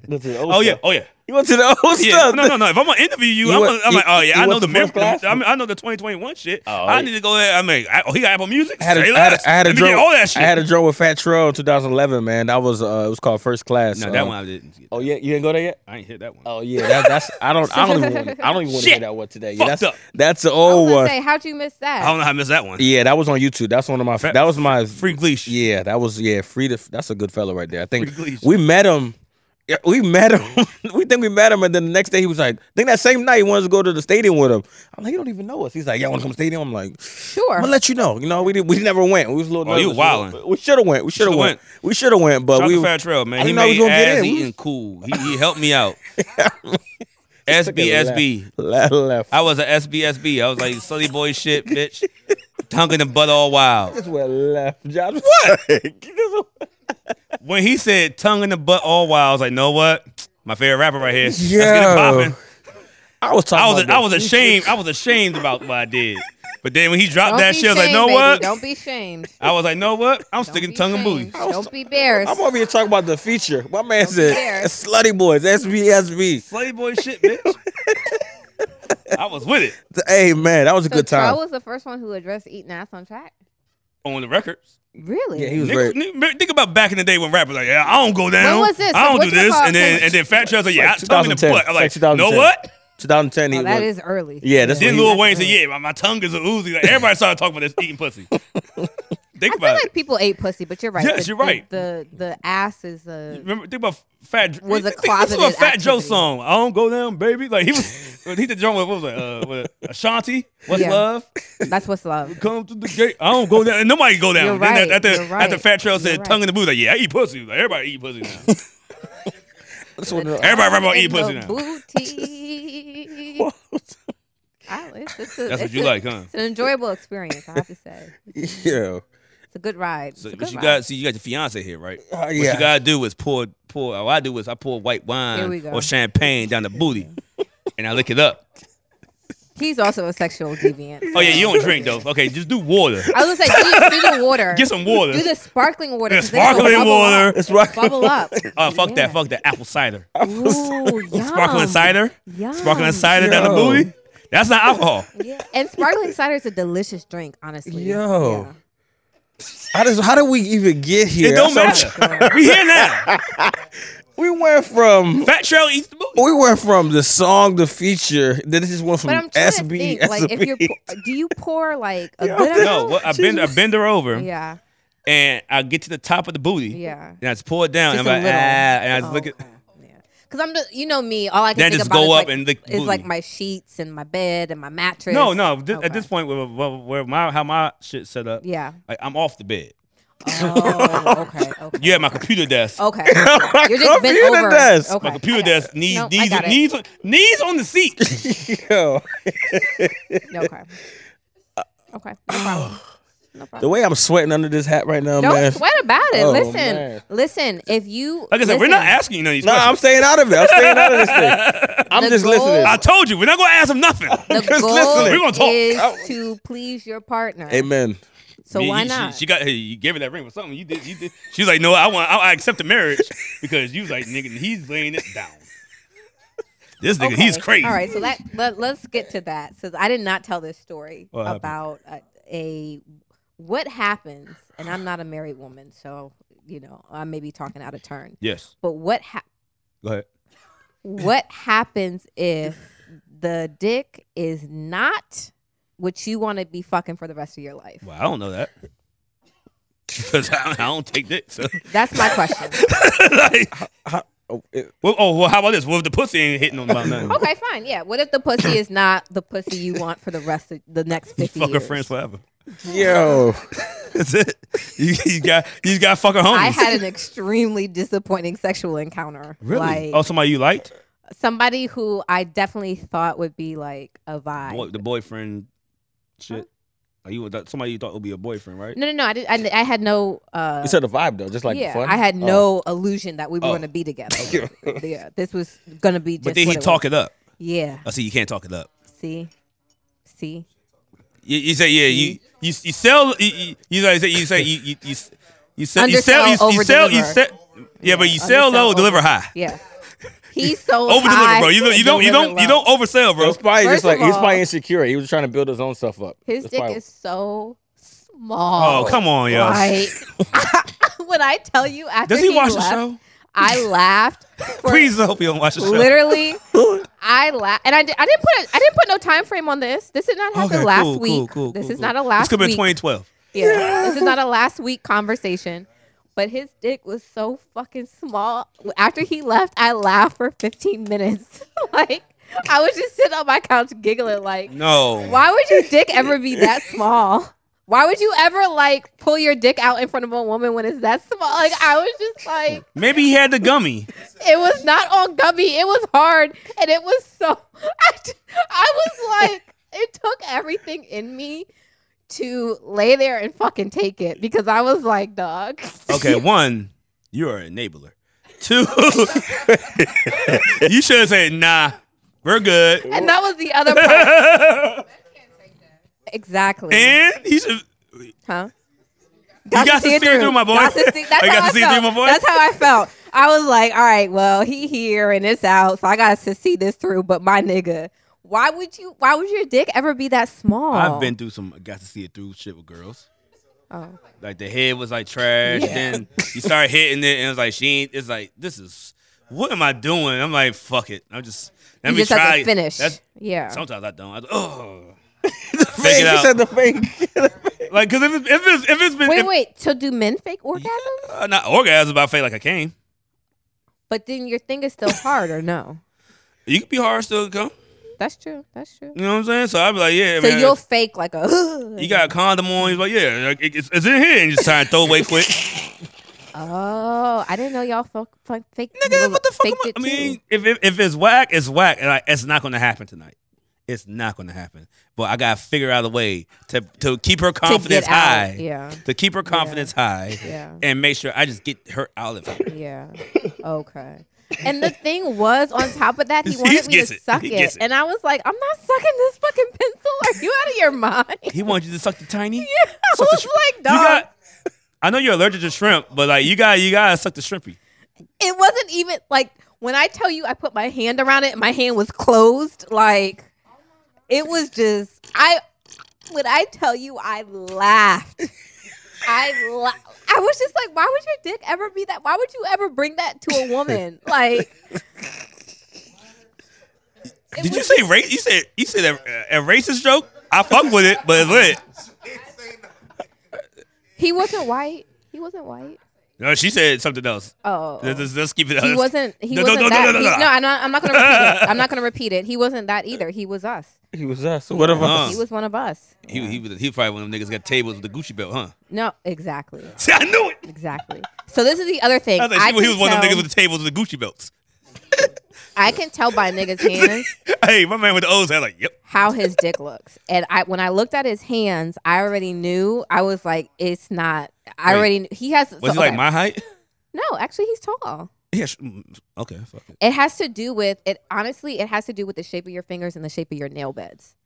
Speaker 1: <laughs>
Speaker 3: oh
Speaker 1: Oh yeah, oh yeah,
Speaker 3: you went to the old
Speaker 1: yeah.
Speaker 3: stuff.
Speaker 1: No, no, no. If I'm gonna interview you,
Speaker 3: You
Speaker 1: I'm,
Speaker 3: went-
Speaker 1: gonna, I'm
Speaker 3: you-
Speaker 1: like, oh yeah,
Speaker 3: you
Speaker 1: I know
Speaker 3: went
Speaker 1: the
Speaker 3: to first
Speaker 1: mem-
Speaker 3: class?
Speaker 1: I, mean, I know the 2021 shit.
Speaker 3: Oh,
Speaker 1: I
Speaker 3: yeah.
Speaker 1: need to go ahead. I mean, I, oh, he got Apple Music.
Speaker 3: I had, a,
Speaker 1: Say
Speaker 3: I had,
Speaker 1: less.
Speaker 3: a, I had a
Speaker 1: Let me get
Speaker 3: drone.
Speaker 1: all that shit.
Speaker 3: <laughs> I had a drone with Fat Trail in 2011, man. That was uh, it was called First Class.
Speaker 1: no,
Speaker 3: uh,
Speaker 1: that one I didn't. Get.
Speaker 3: Oh yeah, you didn't go there yet.
Speaker 1: I ain't hit that one.
Speaker 3: Oh yeah, that, that's I don't I don't even wanna, I don't even want to
Speaker 1: <laughs>
Speaker 3: hear
Speaker 1: Shit.
Speaker 3: that one today. Yeah,
Speaker 1: Fucked
Speaker 3: that's
Speaker 1: up.
Speaker 3: that's the
Speaker 2: I
Speaker 3: old
Speaker 2: was
Speaker 3: one.
Speaker 2: gonna say, how'd you miss
Speaker 1: I
Speaker 2: that?
Speaker 1: don't know how I missed that one.
Speaker 3: Yeah, that was on YouTube. That's one of my
Speaker 1: Fa-
Speaker 3: that was my
Speaker 1: Free leash.
Speaker 3: yeah that was yeah free. To, that's a good fellow right there. I think
Speaker 1: Free Gleason.
Speaker 3: we met him. yeah, We met him. <laughs> we think we met him, and then the next day he was like, I think that same night he wanted to go to the stadium with him. I'm like, he don't even know us. He's like, y'all want to come to the stadium? I'm like,
Speaker 2: Sure.
Speaker 3: I'm gonna let you know. You know, we did, we never went. We was a little.
Speaker 1: Oh, you
Speaker 3: nervous.
Speaker 1: wildin'.
Speaker 3: We should have went. We should have
Speaker 1: Shoulda
Speaker 3: went. We should have went, but
Speaker 1: Shout
Speaker 3: we
Speaker 1: out to Fat Trail,
Speaker 3: I
Speaker 1: man. He
Speaker 3: didn't know
Speaker 1: made
Speaker 3: he was gonna get
Speaker 1: ass
Speaker 3: in. We
Speaker 1: eating
Speaker 3: was-
Speaker 1: cool. He, he helped me
Speaker 3: <laughs>
Speaker 1: out.
Speaker 3: took a
Speaker 1: SBSB.
Speaker 3: left. left.
Speaker 1: I was a SBSB. I was like Sully Boy shit, bitch. Tongue in the butt all wild.
Speaker 3: just went left. <laughs> Josh. What?
Speaker 1: When he said tongue in the butt all wild, I was like, know what? My favorite rapper right here. Let's get it
Speaker 3: Yo.
Speaker 1: poppin'."
Speaker 3: I was talking.
Speaker 1: I was
Speaker 3: about
Speaker 1: I was
Speaker 3: the-
Speaker 1: ashamed. I was ashamed about what I did. But then when he dropped
Speaker 2: Don't
Speaker 1: that
Speaker 2: be
Speaker 1: shit, I was like,
Speaker 2: shamed,
Speaker 1: know
Speaker 2: baby.
Speaker 1: what?
Speaker 2: Don't be shamed.
Speaker 1: I was like, know what? I'm
Speaker 2: Don't
Speaker 1: sticking
Speaker 2: be
Speaker 1: tongue and
Speaker 2: shamed.
Speaker 1: booty.
Speaker 2: Don't be bears.
Speaker 3: I'm over here talking about the feature. My man said
Speaker 2: scared.
Speaker 3: "Slutty Boys," SBSB.
Speaker 1: Sully Boy shit, bitch. I was with it
Speaker 3: Th- Hey man, that was a
Speaker 2: So
Speaker 3: good
Speaker 2: Trell
Speaker 3: time.
Speaker 2: was the first one who addressed eating ass on track.
Speaker 1: on the records.
Speaker 2: Really?
Speaker 3: Yeah, he was
Speaker 1: Niggas-
Speaker 3: very.
Speaker 1: nigga- Think about back in the day when rappers like, yeah, I don't go down.
Speaker 2: was this?
Speaker 1: I don't
Speaker 2: What
Speaker 1: do
Speaker 2: you
Speaker 1: this.
Speaker 2: call-
Speaker 1: And then and then Fat Trail said, yeah,
Speaker 3: Like
Speaker 1: I tongue in the
Speaker 3: 2010.
Speaker 1: butt. I'm like,
Speaker 3: Like
Speaker 1: know
Speaker 3: 2010.
Speaker 1: what?
Speaker 3: 2010. He
Speaker 2: oh, that
Speaker 3: was-
Speaker 2: is early.
Speaker 3: Yeah, that's
Speaker 1: Then
Speaker 3: when he-
Speaker 1: Lil Wayne said, "Yeah, my, my tongue is a oozy." Like, everybody started talking about this eating
Speaker 3: <laughs>
Speaker 1: pussy. think
Speaker 2: I feel
Speaker 1: about
Speaker 2: like people ate pussy, but you're right.
Speaker 1: Yes,
Speaker 2: The-
Speaker 1: you're right.
Speaker 2: The the, the ass is uh, a.
Speaker 1: it. Remember, think about Fat.
Speaker 2: Was a
Speaker 1: think- This is a
Speaker 2: closeted
Speaker 1: Fat Joe
Speaker 2: activity.
Speaker 1: song. I don't go down, baby. Like he was, he did joint with what was it? Uh, what, Ashanti. What's
Speaker 2: Yeah.
Speaker 1: love?
Speaker 2: That's what's love.
Speaker 1: Come to the gate. I don't go down. And nobody go down.
Speaker 2: You're
Speaker 1: Then
Speaker 2: right,
Speaker 1: after,
Speaker 2: you're right,
Speaker 1: after Fat Trail
Speaker 2: you're
Speaker 1: said
Speaker 2: right.
Speaker 1: tongue in the booth, like yeah, I eat pussy. Like, everybody eat pussy now.
Speaker 3: that's when-
Speaker 1: everybody rap about
Speaker 2: In
Speaker 1: eating pussy
Speaker 2: the
Speaker 1: now.
Speaker 2: Booty. I, it's, it's a,
Speaker 1: That's what
Speaker 2: it's
Speaker 1: you
Speaker 2: a-
Speaker 1: like, huh?
Speaker 2: It's an enjoyable experience, I have to say.
Speaker 3: <laughs> Yeah.
Speaker 2: It's a good ride. It's
Speaker 1: So,
Speaker 2: a
Speaker 1: but
Speaker 2: good
Speaker 1: you
Speaker 2: ride.
Speaker 1: got see, you got your fiance here, right?
Speaker 3: Uh,
Speaker 1: What
Speaker 3: yeah.
Speaker 1: you gotta do is pour pour. All I do is I pour white
Speaker 2: Here
Speaker 1: wine
Speaker 2: we go.
Speaker 1: or champagne down the
Speaker 2: <laughs>
Speaker 1: booty, and I lick it up.
Speaker 2: He's also a sexual deviant.
Speaker 1: Oh yeah, you don't drink though. Okay, just do water.
Speaker 2: I was gonna say, do, do the water.
Speaker 1: Get some water.
Speaker 2: Do the sparkling water.
Speaker 1: Yeah,
Speaker 2: 'cause then it'll
Speaker 1: sparkling
Speaker 2: bubble
Speaker 1: water.
Speaker 2: Up.
Speaker 3: It's right.
Speaker 2: Bubble up.
Speaker 1: Oh fuck
Speaker 2: Yeah.
Speaker 1: that! Fuck that! Apple cider,
Speaker 2: Ooh,
Speaker 1: <laughs>
Speaker 2: yum.
Speaker 1: sparkling cider,
Speaker 2: Yum.
Speaker 1: sparkling cider down the
Speaker 3: Yo.
Speaker 1: booty. That's not alcohol.
Speaker 2: Yeah. <laughs> And sparkling cider is a delicious drink, honestly.
Speaker 3: Yo. <laughs> How does how did we even get here?
Speaker 1: It don't
Speaker 3: That's
Speaker 1: matter.
Speaker 3: how-
Speaker 1: we here now.
Speaker 3: We went from
Speaker 1: Fat Trail eats the
Speaker 3: <laughs>
Speaker 1: booty.
Speaker 3: we went from the song, the feature. Then this is one from
Speaker 2: But I'm trying to
Speaker 3: SB.
Speaker 2: think, like, if
Speaker 3: <laughs>
Speaker 2: you're,
Speaker 3: SB.
Speaker 2: po- do you pour like a
Speaker 3: Yo,
Speaker 2: good amount?
Speaker 1: No, well, I bend I bend her over
Speaker 2: Yeah,
Speaker 1: and I get to the top of the booty.
Speaker 2: yeah.
Speaker 1: And I just pour it down.
Speaker 2: Just
Speaker 1: and I'm
Speaker 2: a
Speaker 1: like
Speaker 2: little. Oh,
Speaker 1: ah, and I just look at.
Speaker 2: Because Because I'm just, you know me, all I can
Speaker 1: Then
Speaker 2: think
Speaker 1: just
Speaker 2: about
Speaker 1: go
Speaker 2: is
Speaker 1: up
Speaker 2: like,
Speaker 1: and lick
Speaker 2: is
Speaker 1: booty.
Speaker 2: like my sheets and my bed and my mattress.
Speaker 1: No, no. thi-
Speaker 2: Okay.
Speaker 1: At this point, where, where, where my how my shit set up, <laughs>
Speaker 2: Oh, Yeah.
Speaker 1: like I'm off the bed.
Speaker 2: Oh, okay. Okay.
Speaker 1: You at my computer desk. <laughs>
Speaker 2: Okay.
Speaker 3: My
Speaker 2: You're just bent
Speaker 3: computer
Speaker 2: over.
Speaker 3: desk.
Speaker 2: Okay.
Speaker 1: My computer
Speaker 2: Oh, I got
Speaker 1: desk
Speaker 2: it.
Speaker 1: knees
Speaker 2: Nope, I
Speaker 1: knees
Speaker 2: got it.
Speaker 1: knees on, knees on the seat.
Speaker 3: Yo,
Speaker 1: <laughs>
Speaker 2: Okay. Okay. No problem. No
Speaker 3: the
Speaker 2: problem.
Speaker 3: way I'm sweating under this hat right
Speaker 1: Oh,
Speaker 3: now,
Speaker 2: Don't
Speaker 3: man.
Speaker 2: sweat about it.
Speaker 3: Oh,
Speaker 2: listen,
Speaker 3: man.
Speaker 2: listen. If you
Speaker 1: Like I said, we're not
Speaker 2: listen,
Speaker 1: asking you none of these
Speaker 3: No, I'm
Speaker 1: questions.
Speaker 3: staying out of it. I'm staying out of this
Speaker 2: <laughs>
Speaker 3: thing. I'm
Speaker 2: The
Speaker 3: just
Speaker 2: goal-
Speaker 3: listening.
Speaker 1: I told you, we're not gonna ask them
Speaker 2: <laughs>
Speaker 1: nothing.
Speaker 2: The
Speaker 3: Just
Speaker 2: goal
Speaker 3: listening.
Speaker 1: We're gonna talk.
Speaker 2: is to please your partner.
Speaker 3: Amen.
Speaker 2: So
Speaker 1: Me-
Speaker 2: why
Speaker 1: you- she-
Speaker 2: not?
Speaker 1: She, got hey, you gave her that ring for something. You did. You did. She was like, no, I want. I, I accept the marriage because you was like, nigga, he's laying it down. This nigga, he's
Speaker 2: Okay.
Speaker 1: crazy.
Speaker 2: All right, so that let, us get to that. So I did not tell this story
Speaker 1: What happened?
Speaker 2: about a, a what happens, and I'm not a married woman, so you know I may be talking out of turn.
Speaker 1: Yes.
Speaker 2: But what ha-
Speaker 1: Go ahead. <laughs>
Speaker 2: what happens if the dick is not what you want to be fucking for the rest of your life?
Speaker 1: Well, I don't know that because <laughs> I, I don't take dick. So. <laughs>
Speaker 2: That's my question.
Speaker 1: like,
Speaker 3: Oh,
Speaker 2: <laughs>
Speaker 3: it-
Speaker 1: well, oh, well, how about this? Well, if the pussy ain't hitting on about nothing.
Speaker 2: okay, fine. Yeah. What if the pussy is not the pussy you want for the rest of the next fifty
Speaker 1: Fuck her
Speaker 2: years?
Speaker 1: friends forever. <laughs>
Speaker 3: Yo,
Speaker 1: That's it. You, you got you got fuck her homies.
Speaker 2: I had an extremely disappointing sexual encounter.
Speaker 1: really.
Speaker 2: Like,
Speaker 1: oh, somebody you liked?
Speaker 2: somebody who I definitely thought would be like a vibe.
Speaker 1: Boy, the boyfriend shit. Are you that- somebody you thought would be a boyfriend, right?
Speaker 2: No, no, no. I did. I, I had no. Uh,
Speaker 3: you said the vibe though, just like
Speaker 2: yeah,
Speaker 3: fun.
Speaker 2: I had
Speaker 3: Oh.
Speaker 2: no illusion that we were
Speaker 1: Oh.
Speaker 2: going to be
Speaker 3: <laughs>
Speaker 2: together. yeah, this was going to be. Just
Speaker 1: But then
Speaker 2: what
Speaker 1: he Uh.
Speaker 2: it was.
Speaker 1: talk it up.
Speaker 2: Yeah.
Speaker 1: I see you can't talk it up.
Speaker 2: See, see.
Speaker 1: You, you say yeah. You
Speaker 2: Mm-hmm.
Speaker 1: you, you sell. You, you, you know, you say you say you you you, you sell. You sell. You,
Speaker 2: Undersell,
Speaker 1: you sell. You
Speaker 2: overdeliver.
Speaker 1: sell. Yeah, but you sell
Speaker 2: Undersell,
Speaker 1: low,
Speaker 2: over-
Speaker 1: deliver high. <laughs>
Speaker 2: Yeah. He's so
Speaker 1: Over deliver,
Speaker 2: high,
Speaker 1: bro. You don't. You don't. You
Speaker 2: deliver
Speaker 1: don't. You
Speaker 2: low.
Speaker 1: don't oversell, bro.
Speaker 3: It's probably
Speaker 2: First
Speaker 3: just like
Speaker 2: of
Speaker 3: he's
Speaker 2: all-
Speaker 3: probably insecure. He was trying to build his own stuff up.
Speaker 2: His
Speaker 3: That's
Speaker 2: dick
Speaker 3: <laughs> probably-
Speaker 2: is so
Speaker 1: Oh,
Speaker 2: small.
Speaker 1: come on, yo.
Speaker 2: Like, <laughs> when I tell you after
Speaker 1: Does he watch the
Speaker 2: left,
Speaker 1: show?
Speaker 2: I
Speaker 1: <laughs>
Speaker 2: laughed. for
Speaker 1: Please, I hope you don't watch the show.
Speaker 2: literally I laugh and I, did, I didn't put a, I didn't put no time frame on this. This did not happen
Speaker 1: Okay,
Speaker 2: last
Speaker 1: cool,
Speaker 2: week.
Speaker 1: Cool, cool,
Speaker 2: this
Speaker 1: cool,
Speaker 2: is
Speaker 1: cool.
Speaker 2: not a last
Speaker 1: This could be
Speaker 2: week.
Speaker 1: 2012.
Speaker 2: yeah. This is not a last week conversation. But his dick was so fucking small. After he left, I laughed for 15 minutes. <laughs> like I was just sitting on my couch giggling like
Speaker 1: No.
Speaker 2: why would your dick ever be that small? Why would you ever like pull your dick out in front of a woman when it's that small? Like I was just like
Speaker 1: Maybe he had the gummy.
Speaker 2: it was not on gummy. It was hard, and it was so. <laughs> I, t- I was like, it took everything in me to lay there and fucking take it because I was like, dog.
Speaker 1: Okay, one, you are an enabler. Two, <laughs> you should have said, nah, we're good. <laughs>
Speaker 2: <laughs> And that was the other part. Exactly.
Speaker 1: and he should.
Speaker 2: huh?
Speaker 1: You got to see it through, my boy. Oh,
Speaker 2: Got to see, that's
Speaker 1: You
Speaker 2: how
Speaker 1: got
Speaker 2: I
Speaker 1: to see it
Speaker 2: felt.
Speaker 1: through, my boy.
Speaker 2: That's how I felt. I was like, all right, well, he here and it's out, so I got to see this through. But my nigga, why would you? Why would your dick ever be that small?
Speaker 1: I've been through some got to see it through shit with girls.
Speaker 2: Oh.
Speaker 1: Like the head was like trash.
Speaker 2: Yeah.
Speaker 1: Then you start hitting it, and it's like she ain't. It's like this is what am I doing? I'm like fuck it. I'm just let
Speaker 2: You
Speaker 1: me
Speaker 2: just
Speaker 1: try.
Speaker 2: have to finish.
Speaker 1: That's,
Speaker 2: yeah.
Speaker 1: sometimes I don't. I, oh,
Speaker 3: Fake,
Speaker 2: <laughs>
Speaker 1: it
Speaker 3: you
Speaker 1: out.
Speaker 3: said the fake.
Speaker 1: like because if it's if it's if it's been
Speaker 2: Wait,
Speaker 1: if-
Speaker 2: wait. So do men fake orgasms?
Speaker 1: uh, not orgasm about fake like I came.
Speaker 2: But then your thing is still hard, or no?
Speaker 1: You could be hard still to come.
Speaker 2: That's true. That's true.
Speaker 1: You know what I'm saying? So I'd be like, yeah,
Speaker 2: So
Speaker 1: man.
Speaker 2: you'll fake like a.
Speaker 1: you got a condom on. He's like, yeah, like, it- it's, it's in here. And you just try and throw away <laughs> quick.
Speaker 2: <gasps> Oh, I didn't know y'all fuck, fuck, fake.
Speaker 1: Nigga, what the fuck? Am
Speaker 2: faked
Speaker 1: I,
Speaker 2: it
Speaker 1: I
Speaker 2: too.
Speaker 1: mean, if, if if it's whack, it's whack. And like, it's not going to happen tonight. It's not going to happen. But I got to figure out a way to to keep her
Speaker 2: To get
Speaker 1: confidence
Speaker 2: out.
Speaker 1: high.
Speaker 2: Yeah.
Speaker 1: To keep her confidence high.
Speaker 2: Yeah.
Speaker 1: And make sure I just get her out of here.
Speaker 2: Yeah. Okay. And the thing was, on top of that,
Speaker 1: <laughs>
Speaker 2: he
Speaker 1: He
Speaker 2: wanted me
Speaker 1: gets
Speaker 2: to
Speaker 1: it.
Speaker 2: suck
Speaker 1: He
Speaker 2: it.
Speaker 1: gets it.
Speaker 2: And I was like, I'm not sucking this fucking pencil. Are you out of your mind?
Speaker 1: He wanted you to suck the tiny. <laughs> Yeah,
Speaker 2: I was like,
Speaker 1: You
Speaker 2: dog.
Speaker 1: got. I know you're allergic to shrimp, but like you got you gotta suck the shrimpy.
Speaker 2: it wasn't even like when I tell you I put my hand around it and my hand was closed, like it was just I when I tell you I laughed. I la- I was just like, why would your dick ever be that? Why would you ever bring that to a
Speaker 1: <laughs>
Speaker 2: woman? Like, it
Speaker 1: Did you
Speaker 2: was-
Speaker 1: say ra- you said you said a, a racist joke? I fuck with it, but it's lit.
Speaker 2: he wasn't white? He wasn't white.
Speaker 1: No, she said something else.
Speaker 2: Oh.
Speaker 1: Let's, let's- let's keep it.
Speaker 2: He
Speaker 1: let's-
Speaker 2: wasn't. He
Speaker 1: No, no,
Speaker 2: wasn't
Speaker 1: no, no,
Speaker 2: that.
Speaker 1: no, no,
Speaker 2: he-
Speaker 1: no.
Speaker 2: I'm not. I'm not gonna repeat
Speaker 1: <laughs>
Speaker 2: it. I'm not gonna repeat it. He wasn't that either. He was us.
Speaker 3: He was us. What if
Speaker 1: Uh.
Speaker 2: He was one of us.
Speaker 1: He, he, was- he probably one of them niggas got tables with the Gucci belt, huh?
Speaker 2: No, exactly,
Speaker 1: <laughs> See, I knew it.
Speaker 2: exactly. So this is the other thing.
Speaker 1: I
Speaker 2: I,
Speaker 1: was like, he, he
Speaker 2: can
Speaker 1: was one of
Speaker 2: tell,
Speaker 1: them niggas with the tables with the Gucci belts. <laughs>
Speaker 2: I can tell by niggas' hands
Speaker 1: hey, my man with the O's had like, yep.
Speaker 2: how his dick looks, and I when I looked at his hands, I already knew. I was like, it's not. I
Speaker 1: Wait.
Speaker 2: already knew. he has.
Speaker 1: Was he like my height?
Speaker 2: No, actually, he's tall.
Speaker 1: Yeah. sh- mm, Okay. Fuck it.
Speaker 2: It has to do with it. Honestly, it has to do with the shape of your fingers and the shape of your nail beds.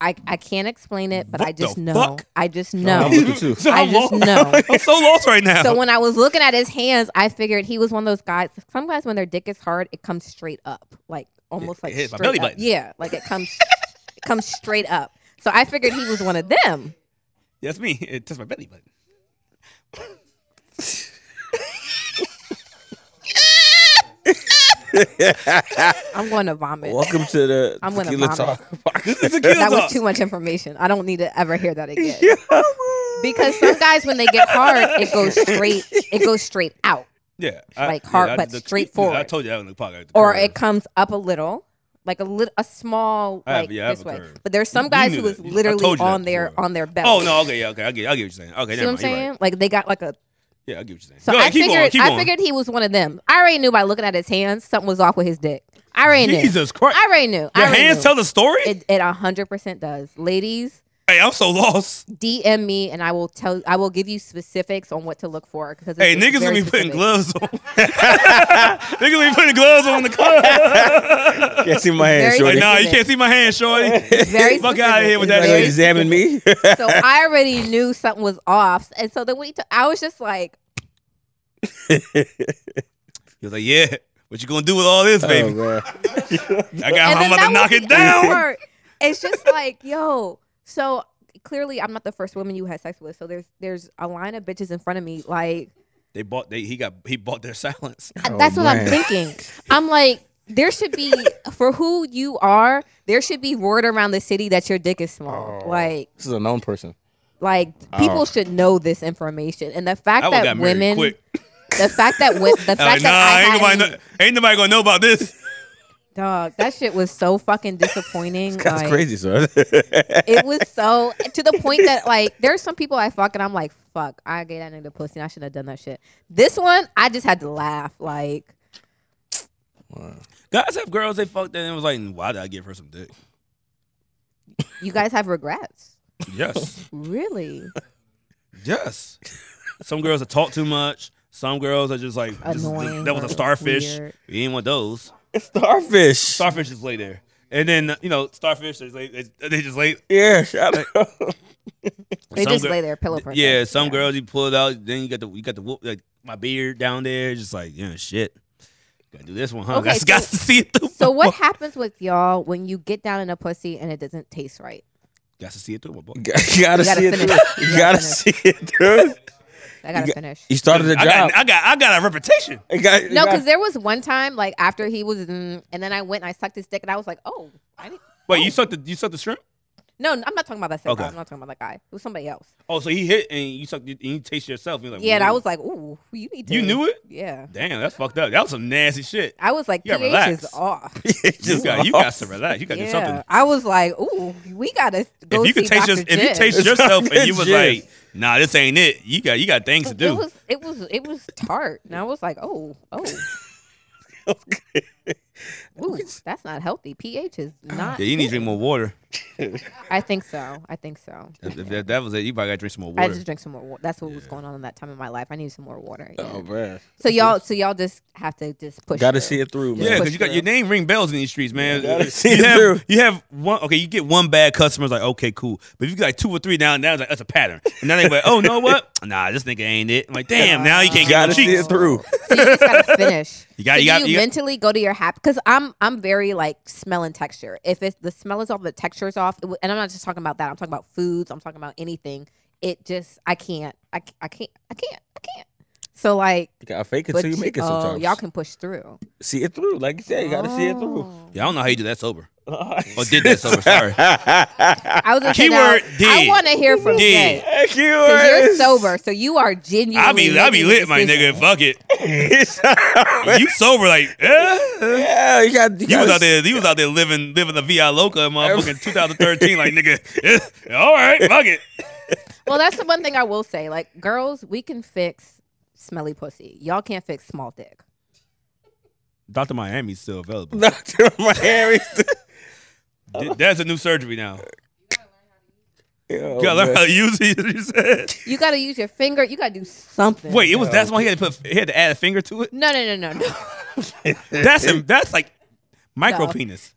Speaker 2: I, I can't explain it, but
Speaker 1: What
Speaker 2: I just
Speaker 1: the
Speaker 2: know.
Speaker 1: fuck?
Speaker 2: I just
Speaker 3: I'm
Speaker 2: know.
Speaker 3: looking too.
Speaker 2: <laughs>
Speaker 1: So
Speaker 2: I
Speaker 1: I'm
Speaker 2: just
Speaker 1: lost.
Speaker 2: know.
Speaker 1: <laughs> I'm so lost right now.
Speaker 2: So when I was looking at his hands, I figured he was one of those guys. Some guys, when their dick is hard, it comes straight up, like almost
Speaker 1: It
Speaker 2: like
Speaker 1: hits my
Speaker 2: straight
Speaker 1: belly
Speaker 2: up.
Speaker 1: button.
Speaker 2: Yeah, like it comes, it comes straight up. So I figured he was one of them.
Speaker 1: That's me. <laughs> It touched my belly button.
Speaker 2: I'm going to vomit.
Speaker 3: Welcome to the
Speaker 2: <laughs> I'm gonna
Speaker 3: Tequila
Speaker 2: vomit. <laughs>
Speaker 3: Talk
Speaker 1: This
Speaker 3: podcast.
Speaker 1: is tequila
Speaker 2: that
Speaker 1: talk.
Speaker 2: was too much information. I don't need to ever hear
Speaker 1: <laughs>
Speaker 2: that again. Because some guys, when they get hard, it goes straight. It goes straight out,
Speaker 1: Yeah.
Speaker 2: Like hard,
Speaker 1: I
Speaker 2: but
Speaker 1: did the-
Speaker 2: straightforward.
Speaker 1: I told you that in the podcast.
Speaker 2: or it comes up a little, like a little, a small,
Speaker 1: I have-
Speaker 2: like
Speaker 1: yeah, I have
Speaker 2: this
Speaker 1: a
Speaker 2: way.
Speaker 1: curve.
Speaker 2: But there's some
Speaker 1: You
Speaker 2: guys
Speaker 1: knew
Speaker 2: who is
Speaker 1: that. I
Speaker 2: literally
Speaker 1: told you that
Speaker 2: on their
Speaker 1: before.
Speaker 2: on their belt.
Speaker 1: Oh no. Okay. Yeah. Okay. I get. I get what you're saying. Okay.
Speaker 2: See what I'm saying? Like they got like a
Speaker 1: Yeah. I get what you're saying.
Speaker 2: So
Speaker 1: Go
Speaker 2: I
Speaker 1: ahead, keep
Speaker 2: figured
Speaker 1: going, keep
Speaker 2: I
Speaker 1: going.
Speaker 2: figured he was one of them. I already knew by looking at his hands something was off with his dick. I already knew.
Speaker 1: Jesus Christ.
Speaker 2: I already knew. I
Speaker 1: Your
Speaker 2: already
Speaker 1: hands
Speaker 2: knew.
Speaker 1: tell the story.
Speaker 2: it it hundred percent does. Ladies,
Speaker 1: hey, I'm so lost.
Speaker 2: DM me and I will tell I will give you specifics on what to look for because
Speaker 1: Hey, niggas gonna be putting
Speaker 2: gloves.
Speaker 1: gloves on. <laughs> niggas gonna be putting gloves on in the club.
Speaker 3: <laughs>
Speaker 1: <laughs>
Speaker 3: Can't see my hands,
Speaker 1: like,
Speaker 2: Very
Speaker 3: Shorty.
Speaker 1: nah, you
Speaker 2: specific.
Speaker 1: can't see my hands, shorty. <laughs>
Speaker 3: <laughs>
Speaker 2: Very
Speaker 1: Fuck out of here with
Speaker 2: specific.
Speaker 1: that.
Speaker 3: Like,
Speaker 2: Very
Speaker 1: shit.
Speaker 2: <laughs>
Speaker 3: examine me. Oh,
Speaker 2: so I already knew something was off, and so then we t- I was just like,
Speaker 1: He was like, yeah. What you gonna do with all this,
Speaker 3: Oh,
Speaker 1: baby?
Speaker 3: man.
Speaker 1: I got. I'm
Speaker 2: and then
Speaker 1: about to
Speaker 2: that
Speaker 1: knock
Speaker 2: was
Speaker 1: it
Speaker 2: the
Speaker 1: down.
Speaker 2: part. It's just like, yo. So clearly, I'm not the first woman you had sex with. So there's there's a line of bitches in front of me. Like
Speaker 1: They bought. They he got. He bought their silence.
Speaker 3: Oh,
Speaker 2: that's what I'm
Speaker 3: man.
Speaker 2: thinking. I'm like, there should be for who you are. There should be word around the city that your dick is small.
Speaker 3: Oh.
Speaker 2: Like
Speaker 3: This is a known person.
Speaker 2: like people should know this information. And the
Speaker 1: Oh.
Speaker 2: fact
Speaker 1: I would
Speaker 2: that
Speaker 1: got married
Speaker 2: women,
Speaker 1: quick.
Speaker 2: <laughs> the fact that wo- the
Speaker 1: <laughs>
Speaker 2: fact
Speaker 1: Like, nah,
Speaker 2: that I
Speaker 1: ain't
Speaker 2: had
Speaker 1: nobody,
Speaker 2: any-
Speaker 1: know, ain't nobody gonna know about this.
Speaker 2: dog, that shit was so fucking disappointing.
Speaker 3: <laughs> That's
Speaker 2: like,
Speaker 3: crazy, sir.
Speaker 2: it was so to the point that like there's some people I fuck and I'm like, fuck, I gave that nigga pussy and I shouldn't have done that shit. This one, I just had to laugh. Like,
Speaker 1: <laughs> Guys have girls they fucked and it was like, why did I give her some dick?
Speaker 2: you guys have regrets.
Speaker 1: <laughs> Yes,
Speaker 2: Really?
Speaker 1: yes. Some girls that talk too much. Some girls are just like just-
Speaker 2: Annoying
Speaker 1: That was
Speaker 2: or
Speaker 1: a starfish.
Speaker 2: weird.
Speaker 1: We ain't want those.
Speaker 3: Starfish.
Speaker 1: Starfish just lay there, and then you know starfish they lay, they, they just lay.
Speaker 3: yeah, shout out.
Speaker 2: They
Speaker 1: Some
Speaker 2: just
Speaker 1: gir-
Speaker 2: lay there pillow princess.
Speaker 1: Yeah, some girls you pull it out, then you got the you got the whoop, like my beard down there, just like yeah, shit. Gotta do this one, huh?
Speaker 2: Okay,
Speaker 1: Okay,
Speaker 2: so-
Speaker 1: got to see it through. <laughs>
Speaker 2: So what happens with y'all when you get down in a pussy and it doesn't taste right?
Speaker 1: Got to see it through, my boy.
Speaker 3: G- <laughs> you gotta,
Speaker 2: You gotta
Speaker 3: see it
Speaker 2: finish.
Speaker 3: through.
Speaker 2: You
Speaker 3: You
Speaker 2: gotta
Speaker 3: gotta
Speaker 2: finish.
Speaker 3: see it through.
Speaker 2: I gotta finish.
Speaker 3: <laughs> You started the
Speaker 1: I
Speaker 3: job.
Speaker 1: got, I got I got a reputation.
Speaker 3: You got- you
Speaker 2: No,
Speaker 1: <laughs>
Speaker 3: got-
Speaker 2: because there was one time like after he was, mm, and then I went and I sucked his dick and I was like, oh, I didn't.
Speaker 1: Wait, you sucked the you sucked the shrimp?
Speaker 2: No, I'm not talking about that.
Speaker 1: Okay.
Speaker 2: Guy. I'm not talking about that guy. It was somebody else.
Speaker 1: Oh, so he hit and you sucked and you tasted yourself. You're like,
Speaker 2: Yeah, and I
Speaker 1: "Ooh."
Speaker 2: was like, ooh, you need to.
Speaker 1: You knew it?
Speaker 2: Yeah.
Speaker 1: Damn, that's fucked up. That was some nasty shit.
Speaker 2: I was like,
Speaker 1: Yeah,
Speaker 2: pH is
Speaker 1: relax.
Speaker 2: off.
Speaker 1: <laughs> You
Speaker 3: just
Speaker 1: got, you got
Speaker 3: lost.
Speaker 1: to <laughs> relax. You got to do
Speaker 2: yeah,
Speaker 1: something.
Speaker 2: I was like, ooh, we gotta go
Speaker 1: If you could
Speaker 2: see
Speaker 1: taste your,
Speaker 2: Dr.
Speaker 1: if you
Speaker 2: Jim.
Speaker 1: tasted
Speaker 2: <laughs>
Speaker 3: It's not
Speaker 1: yourself and you
Speaker 3: good
Speaker 1: was
Speaker 3: jizz.
Speaker 1: like, nah, this ain't it. You got you got things to
Speaker 2: it
Speaker 1: do.
Speaker 2: was it was it was tart, and I was like, oh,
Speaker 1: <laughs>
Speaker 2: oh, ooh, that's not healthy.
Speaker 1: <sighs>
Speaker 2: pH is not.
Speaker 1: yeah, you need to drink more water.
Speaker 2: I think so. I think so.
Speaker 1: If if that, that was it, you probably got to drink some more
Speaker 2: I
Speaker 1: water.
Speaker 2: just drank some more. water. That's what was going on in that time in my life. I needed some more water. yeah.
Speaker 3: Oh man,
Speaker 2: so y'all, so y'all just have to just push.
Speaker 3: gotta
Speaker 2: through.
Speaker 3: see it through,
Speaker 1: yeah,
Speaker 3: man.
Speaker 1: because you got your name ring bells in these streets, man.
Speaker 3: You gotta see
Speaker 1: you
Speaker 3: it
Speaker 1: have
Speaker 3: through.
Speaker 1: you have one okay, you get one bad customer, it's like okay, cool. But if you get like two or three now, now it's like that's a pattern. And now they like, oh, know what? <laughs> Nah, this nigga ain't it. I'm like, damn, now you can't
Speaker 3: You
Speaker 1: get
Speaker 3: gotta
Speaker 1: no
Speaker 3: see
Speaker 1: cheeks.
Speaker 2: <laughs>
Speaker 3: it through.
Speaker 2: So you just
Speaker 3: <laughs>
Speaker 2: gotta finish.
Speaker 1: You got-
Speaker 2: So
Speaker 1: you
Speaker 2: do
Speaker 1: got- you got-
Speaker 2: mentally go to your happy because I'm I'm very like smell and texture. If it's the smell is off, the texture is off, it w- and I'm not just talking about that. I'm talking about foods. I'm talking about anything. It just I can't. I, c- I can't. I can't. I can't. So like,
Speaker 3: You gotta fake it
Speaker 2: but
Speaker 3: till you make it.
Speaker 2: oh,
Speaker 3: Sometimes
Speaker 2: y'all can Oh. push through.
Speaker 3: see it through, Oh, like you said. You gotta see it through. <laughs>
Speaker 1: Yeah, I don't know how you do that sober. Or Oh, did that sober? Sorry.
Speaker 2: I was gonna say
Speaker 1: Keyword
Speaker 2: now,
Speaker 1: did.
Speaker 2: I want to hear from
Speaker 1: Did.
Speaker 2: Jay.
Speaker 3: Thank you.
Speaker 2: Cause you're
Speaker 1: <laughs>
Speaker 3: Ernest. <laughs>
Speaker 2: sober, so you are genuinely.
Speaker 1: I be I be
Speaker 2: making
Speaker 1: lit, my
Speaker 2: decisions.
Speaker 1: nigga. Fuck it. You sober like eh.
Speaker 3: yeah, you got. You,
Speaker 1: You
Speaker 3: got
Speaker 1: was out there. You was out there living living the via loca, in motherfucking 2013. Like nigga, eh, all right, fuck it.
Speaker 2: Well, that's the one thing I will say. Like, girls, we can fix smelly pussy. Y'all can't fix small dick.
Speaker 1: Doctor Miami's still available.
Speaker 3: Doctor <laughs> Miami.
Speaker 1: That's a new surgery now.
Speaker 3: Yo,
Speaker 1: You gotta learn
Speaker 3: Oh, man.
Speaker 1: how to use it. <laughs> You said.
Speaker 2: You got to use your finger. You got to do something.
Speaker 1: Wait, it was that's why he had to put he had to add a finger to it.
Speaker 2: No, no, no, <laughs> no, no.
Speaker 3: Oh,
Speaker 1: <laughs> That's
Speaker 3: <laughs>
Speaker 1: him. That's like micro
Speaker 2: No. <laughs>
Speaker 1: penis.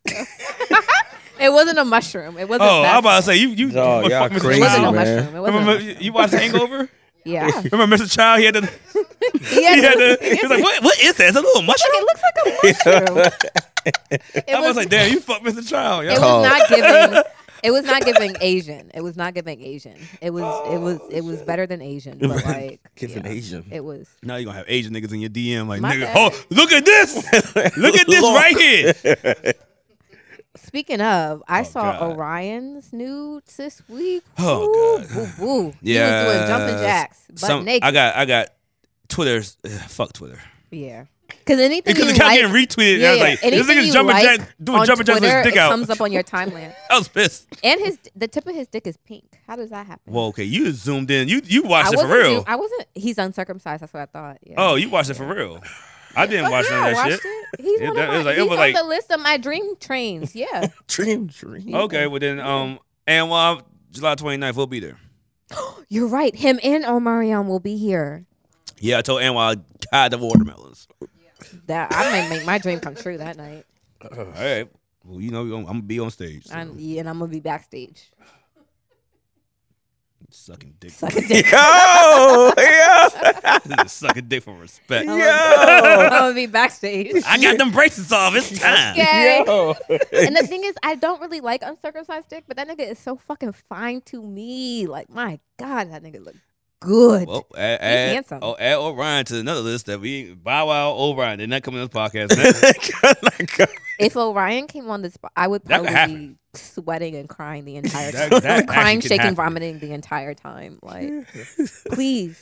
Speaker 2: It wasn't a mushroom. It wasn't.
Speaker 1: Oh,
Speaker 2: that.
Speaker 1: I'm about to say you you.
Speaker 3: Dog, y'all
Speaker 1: fuck Mr.
Speaker 3: crazy,
Speaker 2: It wasn't a
Speaker 1: Child.
Speaker 3: man.
Speaker 2: mushroom. It wasn't.
Speaker 1: Remember
Speaker 2: A,
Speaker 1: you you watched
Speaker 2: <laughs>
Speaker 1: Hangover? <laughs>
Speaker 2: yeah.
Speaker 1: Remember Mr. Child? He had to.
Speaker 2: He had
Speaker 1: He had
Speaker 2: <laughs> to-
Speaker 1: to. He was like, what? What is that? It's a little mushroom.
Speaker 2: it looks like a mushroom.
Speaker 3: <laughs>
Speaker 2: It
Speaker 1: I was
Speaker 2: was,
Speaker 1: like, damn, you fucked Mr. Child.
Speaker 2: it was
Speaker 1: Yo.
Speaker 3: Oh.
Speaker 1: <laughs>
Speaker 2: not giving. It was not giving Asian. It was not giving Asian. It was. it was. It was better than Asian. But like,
Speaker 3: Giving
Speaker 2: yeah,
Speaker 3: Asian.
Speaker 2: It was.
Speaker 1: Now you gonna have Asian niggas in your DM like,
Speaker 2: My
Speaker 1: nigga,
Speaker 2: bad.
Speaker 1: oh, look at
Speaker 3: <laughs>
Speaker 1: this, look at this
Speaker 3: Lord.
Speaker 1: right here.
Speaker 2: Speaking of, I saw
Speaker 1: Oh, God.
Speaker 2: Orion's nudes this week.
Speaker 1: Oh,
Speaker 2: Woo, Woo, woo. He was doing jumping
Speaker 1: Yes.
Speaker 2: jacks, butt
Speaker 1: Some-
Speaker 2: naked.
Speaker 1: I got, I got Twitter's. Ugh, fuck Twitter. <sighs>
Speaker 2: yeah. Because anything
Speaker 1: Because
Speaker 2: you
Speaker 1: it kept
Speaker 2: like,
Speaker 1: getting retweeted. and I
Speaker 2: yeah,
Speaker 1: was like, this
Speaker 2: anything
Speaker 1: nigga's
Speaker 2: you
Speaker 1: jumping
Speaker 2: like
Speaker 1: jack, doing
Speaker 2: on
Speaker 1: jumping jacks with
Speaker 2: Twitter,
Speaker 1: his dick
Speaker 2: it
Speaker 1: out.
Speaker 2: comes up on your timeline,
Speaker 1: <laughs> I was pissed.
Speaker 2: and his the tip of his dick is pink. How does that happen?
Speaker 1: Well, okay, you zoomed in. You you
Speaker 2: I
Speaker 1: watched it
Speaker 2: wasn't.
Speaker 1: for real.
Speaker 2: I wasn't. He's uncircumcised. That's what I thought. Yeah.
Speaker 1: oh, you watched it for real. I didn't
Speaker 2: But
Speaker 1: watch
Speaker 2: Oh, yeah,
Speaker 1: none
Speaker 2: I
Speaker 1: of that
Speaker 2: watched
Speaker 1: shit.
Speaker 2: It. He's,
Speaker 1: Yeah,
Speaker 2: one
Speaker 1: that-
Speaker 2: of
Speaker 1: it
Speaker 2: my,
Speaker 1: was like- it
Speaker 2: he's
Speaker 1: was
Speaker 2: on
Speaker 1: like-
Speaker 2: the list of my dream
Speaker 1: <laughs>
Speaker 2: trains. Yeah.
Speaker 3: Dream, dream.
Speaker 1: Okay, well then, um, and well, July 29th, we'll be there.
Speaker 2: You're right. Him and Omarion will be here.
Speaker 1: Yeah, I told Anwar, God, the
Speaker 2: <sighs>
Speaker 1: watermelons.
Speaker 2: That I might make my dream come true that night.
Speaker 1: All right. Well, you know, I'm gonna be on stage. so
Speaker 2: I'm, yeah, and I'm gonna be backstage.
Speaker 1: sucking dick. <laughs>
Speaker 2: Suck a dick.
Speaker 3: Yo, yo,
Speaker 2: <laughs>
Speaker 1: sucking dick for respect.
Speaker 2: I'm
Speaker 3: yo.
Speaker 2: gonna be backstage.
Speaker 1: I got them braces off. It's time.
Speaker 3: <laughs>
Speaker 2: Okay.
Speaker 3: Yo.
Speaker 2: And the thing is, I don't really like uncircumcised dick, but that nigga is so fucking fine to me. Like, my God, that nigga look
Speaker 1: <laughs>
Speaker 2: good.
Speaker 1: Well, add, add,
Speaker 2: handsome.
Speaker 1: Oh, add Orion to another list that we Bow Wow Orion. They're not coming on this podcast.
Speaker 2: if Orion came on this, I would
Speaker 1: That could
Speaker 2: probably be sweating and
Speaker 1: <laughs>
Speaker 2: crying the entire
Speaker 1: That-
Speaker 2: time.
Speaker 1: that actually
Speaker 2: crying,
Speaker 1: could
Speaker 2: shaking,
Speaker 1: happen.
Speaker 2: vomiting the entire time.
Speaker 1: <laughs>
Speaker 2: Like, please.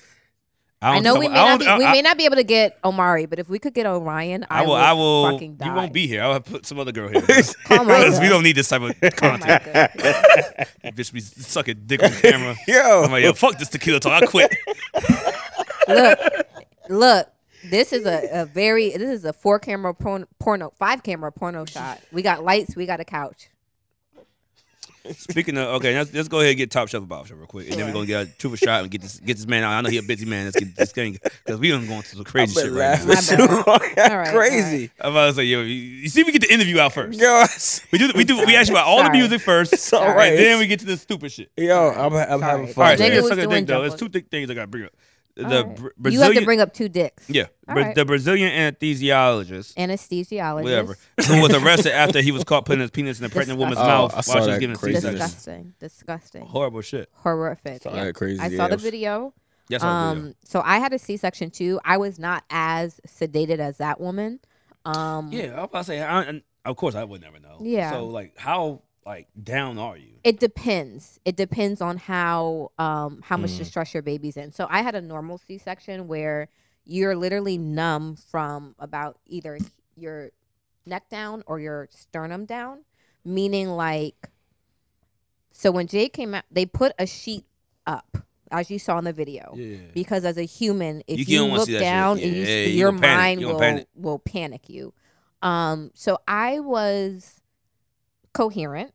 Speaker 1: don't
Speaker 2: I know
Speaker 1: think
Speaker 2: we
Speaker 1: I
Speaker 2: may not
Speaker 1: won't-
Speaker 2: be,
Speaker 1: I-
Speaker 2: we
Speaker 1: I-
Speaker 2: may not be able to get Omari, but if we could get Orion, I,
Speaker 1: I will. I will.
Speaker 2: fucking die.
Speaker 1: You won't be here. I'll have put some other girl
Speaker 2: <laughs>
Speaker 1: here.
Speaker 2: Oh my
Speaker 1: Because
Speaker 2: God.
Speaker 1: we don't need this type
Speaker 2: <laughs>
Speaker 1: of
Speaker 2: Oh my
Speaker 1: content.
Speaker 2: God.
Speaker 1: Bitch, be sucking dick on camera.
Speaker 3: Yo.
Speaker 1: I'm like,
Speaker 2: <laughs>
Speaker 1: yo, fuck this tequila talk. I quit.
Speaker 2: look, look. This is a, a very this is a four camera porn, porno five camera porno shot. We got lights. We got a couch.
Speaker 1: Speaking of, okay, let's, let's go ahead and get top shelf about real quick, and then we're gonna get a truth or shot and get this get this man out. I know he a busy man. Let's get this thing because we done going through some
Speaker 3: I've
Speaker 1: crazy shit
Speaker 3: been
Speaker 1: right
Speaker 3: laughing
Speaker 1: now.
Speaker 2: My bad. All right,
Speaker 3: crazy.
Speaker 1: I'm about to say, yo, you, you see, if we get the interview out first.
Speaker 3: Yo,
Speaker 1: We do, we do, we actually about all the
Speaker 2: Sorry.
Speaker 1: music first,
Speaker 3: It's all
Speaker 1: and
Speaker 3: right.
Speaker 1: then we get to the stupid shit.
Speaker 3: yo, I'm, I'm having
Speaker 2: Sorry.
Speaker 3: fun.
Speaker 1: All right, so
Speaker 2: Nigga
Speaker 1: here's
Speaker 2: was
Speaker 1: something
Speaker 2: doing
Speaker 1: thing though. It's
Speaker 2: jump
Speaker 1: two thick things I gotta bring up. The
Speaker 2: All right.
Speaker 1: Bra-
Speaker 2: you have
Speaker 1: Brazilian,
Speaker 2: to bring up two dicks.
Speaker 1: yeah,
Speaker 2: All
Speaker 1: Bra-
Speaker 2: right.
Speaker 1: the Brazilian anesthesiologist,
Speaker 2: Anesthesiologist.
Speaker 1: whatever, who was arrested after he was caught putting his penis in a pregnant woman's
Speaker 2: Disgusting.
Speaker 1: mouth
Speaker 3: Oh, I
Speaker 1: while she
Speaker 3: saw
Speaker 1: was
Speaker 3: that
Speaker 1: giving
Speaker 3: crazy
Speaker 1: C-section.
Speaker 2: Disgusting. Disgusting.
Speaker 1: Horrible shit.
Speaker 2: Horrific.
Speaker 3: Saw
Speaker 2: Yep.
Speaker 3: that crazy
Speaker 2: I saw the
Speaker 3: ass.
Speaker 2: video.
Speaker 1: That's all.
Speaker 2: Um, so I had a C section too. I was not as sedated as that woman. Um,
Speaker 1: Yeah, I was about to say, I, and of course, I would never know.
Speaker 2: Yeah.
Speaker 1: So, like, how like down are you?
Speaker 2: It depends. It depends on how um how much distress your baby's in. So I had a normal C section where you're literally numb from about either your neck down or your sternum down, meaning like so when Jay came out, they put a sheet up, as you saw in the video.
Speaker 1: Yeah.
Speaker 2: Because as a human, if
Speaker 1: You
Speaker 2: you,
Speaker 1: don't wanna
Speaker 2: look
Speaker 1: see that shit.
Speaker 2: down and
Speaker 1: Yeah,
Speaker 2: you,
Speaker 1: yeah,
Speaker 2: see
Speaker 1: you
Speaker 2: your
Speaker 1: gonna panic.
Speaker 2: mind
Speaker 1: You gonna
Speaker 2: will
Speaker 1: panic.
Speaker 2: will panic you. Um, so I was coherent.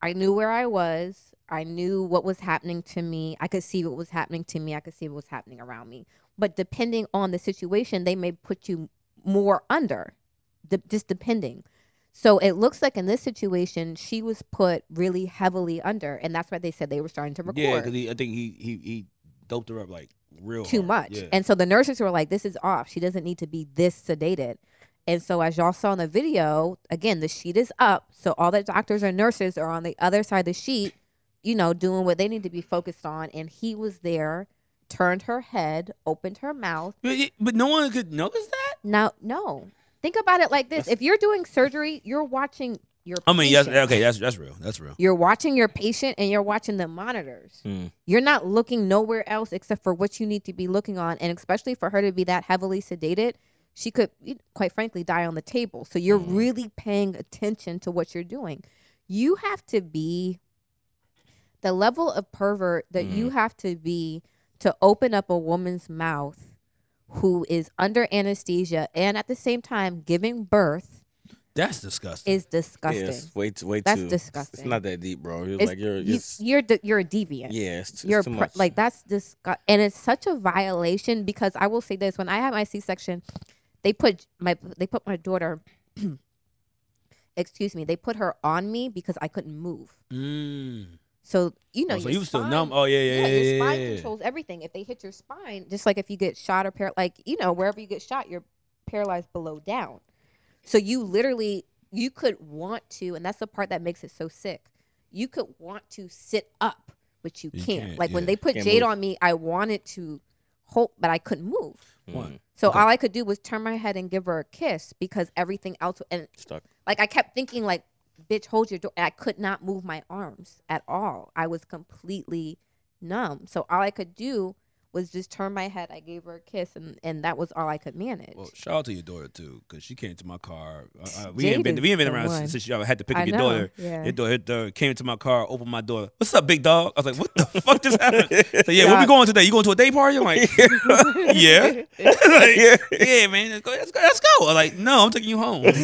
Speaker 2: I knew where I was. I knew what was happening to me. I could see what was happening to me. I could see what was happening around me. But depending on the situation, they may put you more under, de- just depending. So it looks like in this situation, she was put really heavily under, and that's why they said they were starting to record
Speaker 1: Yeah, because I think he he he doped her up like real
Speaker 2: too
Speaker 1: hard.
Speaker 2: much.
Speaker 1: Yeah.
Speaker 2: And so the nurses were like, this is off. She doesn't need to be this sedated. And so, as y'all saw in the video, again, the sheet is up. So, all the doctors and nurses are on the other side of the sheet, you know, doing what they need to be focused on. And he was there, turned her head, opened her mouth.
Speaker 1: But, it- but no one could notice that.
Speaker 2: Now, no, think about it like this if you're doing surgery, you're watching your
Speaker 1: I mean, yes,
Speaker 2: patient.
Speaker 1: okay, that's that's real. That's real.
Speaker 2: You're watching your patient and you're watching the monitors.
Speaker 3: Mm.
Speaker 2: You're not looking nowhere else except for what you need to be looking on. And especially for her to be that heavily sedated, she could, quite frankly, die on the table. So you're really paying attention to what you're doing. You have to be the level of pervert that you have to be to open up a woman's mouth who is under anesthesia and at the same time giving birth
Speaker 1: That's disgusting.
Speaker 2: is disgusting.
Speaker 3: Yeah, it's way too, way
Speaker 2: That's
Speaker 3: too.
Speaker 2: disgusting.
Speaker 3: It's not that deep, bro. You're
Speaker 2: It's-
Speaker 3: like you're,
Speaker 2: you,
Speaker 3: it's-
Speaker 2: you're de- you're a deviant.
Speaker 3: yeah, it's, it's
Speaker 2: you're
Speaker 3: too
Speaker 2: pre-
Speaker 3: much.
Speaker 2: like that's disgust, and it's such a violation because I will say this: when I had my C-section, they put my they put my daughter, <clears throat> excuse me, they put her on me because I couldn't move.
Speaker 1: Mm.
Speaker 2: So you know,
Speaker 1: Oh, so
Speaker 2: your
Speaker 1: you were still
Speaker 2: spine-
Speaker 1: numb. Oh yeah, yeah,
Speaker 2: Yeah,
Speaker 1: yeah.
Speaker 2: your
Speaker 1: yeah,
Speaker 2: spine
Speaker 1: yeah, yeah.
Speaker 2: controls everything. If they hit your spine, just like if you get shot or par- like you know wherever you get shot, you're paralyzed below down. So you literally you could want to, and that's the part that makes it so sick. You could want to sit up, but you can't.
Speaker 1: can't,
Speaker 2: like when
Speaker 1: yeah.
Speaker 2: they put
Speaker 3: Can't
Speaker 2: Jade
Speaker 3: move.
Speaker 2: on me, I wanted to hold, but I couldn't move.
Speaker 1: One.
Speaker 2: So all I could do was turn my head and give her a kiss because everything else and
Speaker 3: Stuck.
Speaker 2: like I kept thinking like, bitch, hold your door. And I could not move my arms at all. I was completely numb. So all I could do was just turn my head. I gave her a kiss, and and that was all I could manage.
Speaker 1: Well, shout out to your daughter too, because she came to my car. Uh, uh, we
Speaker 2: Jade
Speaker 1: ain't been
Speaker 2: is
Speaker 1: we ain't been
Speaker 2: the
Speaker 1: around
Speaker 2: one.
Speaker 1: since, since y'all had to pick
Speaker 2: I
Speaker 1: up your
Speaker 2: know,
Speaker 1: daughter.
Speaker 2: yeah.
Speaker 1: Your daughter, her daughter came to my car, opened my door. What's up, big dog? I was like, what the <laughs> fuck just happened? So yeah, where
Speaker 2: Yeah.
Speaker 1: we going today? You going to a day party? I'm like,
Speaker 2: <laughs>
Speaker 1: yeah, Like,
Speaker 3: <laughs> Yeah. <laughs>
Speaker 1: yeah, man, let's go, let's go, let's go. I'm like, no, I'm taking you
Speaker 2: <laughs>
Speaker 1: home.
Speaker 2: <laughs> Jade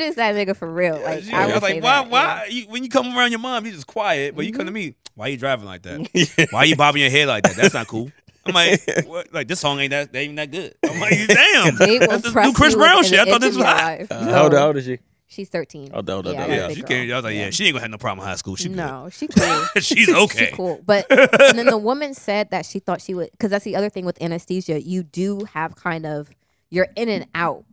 Speaker 2: is that nigga for real. Like
Speaker 1: She-
Speaker 2: I,
Speaker 1: I
Speaker 2: would
Speaker 1: was
Speaker 2: say
Speaker 1: like, why?
Speaker 2: that,
Speaker 1: why? You, when you come around your mom, you just quiet, but you come to
Speaker 2: Mm-hmm.
Speaker 1: me. Why you driving like
Speaker 2: <laughs>
Speaker 1: that? Why you bobbing your head like that? That's not cool. I'm like, what? like this song ain't that, that even that good. I'm
Speaker 2: <laughs>
Speaker 1: like, damn,
Speaker 2: yeah. Jade will
Speaker 1: that's this
Speaker 2: press
Speaker 1: new Chris
Speaker 2: you
Speaker 1: Brown
Speaker 2: into
Speaker 1: shit. I
Speaker 2: the
Speaker 1: thought
Speaker 2: edge
Speaker 1: this was <laughs>
Speaker 2: of your
Speaker 1: hot.
Speaker 2: life.
Speaker 3: Uh, how, old,
Speaker 2: No.
Speaker 3: how old is she?
Speaker 2: She's thirteen.
Speaker 3: Oh, no, no,
Speaker 2: Yeah,
Speaker 3: no,
Speaker 2: I got a
Speaker 1: Yeah,
Speaker 2: big
Speaker 1: she
Speaker 2: girl.
Speaker 1: came. I was like, yeah, she ain't gonna have no problem in high school. She
Speaker 2: No, she cool.
Speaker 1: good. <laughs> she's okay.
Speaker 2: <laughs> She cool. But and then the woman said that she thought she would because that's the other thing with anesthesia. You do have kind of you're in and out.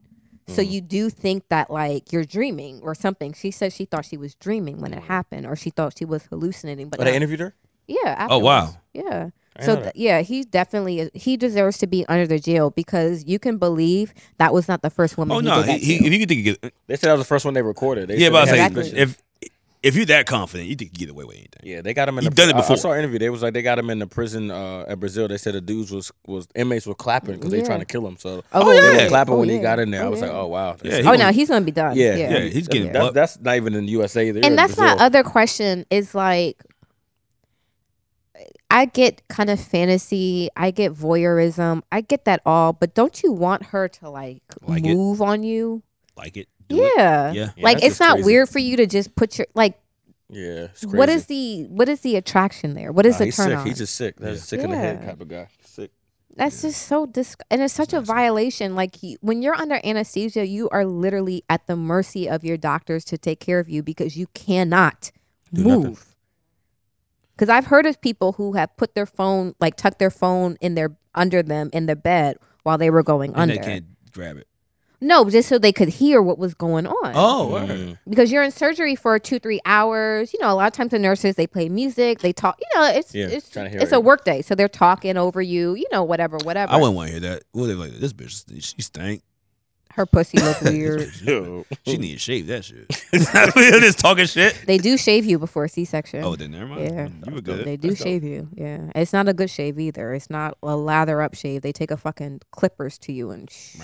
Speaker 2: So
Speaker 1: Mm.
Speaker 2: you do think that like you're dreaming or something. She said she thought she was dreaming when it
Speaker 1: Mm.
Speaker 2: happened, or she thought she was hallucinating. But
Speaker 3: But I
Speaker 2: no.
Speaker 3: interviewed her.
Speaker 2: yeah,
Speaker 1: Oh, wow.
Speaker 2: afterwards. yeah.
Speaker 3: I
Speaker 2: So
Speaker 3: know
Speaker 2: th- yeah, he definitely is, he deserves to be under the jail because you can believe that was not the first woman.
Speaker 1: Oh
Speaker 2: he
Speaker 1: no,
Speaker 2: did that
Speaker 1: he, he,
Speaker 2: to.
Speaker 1: if you could think you get,
Speaker 3: They said that was the first one they recorded. They
Speaker 1: yeah,
Speaker 3: said
Speaker 1: but I was
Speaker 3: they had
Speaker 2: Exactly.
Speaker 1: like,
Speaker 3: suspicion.
Speaker 1: if if you're that confident, you think you get away with anything.
Speaker 3: Yeah, they got him in.
Speaker 1: He
Speaker 3: the,
Speaker 1: done it
Speaker 3: I-
Speaker 1: before.
Speaker 3: I, saw an interview. They was like they got him in the prison uh, at Brazil. They said the dudes was was inmates were clapping because
Speaker 2: Yeah.
Speaker 3: they trying to kill him. So
Speaker 2: Oh,
Speaker 3: they
Speaker 1: yeah.
Speaker 3: were clapping
Speaker 2: Oh,
Speaker 3: when he
Speaker 2: yeah.
Speaker 3: got in there.
Speaker 2: Oh,
Speaker 3: I was
Speaker 2: yeah.
Speaker 3: like, oh wow.
Speaker 1: Yeah, he
Speaker 2: oh
Speaker 1: was-
Speaker 2: no, he's gonna be done.
Speaker 3: Yeah.
Speaker 1: Yeah, he's getting
Speaker 3: That's,
Speaker 1: bucked.
Speaker 3: that's not even in the USA. They're in
Speaker 2: and that's my
Speaker 3: Brazil.
Speaker 2: other question is like i get kind of fantasy i get voyeurism i get that all but don't you want her to like,
Speaker 1: Like it.
Speaker 2: move on you
Speaker 1: Like it. do it. Yeah.
Speaker 2: yeah.
Speaker 3: Yeah,
Speaker 2: like
Speaker 3: that's
Speaker 2: it's
Speaker 3: just
Speaker 2: not
Speaker 3: crazy.
Speaker 2: weird for you to just put your like
Speaker 3: Yeah, it's crazy.
Speaker 2: what is the what is the attraction there what is
Speaker 3: Nah,
Speaker 2: the
Speaker 3: he's
Speaker 2: turn
Speaker 3: sick.
Speaker 2: on
Speaker 3: He's just sick. That's
Speaker 1: Yeah.
Speaker 3: sick in the head
Speaker 2: Yeah.
Speaker 3: type of guy. Sick.
Speaker 2: that's just so dis and it's such a violation like you, when you're under anesthesia you are literally at the mercy of your doctors to take care of you because you cannot
Speaker 1: nothing.
Speaker 2: move because i've heard of people who have put their phone like tucked their phone in their under them in the bed while they were going
Speaker 1: And they
Speaker 2: under
Speaker 1: can't grab it.
Speaker 2: no just so they could hear what was going on
Speaker 1: Oh,
Speaker 3: Mm-hmm.
Speaker 2: because you're in surgery for two three hours you know a lot of times the nurses they play music they talk you know it's
Speaker 3: Yeah,
Speaker 2: it's,
Speaker 3: tryna hear
Speaker 2: it's a
Speaker 3: it.
Speaker 2: work day so they're talking over you you know whatever whatever
Speaker 1: I wouldn't want to hear that. Well, they like this bitch. She stank. <laughs>
Speaker 2: her pussy look weird
Speaker 3: Yo.
Speaker 1: She need to shave that shit. <laughs> just talking shit.
Speaker 2: They do shave you before C-section.
Speaker 1: Oh, then never mind.
Speaker 2: Yeah.
Speaker 1: You were good. <laughs>
Speaker 2: they do shave you. Yeah, it's not a good shave either. It's not a lather up shave. They take a fucking clippers to you and sh-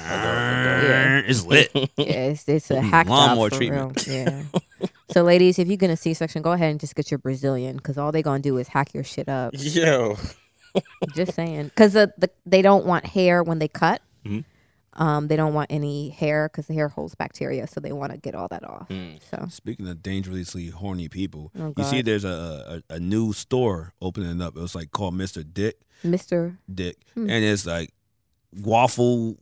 Speaker 2: Yeah.
Speaker 1: It's lit.
Speaker 2: <laughs> yeah, it's, it's a hack
Speaker 1: Mm-hmm. Lawnmower
Speaker 2: job for
Speaker 1: treatment.
Speaker 2: Real.
Speaker 1: <laughs>
Speaker 2: Yeah. so, ladies, if you're gonna C-section, go ahead and just get your Brazilian because all they gonna do is hack your
Speaker 1: <laughs>
Speaker 2: shit up.
Speaker 3: Yo. <laughs>
Speaker 2: just saying, because the, the, they don't want hair when they cut.
Speaker 1: Mm-hmm.
Speaker 2: Um, they don't want any hair because the hair holds bacteria, so they want to get all that off.
Speaker 1: Mm.
Speaker 2: So
Speaker 1: Speaking of dangerously horny people,
Speaker 2: Oh,
Speaker 1: you see
Speaker 2: God.
Speaker 1: there's a, a a new store opening up. It was like called Mr. Dick
Speaker 2: Mr.
Speaker 1: Dick, and it's like waffle dicks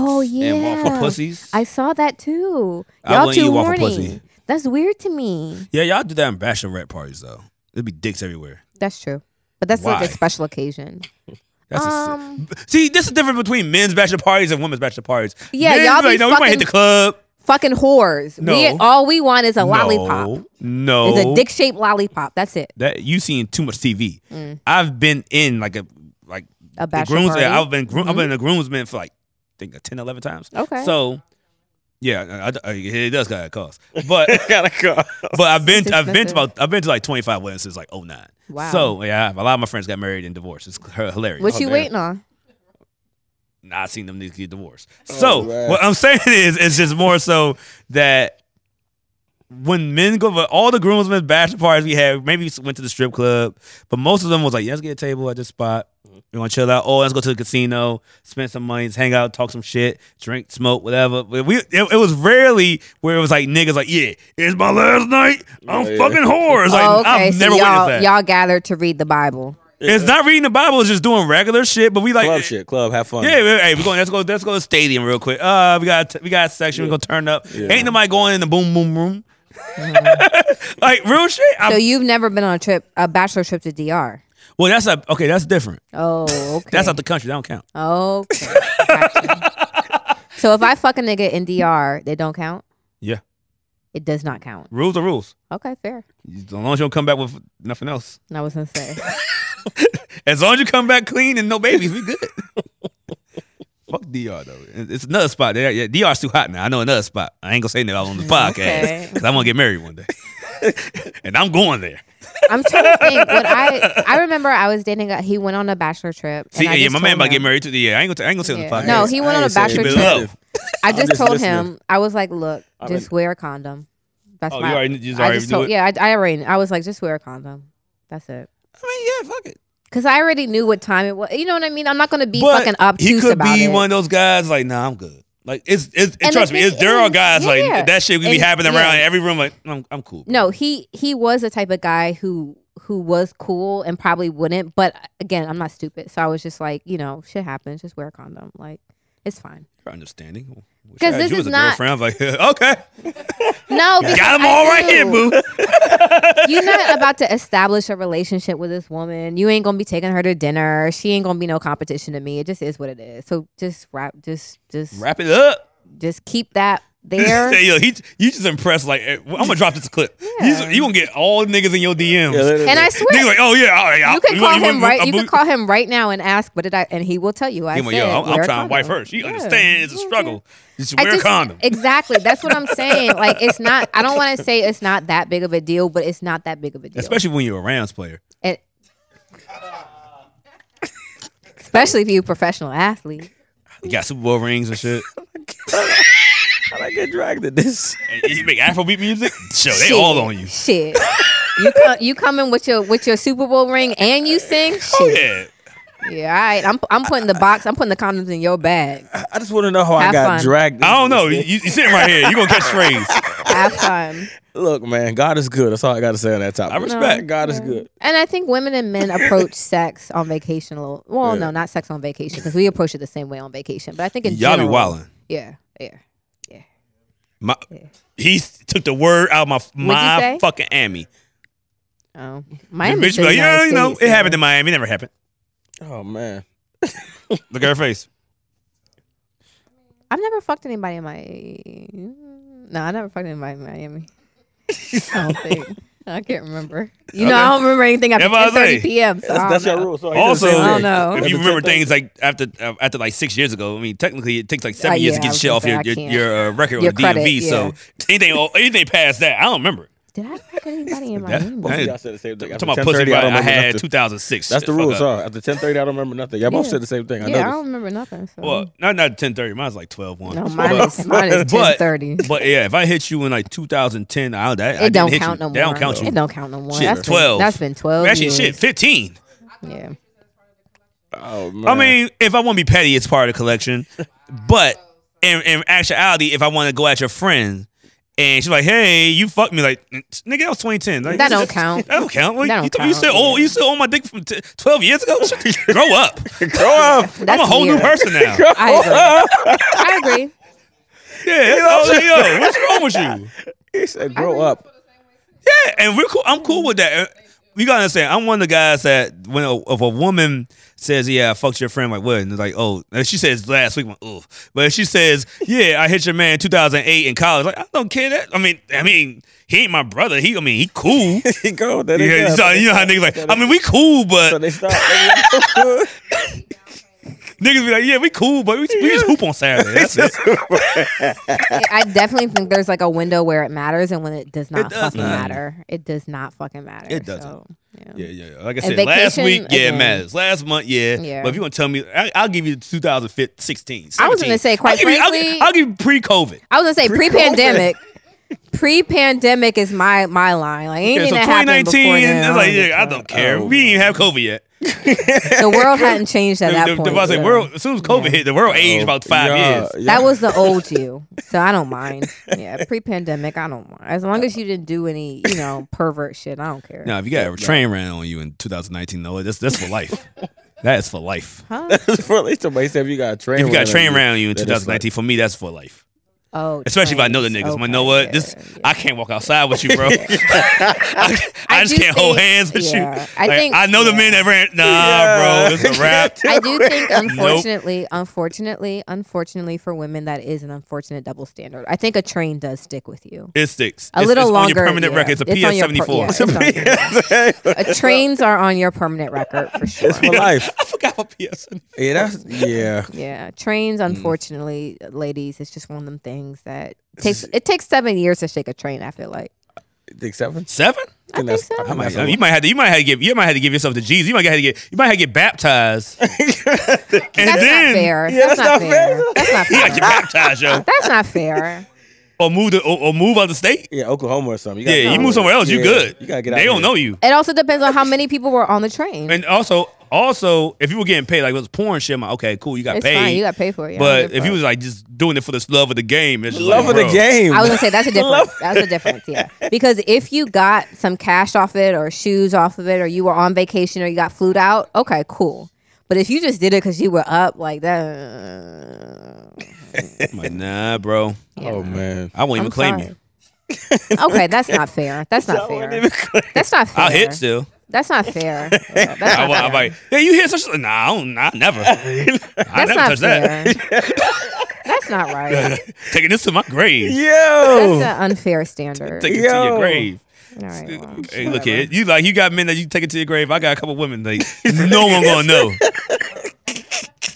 Speaker 2: Hmm. Oh,
Speaker 1: and waffle
Speaker 2: yeah.
Speaker 1: pussies.
Speaker 2: I saw that too.
Speaker 1: I
Speaker 2: Y'all
Speaker 1: wouldn't eat
Speaker 2: too
Speaker 1: waffle
Speaker 2: horny.
Speaker 1: pussy.
Speaker 2: That's weird to me.
Speaker 1: yeah, y'all do that in bachelorette parties though. There'd be dicks everywhere.
Speaker 2: That's true. But that's
Speaker 1: Why?
Speaker 2: like a special occasion.
Speaker 1: That's a
Speaker 2: Um,
Speaker 1: <laughs> sick. See, this is the difference between men's bachelor parties and women's bachelor parties.
Speaker 2: Yeah,
Speaker 1: Men's
Speaker 2: y'all
Speaker 1: be like,
Speaker 2: be
Speaker 1: no, we might hit the
Speaker 2: fucking-
Speaker 1: club.
Speaker 2: Fucking whores. We,
Speaker 1: No.
Speaker 2: all we want is a lollipop.
Speaker 1: No, no.
Speaker 2: It's a dick shaped lollipop. That's it.
Speaker 1: that you seen too much TV.
Speaker 2: Mm.
Speaker 1: I've been in like a like
Speaker 2: A
Speaker 1: the
Speaker 2: bachelor
Speaker 1: grooms.
Speaker 2: party. Mm-hmm.
Speaker 1: uh, I've been groom, I've been a groomsman for like I think 10, 11 times.
Speaker 2: Okay.
Speaker 1: So Yeah, I, I, it does got a cost, but
Speaker 2: <laughs>
Speaker 3: Gotta go.
Speaker 1: but I've been
Speaker 2: It's
Speaker 1: I've been to
Speaker 2: expensive.
Speaker 1: about I've been to like 25 weddings since like 09.
Speaker 2: Wow.
Speaker 1: So yeah, a lot of my friends got married and divorced. It's h- hilarious.
Speaker 2: What
Speaker 3: Oh,
Speaker 2: you
Speaker 3: damn.
Speaker 2: waiting on?
Speaker 1: Nah, I seen them niggas get divorced. So
Speaker 3: Oh, man.
Speaker 1: what I'm saying <laughs> is, it's just more so that when men go for all the groomsmen bachelor parties we had, maybe we went to the strip club, but most of them was like, yeah, let's get a table at this spot.
Speaker 3: Mm-hmm.
Speaker 1: We want to chill out. Oh, let's go to the casino, spend some money, just hang out, talk some shit, drink, smoke, whatever. But we it, it was rarely where it was like niggas like, yeah, it's my last night. I'm
Speaker 3: Yeah, yeah.
Speaker 1: fucking whore. It's like
Speaker 2: oh, okay.
Speaker 1: I've
Speaker 2: so
Speaker 1: never
Speaker 2: y'all,
Speaker 1: witnessed that.
Speaker 2: y'all gathered to read the Bible.
Speaker 1: It's not reading the Bible. It's just doing regular shit. But we like
Speaker 3: Club shit. Club. Have fun.
Speaker 1: yeah, we- hey, we're going. Let's go. Let's go to the stadium real quick. Uh, we got we got a section. We're gonna turn up. Ain't nobody going in the boom boom room. <laughs> like real shit.
Speaker 2: So
Speaker 1: I,
Speaker 2: you've never been on a trip, a bachelor trip to DR.
Speaker 1: well, that's a okay. That's different.
Speaker 2: Oh, okay.
Speaker 1: That's out the country. That don't count.
Speaker 2: Okay.
Speaker 1: <laughs>
Speaker 2: Gotcha. so if I fuck a nigga in DR, they don't count.
Speaker 1: Yeah,
Speaker 2: It does not count.
Speaker 1: rules are rules.
Speaker 2: Okay, fair.
Speaker 1: As long as you don't come back with nothing else.
Speaker 2: I was
Speaker 1: <laughs>
Speaker 2: gonna say.
Speaker 1: As long as you come back clean and no babies, we good. <laughs> Fuck DR though. It- It's another spot. There, yeah, DR's too hot now. I know another spot. I ain't gonna say nothing on the podcast
Speaker 2: <laughs> Okay.
Speaker 1: because I'm gonna get married one day, <laughs> and I'm going there.
Speaker 2: I'm trying to think. When I I remember I was dating. A, he went on a bachelor trip. and
Speaker 1: See,
Speaker 2: I
Speaker 1: yeah,
Speaker 2: just
Speaker 1: my man
Speaker 2: told
Speaker 1: about to get
Speaker 2: him-
Speaker 1: married too. Yeah, I ain't gonna, I ain't gonna say
Speaker 2: Yeah.
Speaker 1: on the podcast.
Speaker 2: No, he went on a bachelor
Speaker 1: trip.
Speaker 2: I
Speaker 3: I'm
Speaker 2: just,
Speaker 3: just
Speaker 2: told
Speaker 3: listening.
Speaker 2: him. I was like, look,
Speaker 3: I
Speaker 2: just
Speaker 3: mean-
Speaker 2: wear a condom. That's
Speaker 1: Oh,
Speaker 2: my.
Speaker 1: you already, you
Speaker 2: I
Speaker 1: already
Speaker 2: just
Speaker 1: knew
Speaker 2: told.
Speaker 1: it?
Speaker 2: Yeah, I, I already. I was like, just wear a condom. That's it.
Speaker 1: I mean, yeah, fuck it.
Speaker 2: Because I already knew what time it was. You know what I mean? I'm not going to be
Speaker 1: But
Speaker 2: fucking obtuse
Speaker 1: he could
Speaker 2: about
Speaker 1: be
Speaker 2: it.
Speaker 1: one of those guys like, nah, I'm good. Like it's, it's
Speaker 2: And
Speaker 1: trust
Speaker 2: the
Speaker 1: me,
Speaker 2: thing
Speaker 1: it's, there are
Speaker 2: is-
Speaker 1: guys
Speaker 2: yeah.
Speaker 1: like that shit we be
Speaker 2: And-
Speaker 1: happening around
Speaker 2: yeah.
Speaker 1: every room. Like I'm, I'm cool.
Speaker 2: no, he he was the type of guy who who was cool and probably wouldn't. But uh, again, I'm not stupid, so I was just like, you know, shit happens. Just wear a condom. Like,
Speaker 1: <laughs>
Speaker 2: it's fine.
Speaker 1: You're understanding. Wish I
Speaker 2: 'Cause
Speaker 1: had
Speaker 2: this
Speaker 1: you as
Speaker 2: is
Speaker 1: a
Speaker 2: not-
Speaker 1: girlfriend. I'm like, <laughs> okay,
Speaker 2: No, because
Speaker 1: got them
Speaker 2: I
Speaker 1: all right
Speaker 2: knew.
Speaker 1: here, boo. <laughs>
Speaker 2: You're not about to establish a relationship with this woman. You ain't gonna be taking her to dinner. She ain't gonna be no competition to me. It just is what it is. So just wrap, just just
Speaker 1: Wrap it up. <laughs>
Speaker 2: just keep that there.
Speaker 1: Say, yo, he, you just impressed. Like eh, I'm gonna drop this clip. You, just- you gonna get all the niggas in your DMs.
Speaker 2: and I
Speaker 1: Niggas
Speaker 2: swear,
Speaker 1: like, oh yeah, all right, I'll-
Speaker 2: you can call
Speaker 1: want-
Speaker 2: him
Speaker 1: want-
Speaker 2: right.
Speaker 1: I
Speaker 2: You
Speaker 1: believe-
Speaker 2: can call him right now and ask, "What did I?" And he will tell you. I
Speaker 1: Give him a
Speaker 2: said,
Speaker 1: yo, I'm, I'm
Speaker 2: wear a
Speaker 1: trying to wife
Speaker 2: condom.
Speaker 1: her. She
Speaker 2: Yeah.
Speaker 1: understands it's a
Speaker 2: Yeah,
Speaker 1: struggle. Just
Speaker 2: I
Speaker 1: wear a
Speaker 2: just-
Speaker 1: condom.
Speaker 2: Exactly.
Speaker 1: <laughs>
Speaker 2: That's what I'm saying. Like it's not. I don't want to say it's not that big of a deal, but it's not that big of a deal.
Speaker 1: Especially when you're a Rams player.
Speaker 2: And- especially if you're a professional athlete.
Speaker 1: You got Super Bowl rings and
Speaker 2: <laughs>
Speaker 1: shit.
Speaker 3: I like get dragged to this.
Speaker 1: and you make Afrobeat music? Show, they
Speaker 2: Shit.
Speaker 1: all on you.
Speaker 2: Shit. You come, you coming with your with your Super Bowl ring and you sing? Shit.
Speaker 1: Oh, yeah.
Speaker 2: Yeah, all right. I'm I'm putting the box. I'm putting the condoms in your bag.
Speaker 3: I just want to know how I
Speaker 2: Have
Speaker 3: got
Speaker 2: fun.
Speaker 3: dragged.
Speaker 1: I don't
Speaker 3: into
Speaker 1: know. You,
Speaker 3: this.
Speaker 1: you sitting right here. You're going to catch
Speaker 2: <laughs>
Speaker 1: strays.
Speaker 2: Have fun.
Speaker 3: Look, man, God is good. That's all I got to say on that topic.
Speaker 1: I respect.
Speaker 3: God is good.
Speaker 2: And I think women and men approach sex on vacation a little. Well, no, not sex on vacation because we approach it the same way on vacation. But I think in
Speaker 1: Y'all be
Speaker 2: general-
Speaker 1: wildin'.
Speaker 2: Yeah, yeah.
Speaker 1: My, he s- took the word out of my, my
Speaker 2: say?
Speaker 1: fucking Emmy.
Speaker 2: Oh,
Speaker 1: <laughs> The
Speaker 2: Miami.
Speaker 1: bitch be like, yeah, you know, it happened in Miami. It never happened.
Speaker 3: Oh man,
Speaker 1: Look at her face.
Speaker 2: I've never fucked anybody in Miami. No, I never fucked anybody
Speaker 1: <laughs>
Speaker 2: in Miami. I don't think. I can't remember. You know, I don't remember anything after
Speaker 1: That's what I say.
Speaker 2: 10:30 p.m. So I don't
Speaker 3: that's, that's
Speaker 2: know.
Speaker 3: your rule. So I
Speaker 1: Also,
Speaker 3: hear the same
Speaker 2: I
Speaker 3: thing.
Speaker 2: don't
Speaker 1: if
Speaker 2: know.
Speaker 1: you
Speaker 3: After
Speaker 1: remember
Speaker 3: 10:30.
Speaker 1: things like after uh, after like six years ago, I mean, technically it takes like seven
Speaker 2: Uh,
Speaker 1: years to
Speaker 2: yeah, I
Speaker 1: get
Speaker 2: was
Speaker 1: shit
Speaker 2: gonna
Speaker 1: off
Speaker 2: say,
Speaker 1: your
Speaker 2: I
Speaker 1: your,
Speaker 2: can't.
Speaker 1: your uh, record
Speaker 2: Your
Speaker 1: on the DMV.
Speaker 2: credit,
Speaker 1: So
Speaker 2: yeah.
Speaker 1: anything anything past that, I don't remember. it.
Speaker 2: Did I fuck anybody in
Speaker 1: <laughs> That-
Speaker 2: Miami?
Speaker 3: Both of
Speaker 1: Hey,
Speaker 3: y'all said the same thing.
Speaker 1: I'm
Speaker 3: After
Speaker 1: talking about pussy.
Speaker 3: 10:30,
Speaker 1: I,
Speaker 3: don't remember
Speaker 1: had
Speaker 3: nothing.
Speaker 1: 2006.
Speaker 3: That's the
Speaker 1: Fuck
Speaker 3: rule.
Speaker 1: up.
Speaker 3: So after ten thirty, I don't remember nothing. Y'all both
Speaker 2: Yeah.
Speaker 3: said the same thing. I
Speaker 2: yeah, I
Speaker 3: know.
Speaker 2: don't remember nothing. So.
Speaker 1: Well, not not ten thirty. Mine's like 12 1.
Speaker 2: Mm-hmm. no, mine is mine is ten
Speaker 1: <laughs> But-
Speaker 2: thirty.
Speaker 1: But yeah, if I hit you in like 2010, I, that, I
Speaker 2: It
Speaker 1: didn't
Speaker 2: don't
Speaker 1: hit
Speaker 2: count
Speaker 1: you.
Speaker 2: no more.
Speaker 1: That don't count you.
Speaker 2: It don't count no more.
Speaker 1: Shit,
Speaker 2: That's been-
Speaker 1: 12.
Speaker 2: that's been twelve.
Speaker 1: Actually,
Speaker 2: years.
Speaker 1: shit, 15.
Speaker 2: Yeah.
Speaker 3: Oh man.
Speaker 1: I mean, if I want to be petty, it's part of the collection. But in, in actuality, if I want to go at your friend and she's like, "Hey, you fucked me," like, nigga, that was 2010. Like,
Speaker 2: That don't
Speaker 1: that's-
Speaker 2: count.
Speaker 1: That don't count. Like,
Speaker 2: That don't
Speaker 1: you, th- you
Speaker 2: count,
Speaker 1: still old.
Speaker 2: yeah.
Speaker 1: You still own my dick from t- 12 years
Speaker 2: <laughs>
Speaker 1: ago. Shit, Grow up.
Speaker 3: <laughs> grow up.
Speaker 2: That's
Speaker 1: I'm a whole
Speaker 2: weird.
Speaker 1: new person
Speaker 2: <laughs>
Speaker 1: now.
Speaker 2: I agree. I
Speaker 1: <laughs>
Speaker 2: agree.
Speaker 1: yeah, that's all- yo, what's wrong with you?
Speaker 3: He said, "Grow up."
Speaker 1: Yeah, and we're cool. I'm cool with that. Uh, You gotta understand. I'm one of the guys that when a, if a woman says, "Yeah, I fucked your friend," like what? And it's like, "Oh," and she says last week, like, "Oof," but if she says, "Yeah, I hit your man in 2008 in college," like I don't care that. I mean, I mean, he ain't my brother. He, I mean, he cool.
Speaker 3: He go. There <laughs> they
Speaker 1: yeah, <laughs>
Speaker 3: go.
Speaker 1: so, you know how niggas like. I mean, we cool,
Speaker 3: So
Speaker 1: but
Speaker 3: they stop.
Speaker 1: Niggas be like, yeah, we cool, but we, we just hoop on Saturday. That's
Speaker 3: <laughs>
Speaker 1: it.
Speaker 2: I definitely think there's like a window where it matters and when it does not
Speaker 1: does
Speaker 2: fucking
Speaker 1: not.
Speaker 2: matter. It does not fucking matter.
Speaker 1: It doesn't.
Speaker 2: So, yeah.
Speaker 1: Yeah, yeah. yeah. Like I
Speaker 2: And
Speaker 1: said, last
Speaker 2: vacation,
Speaker 1: week, yeah,
Speaker 2: again.
Speaker 1: it matters. Last month, yeah.
Speaker 2: Yeah.
Speaker 1: But if you want to tell me, I, I'll give you 2016.
Speaker 2: I was gonna
Speaker 1: 17.
Speaker 2: say, quite
Speaker 1: I'll give you- I'll give-
Speaker 2: frankly-
Speaker 1: I'll give you pre COVID.
Speaker 2: I was gonna say pre-pandemic. Pre-pandemic is my my line. Like
Speaker 1: Yeah,
Speaker 2: anything
Speaker 1: so
Speaker 2: that happened before
Speaker 1: 2019,
Speaker 2: then,
Speaker 1: it's like, yeah, I don't care.
Speaker 3: Oh.
Speaker 1: we didn't even have COVID yet.
Speaker 2: The world hadn't changed at that
Speaker 1: the, the,
Speaker 2: point.
Speaker 1: I was like,
Speaker 2: yeah.
Speaker 1: world, as soon as COVID hit, the world aged about five
Speaker 3: <laughs>
Speaker 1: years.
Speaker 2: That was the old you, so I
Speaker 1: <laughs>
Speaker 2: don't mind. Yeah, pre-pandemic, I don't mind. As long as you didn't do any, you know, pervert shit, I don't care.
Speaker 1: Now, if you got a train ran on you in 2019, though, that's, that's for
Speaker 2: <laughs>
Speaker 1: life. that is for life.
Speaker 2: Huh?
Speaker 3: for least somebody said if you got a train.
Speaker 1: If you got a
Speaker 3: running
Speaker 1: train
Speaker 3: on
Speaker 1: ran on you in
Speaker 3: that is
Speaker 1: 2019, for me, that's for life.
Speaker 2: Oh,
Speaker 1: <laughs> Especially if I know the
Speaker 2: trains.
Speaker 1: niggas. I'm like,
Speaker 2: Okay,
Speaker 1: you know what? This
Speaker 2: yeah, yeah.
Speaker 1: I can't walk outside with
Speaker 2: <laughs>
Speaker 1: you, bro. <laughs> I, I just
Speaker 2: do
Speaker 1: can't hold
Speaker 2: think-
Speaker 1: hands with
Speaker 2: yeah.
Speaker 1: you.
Speaker 2: I
Speaker 1: Like,
Speaker 2: think-
Speaker 1: I know the
Speaker 2: yeah.
Speaker 1: men that ran. Nah,
Speaker 2: <laughs>
Speaker 3: Yeah.
Speaker 1: bro, it's a wrap.
Speaker 2: I do think, unfortunately, unfortunately, unfortunately for women, that is an unfortunate double standard. I think a train does stick with you
Speaker 1: It sticks.
Speaker 2: a
Speaker 1: it's,
Speaker 2: little
Speaker 1: it's
Speaker 2: longer.
Speaker 1: On your permanent
Speaker 2: yeah.
Speaker 1: record. It's a
Speaker 2: on your per-
Speaker 1: PS74.
Speaker 2: yeah, it's on your- Uh, trains are on your permanent record for sure.
Speaker 1: <laughs>
Speaker 3: For life.
Speaker 1: <laughs> I forgot what PS74.
Speaker 3: Yeah, <laughs> that's yeah.
Speaker 2: Yeah,
Speaker 1: Mm.
Speaker 2: trains. Unfortunately, ladies, it's just one of them things that takes. It takes seven years to shake a train. I feel like.
Speaker 3: Think seven?
Speaker 1: Seven?
Speaker 2: I think so.
Speaker 1: I might, you might have to. You might have to give. You might have to give yourself the G's. You might have to get. You might have to get
Speaker 3: <laughs>
Speaker 1: baptized. and
Speaker 2: That's
Speaker 1: then
Speaker 2: not fair.
Speaker 3: Yeah,
Speaker 2: that's, not fair. That's not
Speaker 1: <laughs> You got to get
Speaker 2: fair.
Speaker 1: baptized, yo,
Speaker 2: that's not fair.
Speaker 1: or move to, or, or move out of the state.
Speaker 3: Yeah, Oklahoma or something.
Speaker 1: Yeah,
Speaker 3: gotta
Speaker 1: you
Speaker 3: go.
Speaker 1: move somewhere else. You
Speaker 3: Yeah,
Speaker 1: good.
Speaker 3: You gotta get out.
Speaker 1: They
Speaker 3: of
Speaker 1: don't
Speaker 3: here.
Speaker 1: know you.
Speaker 2: It also depends on how many people were on the train.
Speaker 1: And also, also, if you were getting paid, like it was porn shit, I'm like, okay, cool, you got
Speaker 2: It's
Speaker 1: paid.
Speaker 2: fine. You got paid for it. Yeah, I don't
Speaker 1: but
Speaker 2: give a
Speaker 1: if you
Speaker 2: fuck.
Speaker 1: was like just doing it for the love of the game, it's just
Speaker 3: Love
Speaker 1: like,
Speaker 3: of the
Speaker 1: bro,
Speaker 3: game. <laughs>
Speaker 2: I was gonna say that's a difference. That's a difference, yeah. Because if you got some cash off it, or shoes off of it, or you were on vacation, or you got flued out, okay, cool. But if you just did it because you were up, like that,
Speaker 1: I'm like, nah, bro,
Speaker 3: Oh man.
Speaker 1: I won't even
Speaker 2: I'm
Speaker 1: claim
Speaker 2: sorry.
Speaker 1: you.
Speaker 2: okay, that's not
Speaker 1: <laughs>
Speaker 2: fair. That's not fair. That's not fair.
Speaker 1: I'll hit still.
Speaker 2: That's not fair.
Speaker 1: <laughs>
Speaker 2: Yeah, That's not
Speaker 1: I,
Speaker 2: fair.
Speaker 1: am like, yeah, you hit such? Nah, I don't, I
Speaker 3: <laughs>
Speaker 1: never. I
Speaker 2: That's
Speaker 1: never
Speaker 2: not
Speaker 1: touch that.
Speaker 2: fair. That's not right.
Speaker 1: <laughs> Taking this to my grave.
Speaker 2: That's
Speaker 3: Yo.
Speaker 2: an unfair standard.
Speaker 1: Take it to your
Speaker 3: Yo.
Speaker 1: grave.
Speaker 2: All right, well,
Speaker 1: Hey, look at you. Like you got men that you take it to your grave. I got a couple women.
Speaker 3: <laughs>
Speaker 1: Like no one gonna know.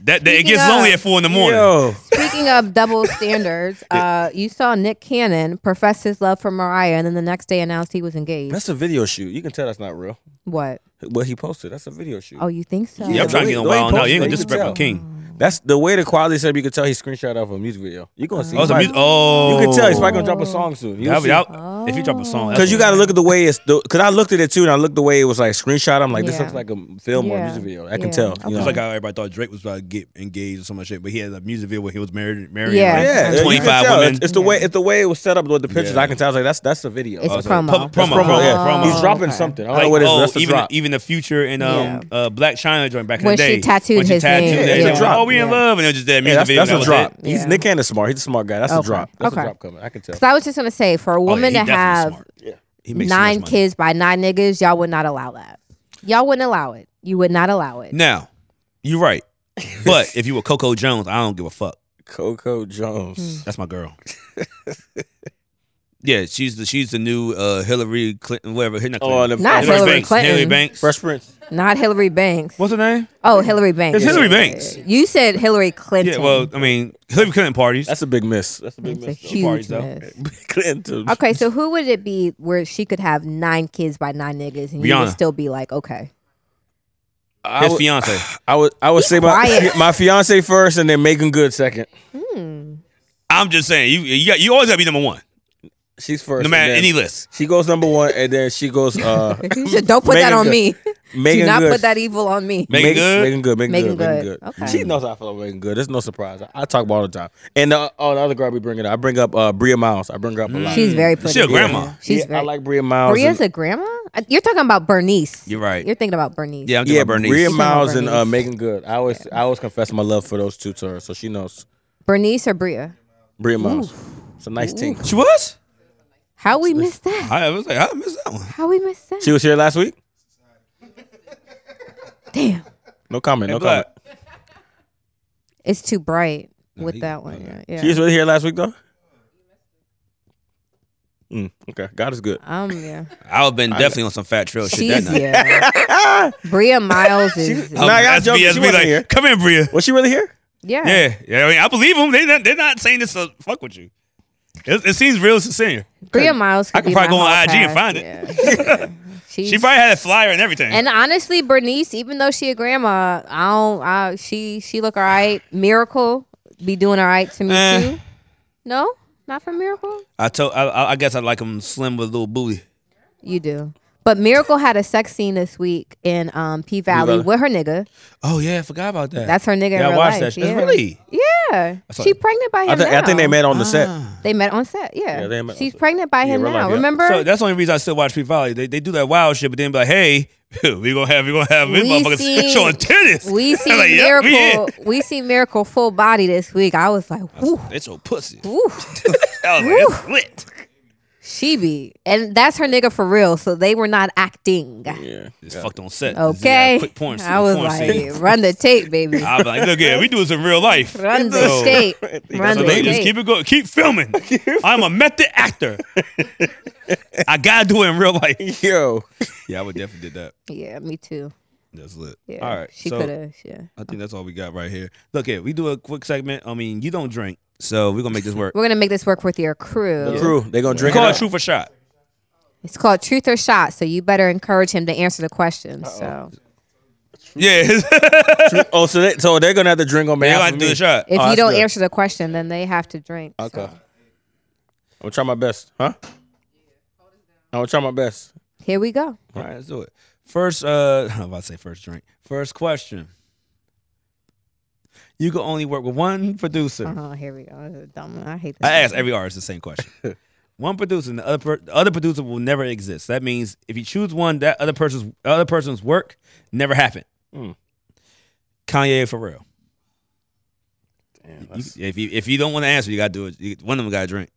Speaker 1: That, that it
Speaker 2: Speaking
Speaker 1: gets lonely
Speaker 2: of-
Speaker 1: at four in the morning.
Speaker 3: Yo.
Speaker 2: Speaking of double standards, uh, you saw Nick Cannon profess his love for Mariah, and then the next day announced he was engaged.
Speaker 3: That's a video shoot. You can tell that's not real.
Speaker 2: what?
Speaker 3: What he posted. That's a video shoot.
Speaker 2: Oh, you think so?
Speaker 1: Yeah, I'm trying to get on
Speaker 3: The way he
Speaker 1: wild now. You
Speaker 3: posted
Speaker 1: ain't
Speaker 3: it,
Speaker 1: gonna
Speaker 3: you
Speaker 1: disrespect my
Speaker 3: can tell.
Speaker 1: king.
Speaker 3: That's the way the quality said. You could tell he screenshot off a music video. You gonna see.
Speaker 1: Oh, it's a
Speaker 3: Mike.
Speaker 1: mu- oh.
Speaker 3: You can tell he's probably gonna drop a song soon.
Speaker 1: That'll be out- If you drop a song,
Speaker 3: Because you got to look at the way it's. Because I looked at it too, and I looked the way it was like screenshot. I'm like, this
Speaker 2: Yeah.
Speaker 3: looks like a film or
Speaker 2: Yeah.
Speaker 3: music video. I
Speaker 2: Yeah.
Speaker 3: can tell.
Speaker 2: Okay.
Speaker 3: You know?
Speaker 1: It's like how everybody thought Drake was about to get engaged or so much shit, but he had a music video where he was married, married
Speaker 2: Yeah.
Speaker 1: like
Speaker 3: yeah, you can
Speaker 1: 25
Speaker 3: tell.
Speaker 1: women.
Speaker 3: It's, it's the way it's the way it was set up with the pictures.
Speaker 1: Yeah.
Speaker 3: I can tell. I was like, that's that's the video.
Speaker 2: It's
Speaker 3: I
Speaker 2: a
Speaker 3: was like,
Speaker 2: promo.
Speaker 1: pub- Oh, promo,
Speaker 3: promo, yeah.
Speaker 1: promo.
Speaker 3: He's dropping
Speaker 2: okay.
Speaker 3: something. I don't
Speaker 1: Like,
Speaker 3: know what it is. but
Speaker 1: oh,
Speaker 3: that's the
Speaker 1: even
Speaker 3: drop.
Speaker 1: even the future and um uh, Black China joint back in
Speaker 2: When
Speaker 1: the
Speaker 2: she
Speaker 1: day
Speaker 2: tattooed
Speaker 1: when she
Speaker 2: his
Speaker 1: tattooed
Speaker 2: name.
Speaker 1: that,
Speaker 3: Yeah.
Speaker 1: it was like,
Speaker 3: Yeah.
Speaker 1: oh we in
Speaker 2: Yeah.
Speaker 1: love and it was just that music
Speaker 3: yeah, that's,
Speaker 1: video
Speaker 3: that's
Speaker 1: and
Speaker 3: a
Speaker 1: that was
Speaker 3: drop.
Speaker 1: it. Oh,
Speaker 2: it.
Speaker 3: He's
Speaker 2: Yeah.
Speaker 3: Nick Cannon's smart. He's a smart guy. That's a
Speaker 2: Okay.
Speaker 3: drop. That's
Speaker 2: Okay.
Speaker 3: a drop coming. I can tell.
Speaker 2: Because I was just gonna say, for a
Speaker 1: Oh, yeah,
Speaker 2: woman
Speaker 1: he
Speaker 2: to
Speaker 1: definitely
Speaker 2: have
Speaker 1: smart. He makes so much
Speaker 2: nine
Speaker 1: money.
Speaker 2: kids by nine niggas, y'all would not allow that. Y'all wouldn't allow it. You would not allow it.
Speaker 1: Now, you're right, but if you were Coco Jones, I don't give a fuck.
Speaker 3: Coco
Speaker 2: Hmm.
Speaker 3: Jones.
Speaker 1: That's my
Speaker 3: <laughs>
Speaker 1: girl. yeah, she's the she's the new uh, Hillary Clinton, whatever. Hillary
Speaker 3: Oh, the
Speaker 1: Clinton.
Speaker 2: Not
Speaker 3: Fresh
Speaker 2: Hillary
Speaker 1: Banks.
Speaker 2: Clinton.
Speaker 1: Hillary Banks.
Speaker 3: Fresh Prince.
Speaker 2: Not Hillary Banks.
Speaker 1: What's her name?
Speaker 2: Oh, Hillary Banks.
Speaker 1: It's Hillary Banks.
Speaker 2: You said Hillary Clinton.
Speaker 1: Yeah, well, I mean, Hillary Clinton parties.
Speaker 3: That's a big miss. That's a big
Speaker 2: it's a
Speaker 3: miss. though.
Speaker 2: huge
Speaker 1: parties, though.
Speaker 3: <laughs>
Speaker 2: miss.
Speaker 3: Clinton.
Speaker 2: Okay, so who would it be where she could have nine kids by nine niggas and you would
Speaker 1: Rihanna.
Speaker 2: still be like, okay,
Speaker 3: I
Speaker 1: His
Speaker 3: would, <sighs>
Speaker 1: fiance.
Speaker 3: I would I would say my,
Speaker 2: quiet.
Speaker 3: my fiance first, and then Megan Good second.
Speaker 2: Hmm.
Speaker 1: I'm just saying, you you, got, you always gotta be number one,
Speaker 3: She's first.
Speaker 1: no
Speaker 3: and
Speaker 1: matter
Speaker 3: then-
Speaker 1: any list.
Speaker 3: She goes number one, and then she goes. uh
Speaker 2: <laughs> You should- don't put that
Speaker 3: Megan
Speaker 2: on
Speaker 3: Good.
Speaker 2: me. Do
Speaker 3: Megan
Speaker 2: not
Speaker 3: Good.
Speaker 2: put that evil on me.
Speaker 1: Megan Good?
Speaker 3: Megan Good. Megan,
Speaker 2: Megan
Speaker 3: Good. Megan
Speaker 2: Good.
Speaker 3: Good.
Speaker 2: Okay.
Speaker 3: She knows how I feel about Megan Good. It's no surprise. I, I talk about her all the time. And the, oh, the other girl we bring it up. I bring up uh, Bria Miles. I bring her up a lot.
Speaker 2: She's very pretty.
Speaker 1: She a Mm. grandma.
Speaker 2: She's
Speaker 3: yeah,
Speaker 2: very.
Speaker 3: I like Bria Miles.
Speaker 2: Bria's
Speaker 3: and,
Speaker 2: a grandma. Uh, You're talking about Bernice.
Speaker 1: You're right.
Speaker 2: You're thinking about Bernice.
Speaker 1: yeah, I'm
Speaker 3: yeah,
Speaker 1: yeah, Bernice.
Speaker 3: Bria
Speaker 2: She's talking about
Speaker 3: Miles and uh,
Speaker 2: Bernice.
Speaker 3: Megan Good. I always I always confess my love for those two to her, so she knows.
Speaker 2: Bernice or Bria?
Speaker 3: Bria Miles. It's a nice team.
Speaker 1: She was.
Speaker 2: How we miss that?
Speaker 1: I was like, I missed that one.
Speaker 2: How we miss that?
Speaker 3: She was here last week.
Speaker 2: Damn,
Speaker 3: No comment. No
Speaker 1: Black.
Speaker 3: comment.
Speaker 2: it's too bright
Speaker 1: No,
Speaker 2: with
Speaker 1: he-
Speaker 2: that one. Yeah.
Speaker 3: She was really here last week though. Mm, okay, God is good.
Speaker 2: Um,
Speaker 1: <laughs>
Speaker 2: yeah.
Speaker 1: I have been definitely on some fat trail shit that
Speaker 2: She's
Speaker 1: night.
Speaker 2: yeah.
Speaker 1: <laughs>
Speaker 2: Bria Miles is
Speaker 1: Um,
Speaker 3: Nah, I got
Speaker 1: SB,
Speaker 3: jokes. She
Speaker 1: SB
Speaker 3: wasn't
Speaker 1: like,
Speaker 3: here.
Speaker 1: come in, Bria.
Speaker 3: Was she really here?
Speaker 2: yeah.
Speaker 1: Yeah, yeah. I mean, I believe them. They not, they're not saying this to fuck with you. It, it seems real sincere.
Speaker 2: Bria Miles. Could
Speaker 1: I could
Speaker 2: be
Speaker 1: probably
Speaker 2: my
Speaker 1: go on
Speaker 2: hall
Speaker 1: IG and
Speaker 2: pass,
Speaker 1: find it.
Speaker 2: yeah. She's,
Speaker 1: She probably had a flyer and everything.
Speaker 2: and honestly, Bernice, even though she a grandma, I don't. I, she she look all right. Miracle be doing all right to me
Speaker 1: Eh.
Speaker 2: too. No, not for Miracle.
Speaker 1: I told. I- I, I guess I like them slim with a little booty.
Speaker 2: You do. But Miracle had a sex scene this week in um, P Valley
Speaker 3: Valley.
Speaker 2: with her nigga.
Speaker 1: Oh yeah, I forgot about that.
Speaker 2: That's her nigga in
Speaker 1: yeah. I
Speaker 2: real
Speaker 1: watched
Speaker 2: life.
Speaker 1: that. shit. That's
Speaker 2: yeah.
Speaker 1: really.
Speaker 2: Yeah.
Speaker 1: saw
Speaker 2: She
Speaker 1: it.
Speaker 2: pregnant by him
Speaker 3: I, thi- I think they
Speaker 2: now.
Speaker 3: met on the set.
Speaker 2: They met on set. Yeah.
Speaker 3: Yeah, they met on
Speaker 2: She's
Speaker 3: set.
Speaker 2: pregnant by
Speaker 3: Yeah,
Speaker 2: him
Speaker 3: real
Speaker 2: now.
Speaker 3: life, yeah.
Speaker 2: Remember?
Speaker 1: So that's the only reason I still watch P Valley. They, they do that wild shit, but then be like, hey, <laughs> we gonna have we gonna have this
Speaker 2: We
Speaker 1: motherfucker
Speaker 2: seen-
Speaker 1: <laughs> showing tennis. <laughs>
Speaker 2: <laughs>
Speaker 3: <laughs>
Speaker 2: we see
Speaker 1: Like, yep, we
Speaker 2: Miracle. we see Miracle full body this week. I was like, whoo,
Speaker 1: It's your pussy. <laughs>
Speaker 3: <laughs>
Speaker 2: whoo,
Speaker 1: I was like, it's lit.
Speaker 2: she be. And that's her nigga for real. So they were not acting.
Speaker 3: Yeah.
Speaker 1: It's fucked on set. This is
Speaker 2: Okay.
Speaker 1: a Quick porn scene.
Speaker 2: I was
Speaker 1: porn
Speaker 2: like,
Speaker 1: scene.
Speaker 2: run the tape, baby.
Speaker 1: <laughs> I was like, look here, we do this in real life.
Speaker 2: Run the
Speaker 1: So-
Speaker 2: tape.
Speaker 1: So
Speaker 2: Run
Speaker 1: <laughs>
Speaker 2: the
Speaker 1: they just keep
Speaker 2: tape.
Speaker 1: it going. Keep
Speaker 2: <laughs>
Speaker 1: filming. I'm a method actor. I gotta do it in real life.
Speaker 3: Yo.
Speaker 1: Yeah, I would definitely did that.
Speaker 2: Yeah, me too.
Speaker 1: That's lit.
Speaker 2: Yeah.
Speaker 1: All right.
Speaker 2: She
Speaker 1: so
Speaker 2: could have. Yeah.
Speaker 1: I think that's all we got right here. Look here, we do a quick segment. I mean, you don't drink, so we're gonna make this work.
Speaker 2: We're gonna make this work with your crew.
Speaker 3: The crew, they gonna
Speaker 1: We
Speaker 3: drink
Speaker 1: call
Speaker 3: it
Speaker 1: it
Speaker 3: up.
Speaker 1: true for shot.
Speaker 2: It's called Truth or Shot, so you better encourage him to answer the question. So
Speaker 1: Yeah. <laughs>
Speaker 3: Oh, so, they, so they're gonna have to drink on
Speaker 1: They
Speaker 3: behalf
Speaker 1: like
Speaker 3: of
Speaker 1: to do
Speaker 3: me.
Speaker 1: the shot.
Speaker 2: if
Speaker 3: Oh,
Speaker 2: you
Speaker 3: that's
Speaker 2: don't
Speaker 3: good.
Speaker 2: answer the question, then they have to drink. so.
Speaker 3: Okay. I'll try my best, huh? I'll try my best.
Speaker 2: Here we go.
Speaker 1: All right, let's do it. First, uh, <laughs> I'm about to say first drink. First question. You can only work with one producer.
Speaker 2: Oh, here we go. This is dumb. I hate this.
Speaker 1: I ask every artist the same question.
Speaker 3: <laughs>
Speaker 1: one producer, and the other per- the other producer will never exist. That means if you choose one, that other person's other person's work never happened.
Speaker 3: Mm.
Speaker 1: Kanye for real.
Speaker 3: Damn,
Speaker 1: You- if you if you don't want to answer, you gotta do it. You, one of them gotta drink.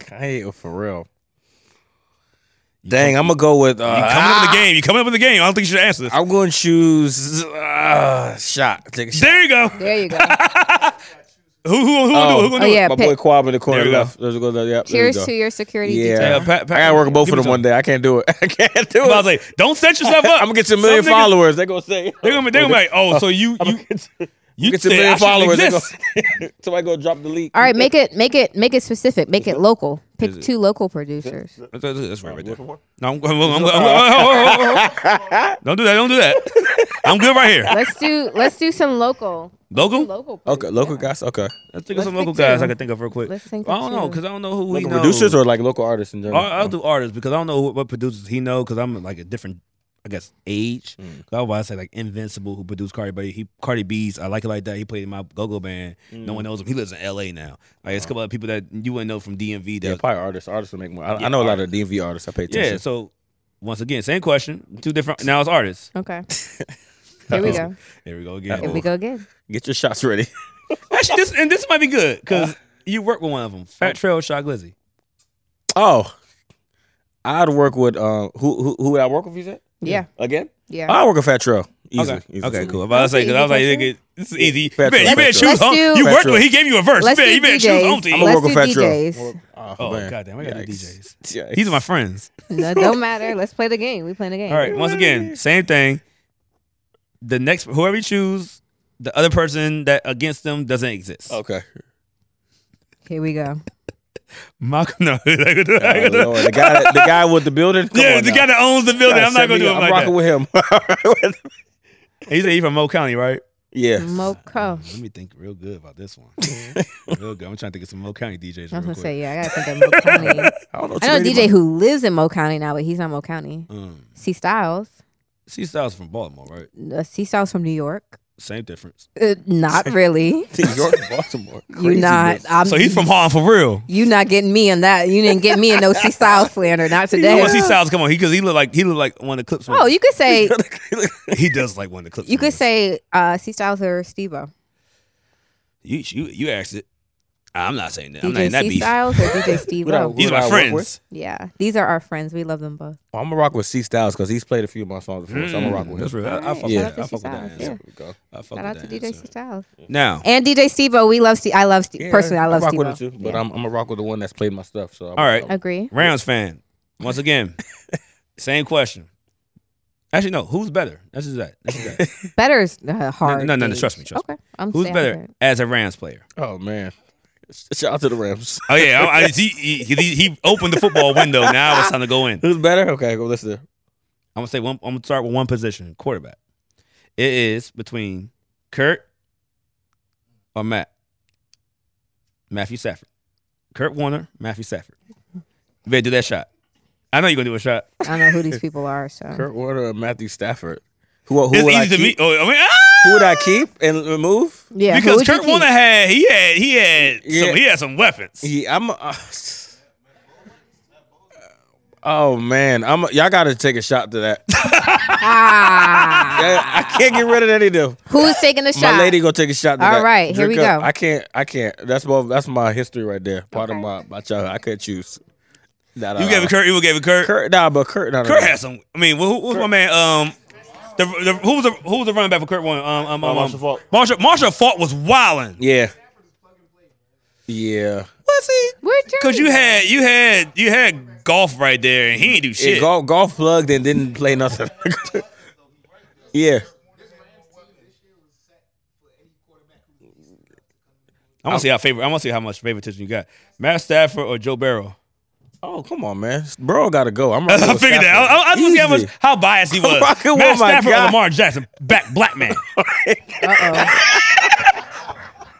Speaker 3: Kanye or Pharrell?
Speaker 1: You
Speaker 3: Dang, I'm gonna go with. Uh,
Speaker 1: come- you coming up
Speaker 2: Ah.
Speaker 1: in the game. You coming up in the game. I don't think you should answer this.
Speaker 3: I'm gonna choose uh, shot. Take a shot.
Speaker 1: <laughs> there you go.
Speaker 2: There you go.
Speaker 1: Who who who gonna do it? Who gonna
Speaker 2: Oh,
Speaker 1: do it?
Speaker 2: yeah,
Speaker 3: my boy
Speaker 2: pick.
Speaker 3: Quab in the corner
Speaker 1: There we go.
Speaker 3: left. There's a good- yeah, there you
Speaker 2: Cheers
Speaker 3: go.
Speaker 2: to your security
Speaker 3: Yeah.
Speaker 2: detail.
Speaker 1: Yeah, Pat- Pat-
Speaker 3: I gotta work both
Speaker 1: give
Speaker 3: of
Speaker 1: me
Speaker 3: them one day. I can't do it. <laughs> I can't do it.
Speaker 1: I was like, don't set yourself up.
Speaker 3: <laughs> I'm gonna get you a million
Speaker 1: Some niggas-
Speaker 3: followers. They gonna say
Speaker 1: They're gonna, be- they're gonna
Speaker 3: <laughs>
Speaker 1: be like, oh, so you you you
Speaker 3: get you
Speaker 1: said
Speaker 3: a
Speaker 1: I
Speaker 3: million
Speaker 1: shouldn't
Speaker 3: followers. They
Speaker 1: exist.
Speaker 3: gonna- <laughs> Somebody gonna drop the leak.
Speaker 2: All right, make it make it make it specific. Make it local. Pick two local producers.
Speaker 1: That's, that's- that's right, right there. No, I'm, <laughs> I'm, I'm, I'm- don't do that. Don't do that. <laughs> I'm good right here.
Speaker 2: Let's do let's do some local
Speaker 1: Local?
Speaker 2: local.
Speaker 3: Okay,
Speaker 2: producers.
Speaker 3: local guys. Okay,
Speaker 1: Let's think of some
Speaker 2: Let's
Speaker 1: local
Speaker 2: pick
Speaker 1: guys
Speaker 2: two.
Speaker 1: I can think of real quick.
Speaker 2: Let's think
Speaker 1: I
Speaker 2: of
Speaker 1: don't know
Speaker 2: two.
Speaker 1: because I don't know who we
Speaker 3: local
Speaker 1: know.
Speaker 3: producers or like local artists in
Speaker 1: I'll,
Speaker 3: general.
Speaker 1: I'll do artists because I don't know what, what producers he know because I'm like a different, I guess, age.
Speaker 3: Mm.
Speaker 1: So I was say like Invincible who produced Cardi B. He Cardi B's I like it like that. He played in my go-go band. No
Speaker 3: Mm.
Speaker 1: one knows him. He lives in L.A. now. Like it's a couple of people that you wouldn't know from DMV. That
Speaker 3: yeah, probably artists. Artists will make more. I, I know a lot of DMV artists. I pay attention.
Speaker 1: Yeah, so once again, same question, two different. Now it's artists.
Speaker 2: Okay. Here we go.
Speaker 1: There we go again.
Speaker 2: Here we go again.
Speaker 3: Get your shots ready. <laughs>
Speaker 1: Actually, this and this might be good because you work with one of them, Uh, Fat Trail Shy Glizzy.
Speaker 3: Oh, I'd work with uh, who? Who, who would I work with? You said
Speaker 2: Yeah.
Speaker 3: again.
Speaker 2: Yeah.
Speaker 1: Ah!
Speaker 3: I work with Fat Trail. Easily.
Speaker 1: Okay,
Speaker 3: easily.
Speaker 1: okay, cool. I was
Speaker 2: Okay,
Speaker 1: like, I was like,
Speaker 2: you
Speaker 1: nigga, this is easy. You
Speaker 3: Fat
Speaker 1: better, you
Speaker 3: Trail,
Speaker 1: better
Speaker 3: Fat Trail.
Speaker 1: choose. Home.
Speaker 2: Let's do-
Speaker 1: You
Speaker 3: Fat
Speaker 1: worked
Speaker 3: Trail.
Speaker 1: with. He gave you a verse. You
Speaker 2: Let's
Speaker 1: better,
Speaker 2: do
Speaker 1: you better choose
Speaker 2: DJs.
Speaker 1: home team.
Speaker 3: I'ma
Speaker 2: Let's
Speaker 3: work
Speaker 2: do
Speaker 3: with Fat Trail.
Speaker 2: DJs.
Speaker 3: Oh,
Speaker 1: Oh
Speaker 3: man.
Speaker 1: goddamn, I gotta do
Speaker 3: <laughs> Yikes.
Speaker 1: DJs. These are my friends.
Speaker 2: No, don't matter. Let's play the game. We playing the game.
Speaker 1: All right, once again, same thing. The next, whoever you choose, the other person that against them doesn't exist.
Speaker 3: Okay.
Speaker 2: Here we go.
Speaker 1: Malcolm, <laughs> no,
Speaker 3: Oh, Lord.
Speaker 1: <laughs>
Speaker 3: The guy, the guy with the building. Come
Speaker 1: yeah,
Speaker 3: on
Speaker 1: the
Speaker 3: now.
Speaker 1: guy that owns the building.
Speaker 3: Gotta
Speaker 1: I'm not
Speaker 3: set
Speaker 1: gonna
Speaker 3: me
Speaker 1: do it
Speaker 3: up.
Speaker 1: like
Speaker 3: I'm
Speaker 1: that.
Speaker 3: rocking with him. <laughs>
Speaker 1: He said he from Mo County, right?
Speaker 3: yeah.
Speaker 2: Moco.
Speaker 1: Let me think real good about this
Speaker 2: <laughs>
Speaker 1: one. real good. I'm trying to think of some Mo County DJs
Speaker 2: I was
Speaker 1: real
Speaker 2: gonna
Speaker 1: quick.
Speaker 2: say, yeah, I gotta think of
Speaker 1: <laughs>
Speaker 2: Mo County.
Speaker 3: I don't know.
Speaker 2: I know a DJ who lives in Mo County now, but he's not Mo County.
Speaker 1: Um,
Speaker 2: C Styles.
Speaker 1: C Styles from Baltimore, right?
Speaker 2: Uh, C Styles from New York.
Speaker 1: Same difference.
Speaker 2: Uh,
Speaker 1: <laughs>
Speaker 2: not really.
Speaker 3: New York,
Speaker 2: <laughs>
Speaker 3: Baltimore.
Speaker 2: you
Speaker 3: Crazy
Speaker 2: not.
Speaker 3: bitch.
Speaker 2: I'm,
Speaker 1: So he's from Harlem for real.
Speaker 2: You not getting me in that. You didn't get me in no C Styles
Speaker 1: <laughs>
Speaker 2: slander. Not
Speaker 1: I
Speaker 2: today.
Speaker 1: want to see Styles come on. He because he look like he look like one of the clips.
Speaker 2: Oh, you
Speaker 1: <laughs>
Speaker 2: could say
Speaker 3: <laughs>
Speaker 1: he does like one of the clips.
Speaker 2: you could
Speaker 1: ones.
Speaker 2: say uh, C Styles or Steve-O.
Speaker 1: you you you asked it. I'm not saying that. I'm not in
Speaker 2: DJ
Speaker 1: that
Speaker 2: C
Speaker 1: beef.
Speaker 2: Styles
Speaker 1: <laughs>
Speaker 2: or DJ Steve
Speaker 3: What I-
Speaker 2: O.
Speaker 1: These are
Speaker 3: I
Speaker 1: my
Speaker 3: work
Speaker 1: friends.
Speaker 3: with.
Speaker 2: Yeah, these are our friends. We love them both.
Speaker 3: I'm gonna rock with C Styles because he's played a few of my songs before, so I'm gonna rock with him.
Speaker 1: That's real. I, I
Speaker 2: Alright,
Speaker 1: fuck
Speaker 2: shout
Speaker 1: with that.
Speaker 2: out
Speaker 1: I fuck with that answer.
Speaker 2: to C-Styles, yeah.
Speaker 3: There we go.
Speaker 1: I fuck
Speaker 2: Shout
Speaker 1: with
Speaker 2: out
Speaker 1: that
Speaker 2: to DJ
Speaker 1: answer.
Speaker 2: C Styles
Speaker 1: Now,
Speaker 2: and DJ Steve O. We love Steve. I love Steve.
Speaker 3: Yeah,
Speaker 2: Personally, I love
Speaker 3: rock
Speaker 2: Steve
Speaker 3: with
Speaker 2: O.
Speaker 3: him too, but
Speaker 2: Yeah.
Speaker 3: I'm, I'm gonna rock with the one that's played my stuff. So all
Speaker 1: All right.
Speaker 2: <laughs> agree.
Speaker 1: Rams fan, once again, same question. Actually, no. Who's better? That's just that. That's just that.
Speaker 2: Better's uh, hard.
Speaker 1: no, no, no,
Speaker 2: gauge.
Speaker 1: trust me, trust
Speaker 2: okay, I'm
Speaker 1: Who's
Speaker 2: saying
Speaker 1: better
Speaker 2: that.
Speaker 1: as a Rams player?
Speaker 3: Oh man, shout out to the Rams. <laughs>
Speaker 1: Oh yeah, I, I, he, he, he he opened the football window. Now it's time to go in.
Speaker 3: Who's better? Okay, go listen.
Speaker 1: I'm gonna say one. I'm gonna start with one position, quarterback. It is between Kurt or Matt. Matthew Safford, Kurt Warner, Matthew Safford. You better do that shot. I know you're gonna do a shot.
Speaker 2: I don't know who these people are. So
Speaker 3: Kurt Warner or Matthew Stafford? Who, who
Speaker 1: it's
Speaker 3: would I
Speaker 1: easy to
Speaker 3: keep?
Speaker 1: meet. Oh, I mean, ah!
Speaker 3: Who would I keep and remove?
Speaker 2: yeah, who
Speaker 1: because
Speaker 2: would you
Speaker 1: Kurt
Speaker 2: keep?
Speaker 1: Warner had he had he had
Speaker 3: Yeah.
Speaker 1: some he had some weapons.
Speaker 3: Yeah, I'm. Uh, oh man, I'm. Y'all got to take a shot to that. <laughs>
Speaker 2: Ah,
Speaker 3: I, I can't get rid of any of them.
Speaker 2: <laughs> who's taking the shot?
Speaker 3: My lady gonna take a shot. To
Speaker 2: All
Speaker 3: that.
Speaker 2: right, here we
Speaker 3: Drink up.
Speaker 2: go.
Speaker 3: I can't. I can't. That's my. That's my history right there. Part of my my childhood. I couldn't choose. Nah, nah,
Speaker 1: You
Speaker 3: nah.
Speaker 1: gave it Kurt. You gave it Kurt. Kurt,
Speaker 3: Kurt. Nah, but Kurt. Nah, nah, nah.
Speaker 1: had some. I mean, who, who was my man? Um, the, the, who was the who was the running back for Kurt Warner? Um, um, um, um,
Speaker 3: Marshall Faulk.
Speaker 1: Marshall, Marshall Faulk was wilding.
Speaker 3: Yeah. Yeah.
Speaker 1: Was he?
Speaker 2: Where'd your-
Speaker 1: Cause you had you had you had golf right there, and he didn't do
Speaker 3: It
Speaker 1: shit.
Speaker 3: golf, golf plugged and didn't play nothing. <laughs> yeah.
Speaker 1: I want to see how favorite. I want to see how much favoritism you got, Matt Stafford or Joe
Speaker 3: <laughs>
Speaker 1: Barrow.
Speaker 3: Oh come on, man. Bro, gotta go. I'm.
Speaker 1: I figured that. I, I, I just see how much how biased
Speaker 3: <laughs>
Speaker 1: he was.
Speaker 3: Rocking with
Speaker 1: Matt
Speaker 3: my
Speaker 1: Stafford or
Speaker 3: guy.
Speaker 1: Lamar Jackson, back black man. <laughs>
Speaker 2: Uh-oh.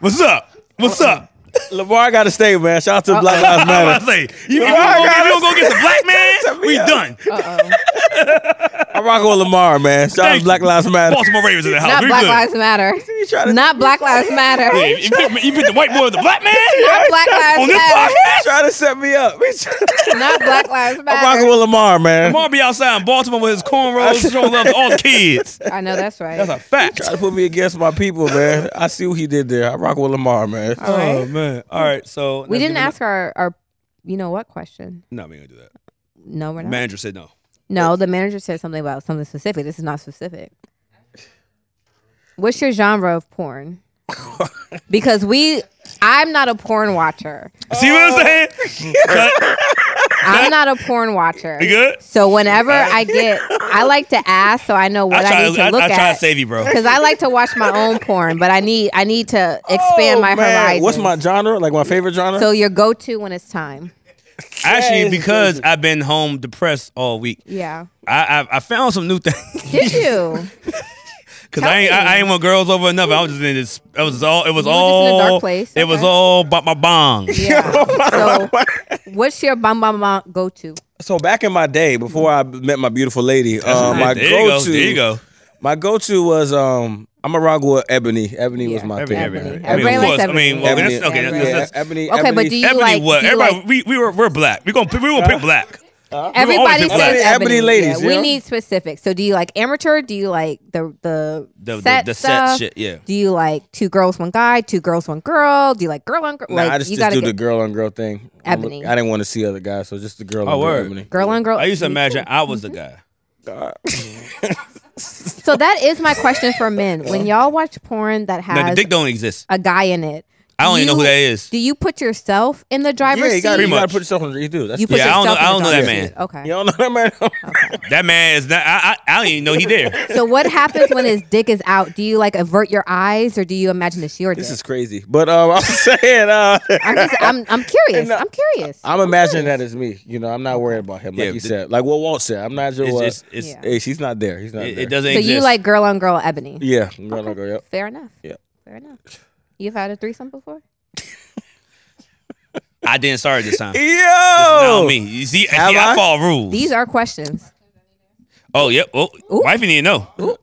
Speaker 1: What's up? What's up?
Speaker 3: <laughs> Lamar gotta stay, man. Shout out to Black Lives
Speaker 1: Uh, <laughs> I'm about to
Speaker 3: Matter.
Speaker 1: say, you, if you
Speaker 3: Lamar
Speaker 1: don't go, if
Speaker 3: got
Speaker 1: you don't go get the
Speaker 3: <laughs>
Speaker 1: black
Speaker 3: Set
Speaker 1: man,
Speaker 3: me
Speaker 1: we
Speaker 3: up. <laughs>
Speaker 1: done.
Speaker 2: Uh-oh.
Speaker 3: I rock with Lamar, man. Shout out
Speaker 1: Thank
Speaker 3: to Black
Speaker 1: you.
Speaker 3: Lives Matter.
Speaker 1: Baltimore Ravens in the house.
Speaker 2: Not
Speaker 1: we
Speaker 2: Black
Speaker 1: good.
Speaker 2: Lives Matter.
Speaker 3: You trying to-
Speaker 2: Not Black Lives Matter.
Speaker 1: Yeah, you, pick, you pick the white boy with the black man
Speaker 2: <laughs> Not Black
Speaker 1: on
Speaker 2: Lives
Speaker 1: this
Speaker 2: Matter.
Speaker 1: podcast.
Speaker 3: Trying to set me up.
Speaker 2: Not
Speaker 1: <laughs>
Speaker 2: Black Lives
Speaker 3: I'm rocking
Speaker 2: Matter.
Speaker 3: with Lamar, man.
Speaker 1: Lamar be outside in Baltimore with his
Speaker 3: <laughs>
Speaker 1: cornrows, showing love to all the kids.
Speaker 2: I know that's right.
Speaker 1: That's a fact.
Speaker 3: Try to put me against my people, man. I see what he did there. I rock with Lamar, man.
Speaker 2: All right.
Speaker 1: Oh, man! All right, so
Speaker 2: we
Speaker 1: let's
Speaker 2: didn't
Speaker 1: give it-
Speaker 2: ask our, our, you know what question?
Speaker 1: No, we ain't gonna do that.
Speaker 2: No, we're not.
Speaker 1: Manager said no. <laughs>
Speaker 2: No, the manager said something about something specific. This is not specific. What's your genre
Speaker 1: <laughs>
Speaker 2: of porn? because we, I'm not a porn watcher.
Speaker 1: See what
Speaker 2: Oh.
Speaker 1: I'm saying?
Speaker 2: <laughs> I'm not a porn watcher.
Speaker 1: You good?
Speaker 2: So whenever I get, I like to ask so I know
Speaker 1: I
Speaker 2: what I,
Speaker 1: try,
Speaker 2: need to
Speaker 1: I,
Speaker 2: look
Speaker 1: I try to
Speaker 2: at.
Speaker 1: save you, bro.
Speaker 2: Because I like to watch my own porn, but I need I need to expand
Speaker 3: Oh,
Speaker 2: my
Speaker 3: man.
Speaker 2: horizon.
Speaker 3: What's my genre? Like my favorite genre?
Speaker 2: so your go to when it's time?
Speaker 1: Actually, because I've been home depressed all week,
Speaker 2: Yeah.
Speaker 1: I I, I found some new things. <laughs>
Speaker 2: Did you?
Speaker 1: Cause I ain't I, I ain't want girls over enough. I was just in this. It was all. It was
Speaker 2: You were
Speaker 1: all.
Speaker 2: just in a dark place.
Speaker 1: It was
Speaker 2: Okay.
Speaker 1: all about my bong.
Speaker 3: <laughs> Oh,
Speaker 2: Yeah. so what's your bum bum bum go to?
Speaker 3: so back in my day, before I met my beautiful lady, uh, my
Speaker 1: there you go.
Speaker 3: go-to,
Speaker 1: There you go.
Speaker 3: my go-to was um, I'm a rock with Ebony. Ebony was my
Speaker 1: Ebony,
Speaker 3: thing.
Speaker 1: Ebony.
Speaker 2: Ebony.
Speaker 1: I mean,
Speaker 2: Everybody
Speaker 1: of
Speaker 2: likes
Speaker 1: course. I mean, well,
Speaker 2: Ebony.
Speaker 1: that's, okay.
Speaker 2: Ebony.
Speaker 1: That's, that's,
Speaker 3: yeah, Ebony.
Speaker 2: Okay,
Speaker 3: Ebony,
Speaker 2: but do you
Speaker 1: Ebony,
Speaker 2: like?
Speaker 1: what?
Speaker 2: Do you
Speaker 1: Everybody,
Speaker 2: like
Speaker 1: we we were we're black. We gonna we will pick black.
Speaker 2: everybody
Speaker 1: always
Speaker 2: says
Speaker 1: been
Speaker 2: Ebony.
Speaker 3: black. Ebony ladies,
Speaker 2: Yeah, we
Speaker 3: yeah.
Speaker 2: need specifics. So do you like amateur? Do you like the the,
Speaker 1: The- the-
Speaker 2: set
Speaker 1: the set
Speaker 2: stuff?
Speaker 1: shit, yeah.
Speaker 2: Do you like two girls, one guy? Two girls, one girl? Do you like girl on girl?
Speaker 3: Nah,
Speaker 2: like
Speaker 3: I just,
Speaker 2: you
Speaker 3: just
Speaker 2: gotta
Speaker 3: do
Speaker 2: get
Speaker 3: the girl on girl thing. I'm-
Speaker 2: Ebony.
Speaker 3: I didn't want to see other guys, so just the girl on girl
Speaker 1: Oh, word.
Speaker 3: Ebony.
Speaker 2: girl on girl.
Speaker 1: I used to
Speaker 2: Me
Speaker 1: imagine
Speaker 2: too.
Speaker 1: I was the guy.
Speaker 2: So that is my question for men.
Speaker 1: <laughs>
Speaker 2: When y'all watch porn that has
Speaker 1: Now the dick don't exist.
Speaker 2: a guy in it,
Speaker 1: I don't
Speaker 2: do
Speaker 1: even know who
Speaker 2: you-
Speaker 1: that is.
Speaker 2: Do you put yourself in the driver's
Speaker 3: Yeah, you
Speaker 2: seat?
Speaker 3: gotta, you
Speaker 1: Pretty
Speaker 3: gotta
Speaker 1: much.
Speaker 3: put yourself in the you do. That's
Speaker 2: You put
Speaker 1: Yeah, I
Speaker 2: yourself
Speaker 1: don't know-
Speaker 2: in the
Speaker 1: I don't know that
Speaker 2: driver's
Speaker 1: man.
Speaker 2: seat. Okay.
Speaker 3: <laughs> you don't know that man.
Speaker 1: That man is not. I, I I don't even know he
Speaker 3: <laughs>
Speaker 1: there.
Speaker 2: So what happens when his dick is out? Do you like avert your eyes or do you imagine it's your dick?
Speaker 3: this is crazy. But um, <laughs> I'm saying uh,
Speaker 2: I'm just I'm
Speaker 3: <laughs>
Speaker 2: I'm curious.
Speaker 3: No.
Speaker 2: I'm curious.
Speaker 3: I'm imagining that is me. You know, I'm not worried about him. Like
Speaker 1: Yeah,
Speaker 3: you
Speaker 1: the-
Speaker 3: said, like what Walt said, I'm not your.
Speaker 1: It's
Speaker 3: uh,
Speaker 1: it's, it's
Speaker 2: Yeah.
Speaker 3: hey, she's not there. He's not
Speaker 1: it,
Speaker 3: there.
Speaker 1: it doesn't
Speaker 2: so
Speaker 1: exist.
Speaker 2: you like girl on girl ebony.
Speaker 3: Yeah, I'm gonna go. Yep.
Speaker 2: Fair enough.
Speaker 3: Yeah.
Speaker 2: Fair enough. You've had a threesome before?
Speaker 1: I didn't start it this time.
Speaker 3: <laughs> Yo,
Speaker 1: No, me. You see, I,
Speaker 3: Have
Speaker 1: see, I
Speaker 3: I?
Speaker 1: follow rules.
Speaker 2: These are questions.
Speaker 1: oh, yep. Oh, wifey need to know.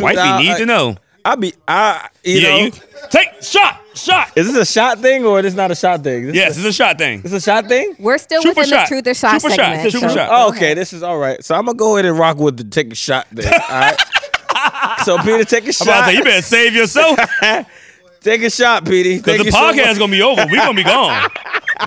Speaker 1: Wifey
Speaker 3: Nah,
Speaker 1: need
Speaker 3: I-
Speaker 1: to know.
Speaker 3: I be I. You
Speaker 1: yeah,
Speaker 3: know,
Speaker 1: you take shot, shot.
Speaker 3: is this a shot thing or this not a shot thing? This
Speaker 1: Yes,
Speaker 3: is
Speaker 1: it's a shot thing.
Speaker 3: <laughs> a, this a shot thing.
Speaker 2: We're still
Speaker 1: Shoot for
Speaker 2: within the
Speaker 1: shot.
Speaker 2: truth or shot
Speaker 1: Shoot for shot.
Speaker 2: segment.
Speaker 1: Shoot for
Speaker 2: so-
Speaker 1: shot.
Speaker 3: Oh, okay, this is all right. So I'm gonna go ahead and rock with the take
Speaker 1: <laughs>
Speaker 3: a shot thing. All right. so Peter, take
Speaker 1: I'm about
Speaker 3: a
Speaker 1: to
Speaker 3: shot.
Speaker 1: say, you better save yourself.
Speaker 3: Take a shot, Petey.
Speaker 1: Because
Speaker 3: Thank
Speaker 1: the
Speaker 3: you so
Speaker 1: podcast
Speaker 3: much.
Speaker 1: gonna be over. We're gonna
Speaker 3: <laughs>
Speaker 1: be gone. We're
Speaker 2: I was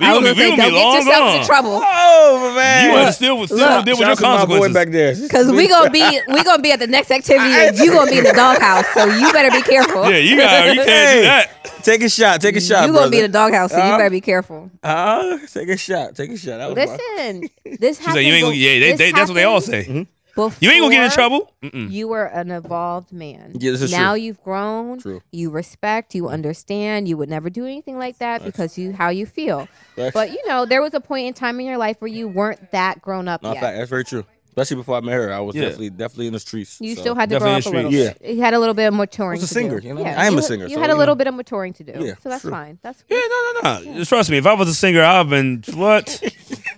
Speaker 1: gonna
Speaker 2: gonna
Speaker 1: be, we gonna be
Speaker 2: say, don't get
Speaker 1: long
Speaker 2: yourself
Speaker 1: gone.
Speaker 2: into trouble.
Speaker 3: Oh man.
Speaker 1: You
Speaker 2: Look,
Speaker 1: are still, still
Speaker 2: look.
Speaker 1: deal with
Speaker 3: Shout
Speaker 1: your
Speaker 3: out to my boy
Speaker 1: consequences.
Speaker 3: back there.
Speaker 2: Cause we gonna be we gonna be at the next activity and you gonna be in the doghouse. So you better be careful.
Speaker 1: Yeah, you got.
Speaker 2: <laughs>
Speaker 1: You can't do
Speaker 3: Hey.
Speaker 1: that.
Speaker 3: Take a shot. Take a shot.
Speaker 2: You gonna be in the doghouse, so you
Speaker 3: Uh-huh.
Speaker 2: better be careful.
Speaker 3: Uh, take a shot. Take a shot. That was my-
Speaker 2: Listen, this
Speaker 1: She
Speaker 2: happens.
Speaker 1: said, "You ain't gonna." Yeah, they,
Speaker 2: this
Speaker 1: they, that's what they all
Speaker 2: happened
Speaker 1: say.
Speaker 3: Mm-hmm.
Speaker 2: Before
Speaker 1: You ain't gonna get in trouble. Mm-mm.
Speaker 2: You were an evolved man.
Speaker 3: Mm. Yeah, this is
Speaker 2: now
Speaker 3: true.
Speaker 2: you've grown.
Speaker 3: True. Mm.
Speaker 2: You respect. You understand. You would never do anything like that because you how you feel.
Speaker 3: That's-
Speaker 2: But you know, there was a point in time in your life where you weren't that grown up
Speaker 3: No,
Speaker 2: yet.
Speaker 3: fact, that's very true. Especially before I met her, I was
Speaker 1: Yeah.
Speaker 3: definitely definitely in the streets.
Speaker 2: You
Speaker 3: so-
Speaker 2: still had to grow up a
Speaker 1: Definitely
Speaker 2: little
Speaker 3: streets.
Speaker 2: bit. You had a little bit of maturing.
Speaker 3: I was
Speaker 2: to
Speaker 3: a
Speaker 2: do.
Speaker 3: singer, you know?
Speaker 2: Yeah,
Speaker 3: I am
Speaker 2: you
Speaker 3: a
Speaker 2: had-
Speaker 3: singer,
Speaker 2: You
Speaker 3: so,
Speaker 2: had a
Speaker 3: you
Speaker 2: little
Speaker 3: know.
Speaker 2: bit of maturing to do.
Speaker 3: Yeah,
Speaker 2: so that's
Speaker 3: sure.
Speaker 2: fine. That's
Speaker 1: Yeah, no, no, no. Just Trust me. If I was a singer, I've been
Speaker 2: <laughs>
Speaker 1: what?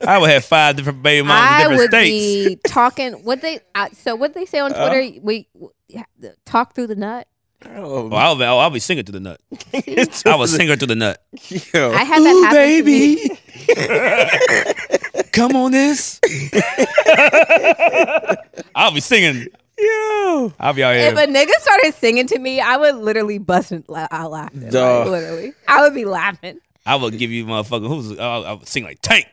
Speaker 1: I would have five different baby moms in
Speaker 2: I
Speaker 1: different
Speaker 2: would
Speaker 1: states.
Speaker 2: be talking. What they uh, so what they say on
Speaker 3: Uh-huh.
Speaker 2: Twitter? we yeah, the- talk through the nut.
Speaker 3: Oh,
Speaker 1: Well, I'll, be- I'll, I'll be singing through the nut. I
Speaker 2: <laughs>
Speaker 1: was singing through the nut.
Speaker 3: <laughs> yo.
Speaker 2: I had that happen to me.
Speaker 3: <laughs>
Speaker 1: Come on, this. I'll be singing.
Speaker 3: Yo. <laughs>
Speaker 1: I'll be out
Speaker 2: If
Speaker 1: here.
Speaker 2: a nigga started singing to me, I would literally bust in- la- out laughing. like,
Speaker 3: Duh.
Speaker 2: literally, I would be laughing.
Speaker 1: I would give you motherfucking who's. I'll, I'll sing like Tank.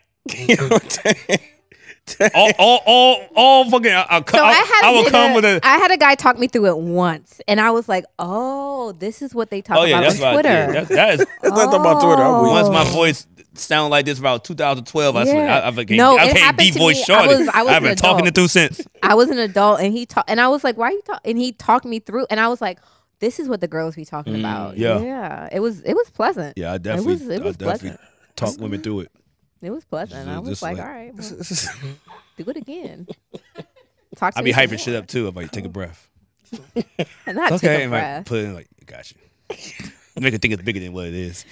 Speaker 2: Oh.
Speaker 1: All, all, all, all fucking. I'll, I'll,
Speaker 2: So
Speaker 1: I'll,
Speaker 2: I had. a
Speaker 1: will
Speaker 2: nigga-
Speaker 1: come with a.
Speaker 2: I had a guy talk me through it once, and I was like, "Oh, this is what they talk
Speaker 1: Oh yeah,
Speaker 2: about
Speaker 1: that's
Speaker 2: on
Speaker 1: right.
Speaker 2: Twitter."
Speaker 1: Yeah, that-
Speaker 2: <laughs>
Speaker 1: that is.
Speaker 3: That's not about Twitter. I'm weak.
Speaker 1: Once
Speaker 2: Oh.
Speaker 1: my voice sound like this about 2012, I swear,
Speaker 2: Yeah.
Speaker 1: I, I can't,
Speaker 2: No,
Speaker 1: I
Speaker 2: it
Speaker 1: can't
Speaker 2: happened
Speaker 1: be
Speaker 2: to
Speaker 1: voice
Speaker 2: me. I
Speaker 1: short.
Speaker 2: was- I was
Speaker 1: I've
Speaker 2: an
Speaker 1: been talking it
Speaker 2: adult.
Speaker 1: through since.
Speaker 2: I was an adult, and he talked, and I was like, "Why are you talk?" And he talked me through, and I was like, "This is what the girls be talking about."
Speaker 1: Mm, yeah.
Speaker 2: it was it was pleasant.
Speaker 1: Yeah, I
Speaker 2: definitely-
Speaker 1: definitely,
Speaker 2: was- it I was
Speaker 1: I
Speaker 2: definitely
Speaker 1: definitely
Speaker 2: pleasant.
Speaker 1: talk women through it.
Speaker 2: it was pleasant. I
Speaker 1: Just-
Speaker 2: was
Speaker 1: just
Speaker 2: like,
Speaker 1: like-
Speaker 2: "All right, well,
Speaker 1: <laughs>
Speaker 2: do it again." Talk to
Speaker 1: I'd
Speaker 2: me
Speaker 1: be
Speaker 2: some
Speaker 1: hyping shit
Speaker 2: more.
Speaker 1: up too if I take a breath.
Speaker 2: and <laughs> not
Speaker 1: Okay,
Speaker 2: take a
Speaker 1: and
Speaker 2: breath.
Speaker 1: like put in like,
Speaker 2: <laughs>
Speaker 1: gotcha. Make it think it's bigger than what it is.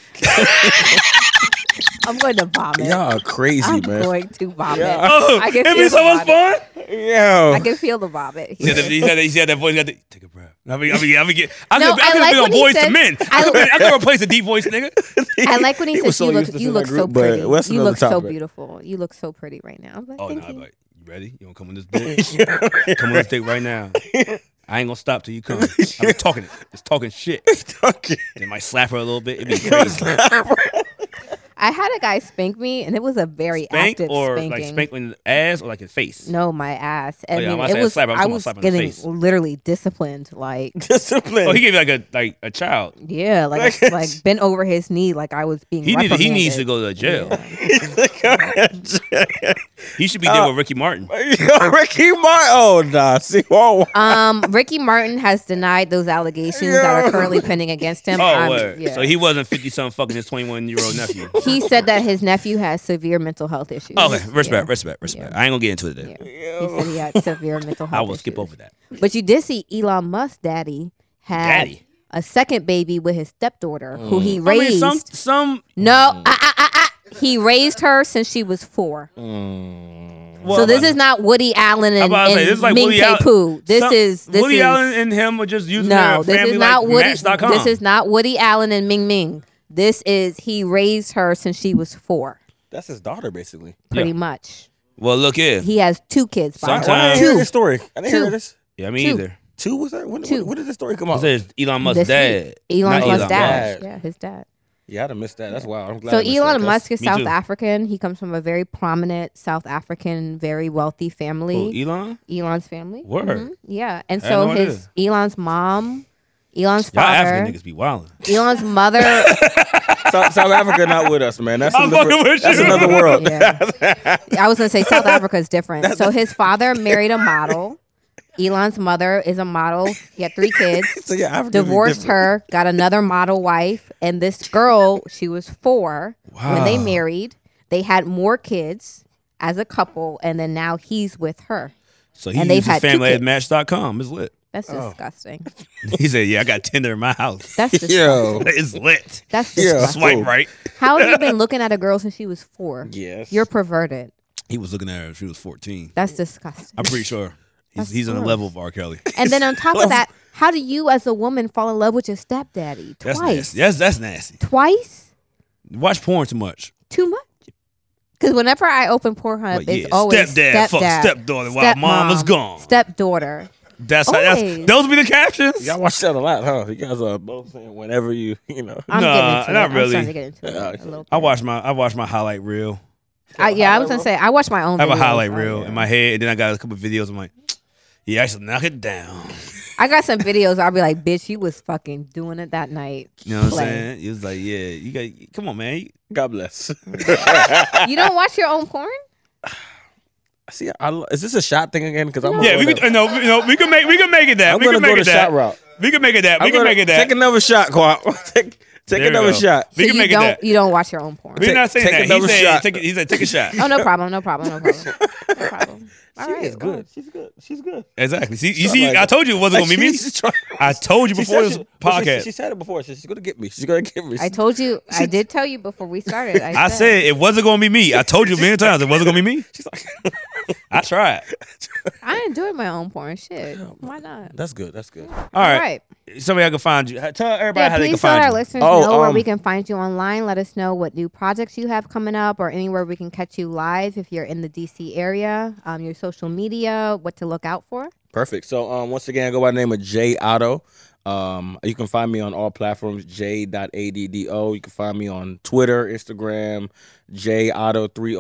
Speaker 1: <laughs>
Speaker 2: I'm going to vomit.
Speaker 3: Y'all are crazy,
Speaker 2: I'm
Speaker 3: man.
Speaker 2: going to vomit.
Speaker 3: Yeah.
Speaker 1: Oh,
Speaker 2: I can
Speaker 1: it'd
Speaker 2: feel
Speaker 1: be so
Speaker 2: the
Speaker 1: much
Speaker 2: vomit.
Speaker 1: fun.
Speaker 3: Yo.
Speaker 2: I can feel the
Speaker 3: <laughs>
Speaker 2: vomit.
Speaker 1: He said, that, he, said that, he said that voice. Got the, take a breath. I mean, I mean, I mean, get, I
Speaker 2: No,
Speaker 1: could,
Speaker 2: I
Speaker 1: I could
Speaker 2: like
Speaker 1: be
Speaker 2: when
Speaker 1: a
Speaker 2: he
Speaker 1: voice
Speaker 2: said-
Speaker 1: to men.
Speaker 2: I-
Speaker 1: I, could I could replace a deep voice nigga.
Speaker 2: <laughs> I like
Speaker 3: <laughs>
Speaker 2: when he, says,
Speaker 3: was so
Speaker 2: "You
Speaker 3: used
Speaker 2: look,
Speaker 3: to
Speaker 2: you
Speaker 3: this in
Speaker 2: look
Speaker 3: that
Speaker 2: so
Speaker 3: group, but
Speaker 2: pretty.
Speaker 3: that's
Speaker 2: You
Speaker 3: another
Speaker 2: look so
Speaker 3: topic.
Speaker 2: beautiful. You look so pretty right now." I'm like,
Speaker 1: Oh no,
Speaker 2: "Thank
Speaker 1: I'd be
Speaker 2: you."
Speaker 1: like, you ready? You gonna come on this dick? come on this dick right now. I ain't gonna stop till you
Speaker 2: <laughs>
Speaker 1: come. I've been talking it. Just talking shit.
Speaker 3: <laughs> Okay.
Speaker 1: They might slap her a little
Speaker 2: <laughs>
Speaker 1: bit. It'd be crazy.
Speaker 3: <laughs>
Speaker 2: I had a guy spank me, and it was a very
Speaker 1: Spank
Speaker 2: active
Speaker 1: or
Speaker 2: spanking.
Speaker 1: like spank in the ass or like in face.
Speaker 2: No, my ass. I
Speaker 1: Oh, yeah,
Speaker 2: mean,
Speaker 1: when I
Speaker 2: it
Speaker 1: say
Speaker 2: was.
Speaker 1: slap, I'm
Speaker 2: I
Speaker 1: talking about
Speaker 2: was
Speaker 1: slap in the
Speaker 2: getting
Speaker 1: face.
Speaker 2: literally disciplined.
Speaker 1: <laughs>
Speaker 2: Like,
Speaker 3: Discipline.
Speaker 1: Oh, he gave you like a like a child.
Speaker 2: yeah, like I- <laughs> like bent over his knee, like I was being.
Speaker 1: He needs he needs to
Speaker 2: reprimanded.
Speaker 1: go to jail. He should be
Speaker 3: Oh.
Speaker 1: there with Ricky Martin.
Speaker 3: Yo, Ricky Martin. Oh, nah. See, whoa.
Speaker 2: Um, Ricky Martin has denied those allegations that are
Speaker 3: Yo.
Speaker 2: currently pending against him.
Speaker 1: <laughs> Oh,
Speaker 2: Um,
Speaker 1: word.
Speaker 2: yeah.
Speaker 1: so he wasn't fifty something fucking his twenty one year old
Speaker 2: <laughs>
Speaker 1: nephew.
Speaker 2: He said that his nephew has severe mental health issues.
Speaker 1: Okay,
Speaker 2: Yeah.
Speaker 1: respect, respect, respect. I ain't gonna get into it today.
Speaker 2: He said he
Speaker 1: <laughs>
Speaker 2: had severe mental health.
Speaker 1: I will skip
Speaker 2: issues.
Speaker 1: over that.
Speaker 2: But you did see Elon Musk, daddy, had
Speaker 1: Daddy?
Speaker 2: a second baby with his stepdaughter, who he
Speaker 1: I
Speaker 2: raised.
Speaker 1: mean, some some
Speaker 2: No,
Speaker 1: Mm.
Speaker 2: ah, ah, ah, ah. he raised her since she was four.
Speaker 1: well,
Speaker 2: so this is not Woody Allen and,
Speaker 1: I'm about to say,
Speaker 2: and
Speaker 1: this is like
Speaker 2: Ming
Speaker 1: Woody
Speaker 2: K.
Speaker 1: Allen-
Speaker 2: Pooh. This
Speaker 1: some-
Speaker 2: is this
Speaker 1: Woody
Speaker 2: is
Speaker 1: Allen and him were just using their
Speaker 2: no. This
Speaker 1: family
Speaker 2: is not
Speaker 1: like
Speaker 2: Woody.
Speaker 1: Match.com.
Speaker 2: This is not Woody Allen and Ming Ming. This is he raised her since she was four,
Speaker 3: That's his daughter, basically.
Speaker 2: pretty much.
Speaker 1: well, look here.
Speaker 2: He has two kids. by the way.
Speaker 1: Sometimes-
Speaker 3: I didn't
Speaker 2: Two.
Speaker 3: hear this story. I didn't
Speaker 2: Two.
Speaker 3: hear this.
Speaker 1: Yeah, me
Speaker 2: Two.
Speaker 1: either.
Speaker 3: Two was that? When,
Speaker 2: Two.
Speaker 3: when, when did the story come
Speaker 1: It
Speaker 3: out?
Speaker 1: says Elon Musk's
Speaker 2: This
Speaker 1: dad.
Speaker 2: week.
Speaker 1: Not
Speaker 2: Elon Musk's
Speaker 1: Elon
Speaker 2: dad.
Speaker 3: Musk.
Speaker 2: Yeah, his dad.
Speaker 3: Yeah, I'd have missed that. That's wild. I'm glad.
Speaker 2: So
Speaker 3: I missed
Speaker 2: Elon
Speaker 3: that.
Speaker 2: Musk is
Speaker 1: me
Speaker 2: South
Speaker 1: too.
Speaker 2: African. He comes from a very prominent South African, very wealthy
Speaker 1: Oh,
Speaker 2: family.
Speaker 1: Elon?
Speaker 2: Elon's family.
Speaker 1: Word.
Speaker 2: Mhm. Yeah. And
Speaker 1: I had
Speaker 2: so
Speaker 1: no
Speaker 2: his Elon's mom, Elon's
Speaker 1: Y'all
Speaker 2: father,
Speaker 1: African niggas be wildin'. <laughs>
Speaker 2: Elon's mother.
Speaker 3: That's- South, South Africa not with us, man. That's,
Speaker 1: I'm
Speaker 3: another,
Speaker 1: fucking with
Speaker 3: that's
Speaker 1: you.
Speaker 3: another world.
Speaker 2: <laughs>
Speaker 3: <laughs>
Speaker 2: Yeah. I was gonna say South Africa is different. So his father married a model. Elon's mother is a model. He had three kids.
Speaker 3: <laughs> So yeah, Africans be
Speaker 2: divorced
Speaker 3: different.
Speaker 2: her, got another model wife, and this girl, she was four when they
Speaker 1: Wow.
Speaker 2: married. They had more kids as a couple, and then now he's with her.
Speaker 1: So he
Speaker 2: And
Speaker 1: and
Speaker 2: they've
Speaker 1: used
Speaker 2: had
Speaker 1: his
Speaker 2: two
Speaker 1: family
Speaker 2: kids.
Speaker 1: at Match.com. It's lit. <laughs>
Speaker 2: That's
Speaker 3: Oh.
Speaker 2: disgusting.
Speaker 1: He said, "Yeah, I got Tinder in my house.
Speaker 3: <laughs>
Speaker 2: That's disgusting.
Speaker 3: Yo.
Speaker 1: <laughs> It's lit.
Speaker 2: That's
Speaker 3: Yeah.
Speaker 2: disgusting.
Speaker 1: Swipe
Speaker 3: Cool.
Speaker 1: right."
Speaker 2: How have you been looking at a girl since she was four?
Speaker 3: Yes.
Speaker 2: You're perverted.
Speaker 1: He was looking at her. She was 14.
Speaker 2: That's disgusting.
Speaker 1: I'm pretty sure. He's,
Speaker 3: <laughs>
Speaker 2: That's
Speaker 1: he's on the
Speaker 2: gross.
Speaker 1: level of R. Kelly.
Speaker 2: And then on top of that, how do you as a woman fall in love with your stepdaddy
Speaker 1: That's
Speaker 2: twice?
Speaker 1: nasty. That's that's nasty.
Speaker 2: Twice?
Speaker 1: Watch porn too much.
Speaker 2: Too much. Because whenever I open Pornhub,
Speaker 1: Like,
Speaker 2: it's
Speaker 1: yeah,
Speaker 2: always
Speaker 1: stepdad fucked
Speaker 2: stepdad
Speaker 1: stepdaughter while mom was
Speaker 2: stepmom,
Speaker 1: gone.
Speaker 2: Stepdaughter.
Speaker 1: That's, how, that's
Speaker 2: Always.
Speaker 1: those be the captions.
Speaker 3: Y'all watch that a lot, huh? You guys are both saying whenever you, you know.
Speaker 2: I'm
Speaker 1: Nah,
Speaker 2: getting into
Speaker 1: not
Speaker 2: it. I'm
Speaker 1: really.
Speaker 2: starting to get into it
Speaker 3: Yeah,
Speaker 2: a little
Speaker 1: I
Speaker 2: bit.
Speaker 1: watch my I watch my highlight reel.
Speaker 2: I, yeah, I was gonna say I watch my own.
Speaker 1: I have a
Speaker 2: videos.
Speaker 3: Oh,
Speaker 1: highlight reel in my head, and then I got a couple videos. I'm like, yeah, I should knock it down.
Speaker 2: I got some videos. I'll be like, bitch, you was fucking doing it that night.
Speaker 1: You know what I'm
Speaker 2: Play.
Speaker 1: saying? He was like, yeah, you got come on, man.
Speaker 3: God
Speaker 2: <laughs>
Speaker 3: bless. <laughs>
Speaker 2: You don't watch your own porn?
Speaker 3: See, I, lo- is this a shot thing again? Because I'm gonna
Speaker 1: Yeah,
Speaker 3: go
Speaker 1: we
Speaker 3: that-
Speaker 1: could uh, no, we- no, we can make we can make it that.
Speaker 3: I'm
Speaker 1: we
Speaker 3: gonna
Speaker 1: can make
Speaker 3: go the
Speaker 1: it that.
Speaker 3: shot route.
Speaker 1: We can make it that.
Speaker 3: I'm
Speaker 1: we can
Speaker 3: gonna
Speaker 1: make it that.
Speaker 3: Take another shot, Quan. <laughs> take take
Speaker 1: There you go.
Speaker 3: another shot.
Speaker 1: <laughs> We
Speaker 2: So
Speaker 1: can
Speaker 2: you
Speaker 1: make it
Speaker 2: don't,
Speaker 1: that.
Speaker 2: You don't watch your own porn.
Speaker 1: We're
Speaker 3: Take-
Speaker 1: not saying
Speaker 3: take
Speaker 1: that. He
Speaker 3: another
Speaker 1: said,
Speaker 3: shot.
Speaker 1: take, he said, take a shot.
Speaker 2: Oh no problem, no problem, no problem,
Speaker 1: <laughs>
Speaker 2: no problem. All
Speaker 3: She
Speaker 2: right,
Speaker 3: is
Speaker 2: go on.
Speaker 3: good. She's good. She's good.
Speaker 1: Exactly. See, you
Speaker 3: Something
Speaker 1: see,
Speaker 3: like
Speaker 1: I
Speaker 3: that.
Speaker 1: told you it wasn't gonna be me.
Speaker 3: She's trying-
Speaker 1: I told you
Speaker 3: She
Speaker 1: before
Speaker 3: said
Speaker 1: this
Speaker 3: she- well, she-
Speaker 1: podcast.
Speaker 3: She said it before. She- She's gonna get me. She's gonna get me. <laughs>
Speaker 2: I told
Speaker 1: <laughs>
Speaker 2: you. I did tell you before we started. I,
Speaker 1: I said it wasn't gonna be me. I told you many times it wasn't gonna be me.
Speaker 3: She's like, <laughs>
Speaker 1: I tried.
Speaker 2: I enjoy my own porn. Shit, why not?
Speaker 3: that's good. That's good.
Speaker 1: All right. Somebody I can find you. Tell everybody
Speaker 2: Yeah,
Speaker 1: how they can
Speaker 2: please let
Speaker 1: find
Speaker 2: our
Speaker 1: you.
Speaker 2: listeners
Speaker 3: Oh,
Speaker 2: know where
Speaker 3: um,
Speaker 2: we can find you online. Let us know what new projects you have coming up, or anywhere we can catch you live if you're in the DC area. Um, your social media, what to look out for.
Speaker 3: Perfect. So um, once again, I go by the name of Jay Otto. Um, you can find me on all platforms, j.addo. You can find me on Twitter, Instagram, jotto301.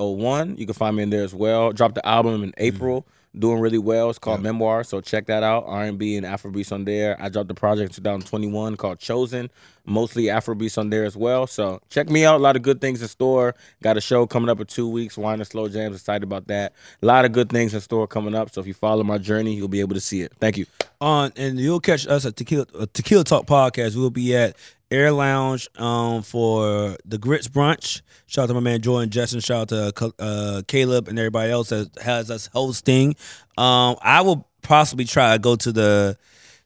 Speaker 3: You can find me in there as well. Dropped the album in
Speaker 1: Mm-hmm.
Speaker 3: April. Doing really well. It's called Memoir, so check that out. R&B and Afrobeats on there. I dropped the project in 2021 called Chosen. Mostly Afrobeats on there as well. So check me out. A lot of good things in store. Got a show coming up in two weeks. Wine and Slow Jams. Excited about that. A lot of good things in store coming up. So if you follow my journey, you'll be able to see it. Thank you.
Speaker 1: on, and you'll catch us at Tequila uh, Tequila Talk Podcast. We'll be at Air Lounge um, for the Grits Brunch. Shout out to my man Joy and Justin. Shout out to uh, Caleb and everybody else that has us hosting. Um, I will possibly try to go to the.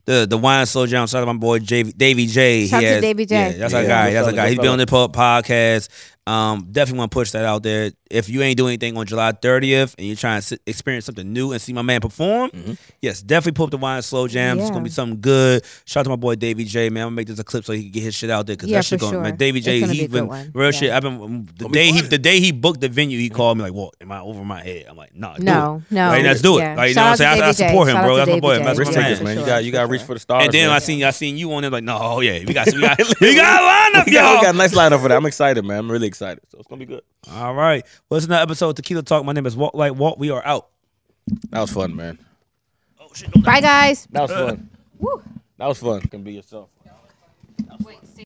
Speaker 1: The, the wine slow down. Shout out to my boy J, Davey J.
Speaker 2: Shout
Speaker 1: He
Speaker 2: out to
Speaker 1: has-
Speaker 2: Davey J.
Speaker 1: Yeah, that's our
Speaker 3: Yeah,
Speaker 1: guy.
Speaker 3: good
Speaker 1: That's our
Speaker 3: fella,
Speaker 1: guy.
Speaker 3: good
Speaker 1: He's been
Speaker 3: fella.
Speaker 1: on the po- podcast. Um, definitely want to push that out there. If you ain't doing anything on July 30th and you're trying to sit, experience something new and see my man perform, yes, definitely pull up the wine and slow jams. It's
Speaker 2: Yeah.
Speaker 1: gonna be something good. Shout out to my boy Davey J. Man, I'm gonna make this a clip so he can get his shit out there because
Speaker 2: Yeah,
Speaker 1: that shit
Speaker 2: for
Speaker 1: going.
Speaker 2: sure.
Speaker 1: Man, Davey
Speaker 2: It's
Speaker 1: J.
Speaker 2: gonna be
Speaker 1: He
Speaker 2: a good
Speaker 1: been
Speaker 2: one.
Speaker 1: real
Speaker 2: Yeah.
Speaker 1: shit. I've been mm, the day he
Speaker 3: fun.
Speaker 1: the day he booked the venue, he called me like, "What? Am I over my head?" I'm like, "Nah, do
Speaker 2: No,
Speaker 1: it."
Speaker 2: no.
Speaker 1: Like, let's do it.
Speaker 2: Yeah.
Speaker 1: Like, you
Speaker 2: Shout
Speaker 1: know what
Speaker 2: out
Speaker 1: I'm saying?
Speaker 2: to
Speaker 1: I, I
Speaker 2: Davey J.
Speaker 1: support him,
Speaker 2: Shout out
Speaker 1: bro.
Speaker 2: to
Speaker 1: That's my
Speaker 2: Davey
Speaker 1: boy.
Speaker 2: J.
Speaker 1: That's
Speaker 3: Risk
Speaker 1: my
Speaker 2: Yeah.
Speaker 3: takers,
Speaker 1: man.
Speaker 3: man. You
Speaker 2: sure,
Speaker 3: got you
Speaker 2: for
Speaker 3: got to
Speaker 2: sure.
Speaker 3: reach for the stars.
Speaker 1: And then
Speaker 3: man.
Speaker 1: I
Speaker 3: <laughs>
Speaker 1: seen I seen you on there like, no, yeah, we got we got, we got a lineup,
Speaker 3: we got,
Speaker 1: y'all.
Speaker 3: we got a nice lineup for that. I'm excited, man. I'm really excited. So it's gonna be good.
Speaker 1: All right. Well, it's another episode of Tequila Talk. My name is Walt Like Walt. We are out.
Speaker 3: That was fun, man.
Speaker 2: Bye, guys.
Speaker 3: That was fun.
Speaker 2: <laughs> Woo.
Speaker 3: That was fun. You can be yourself.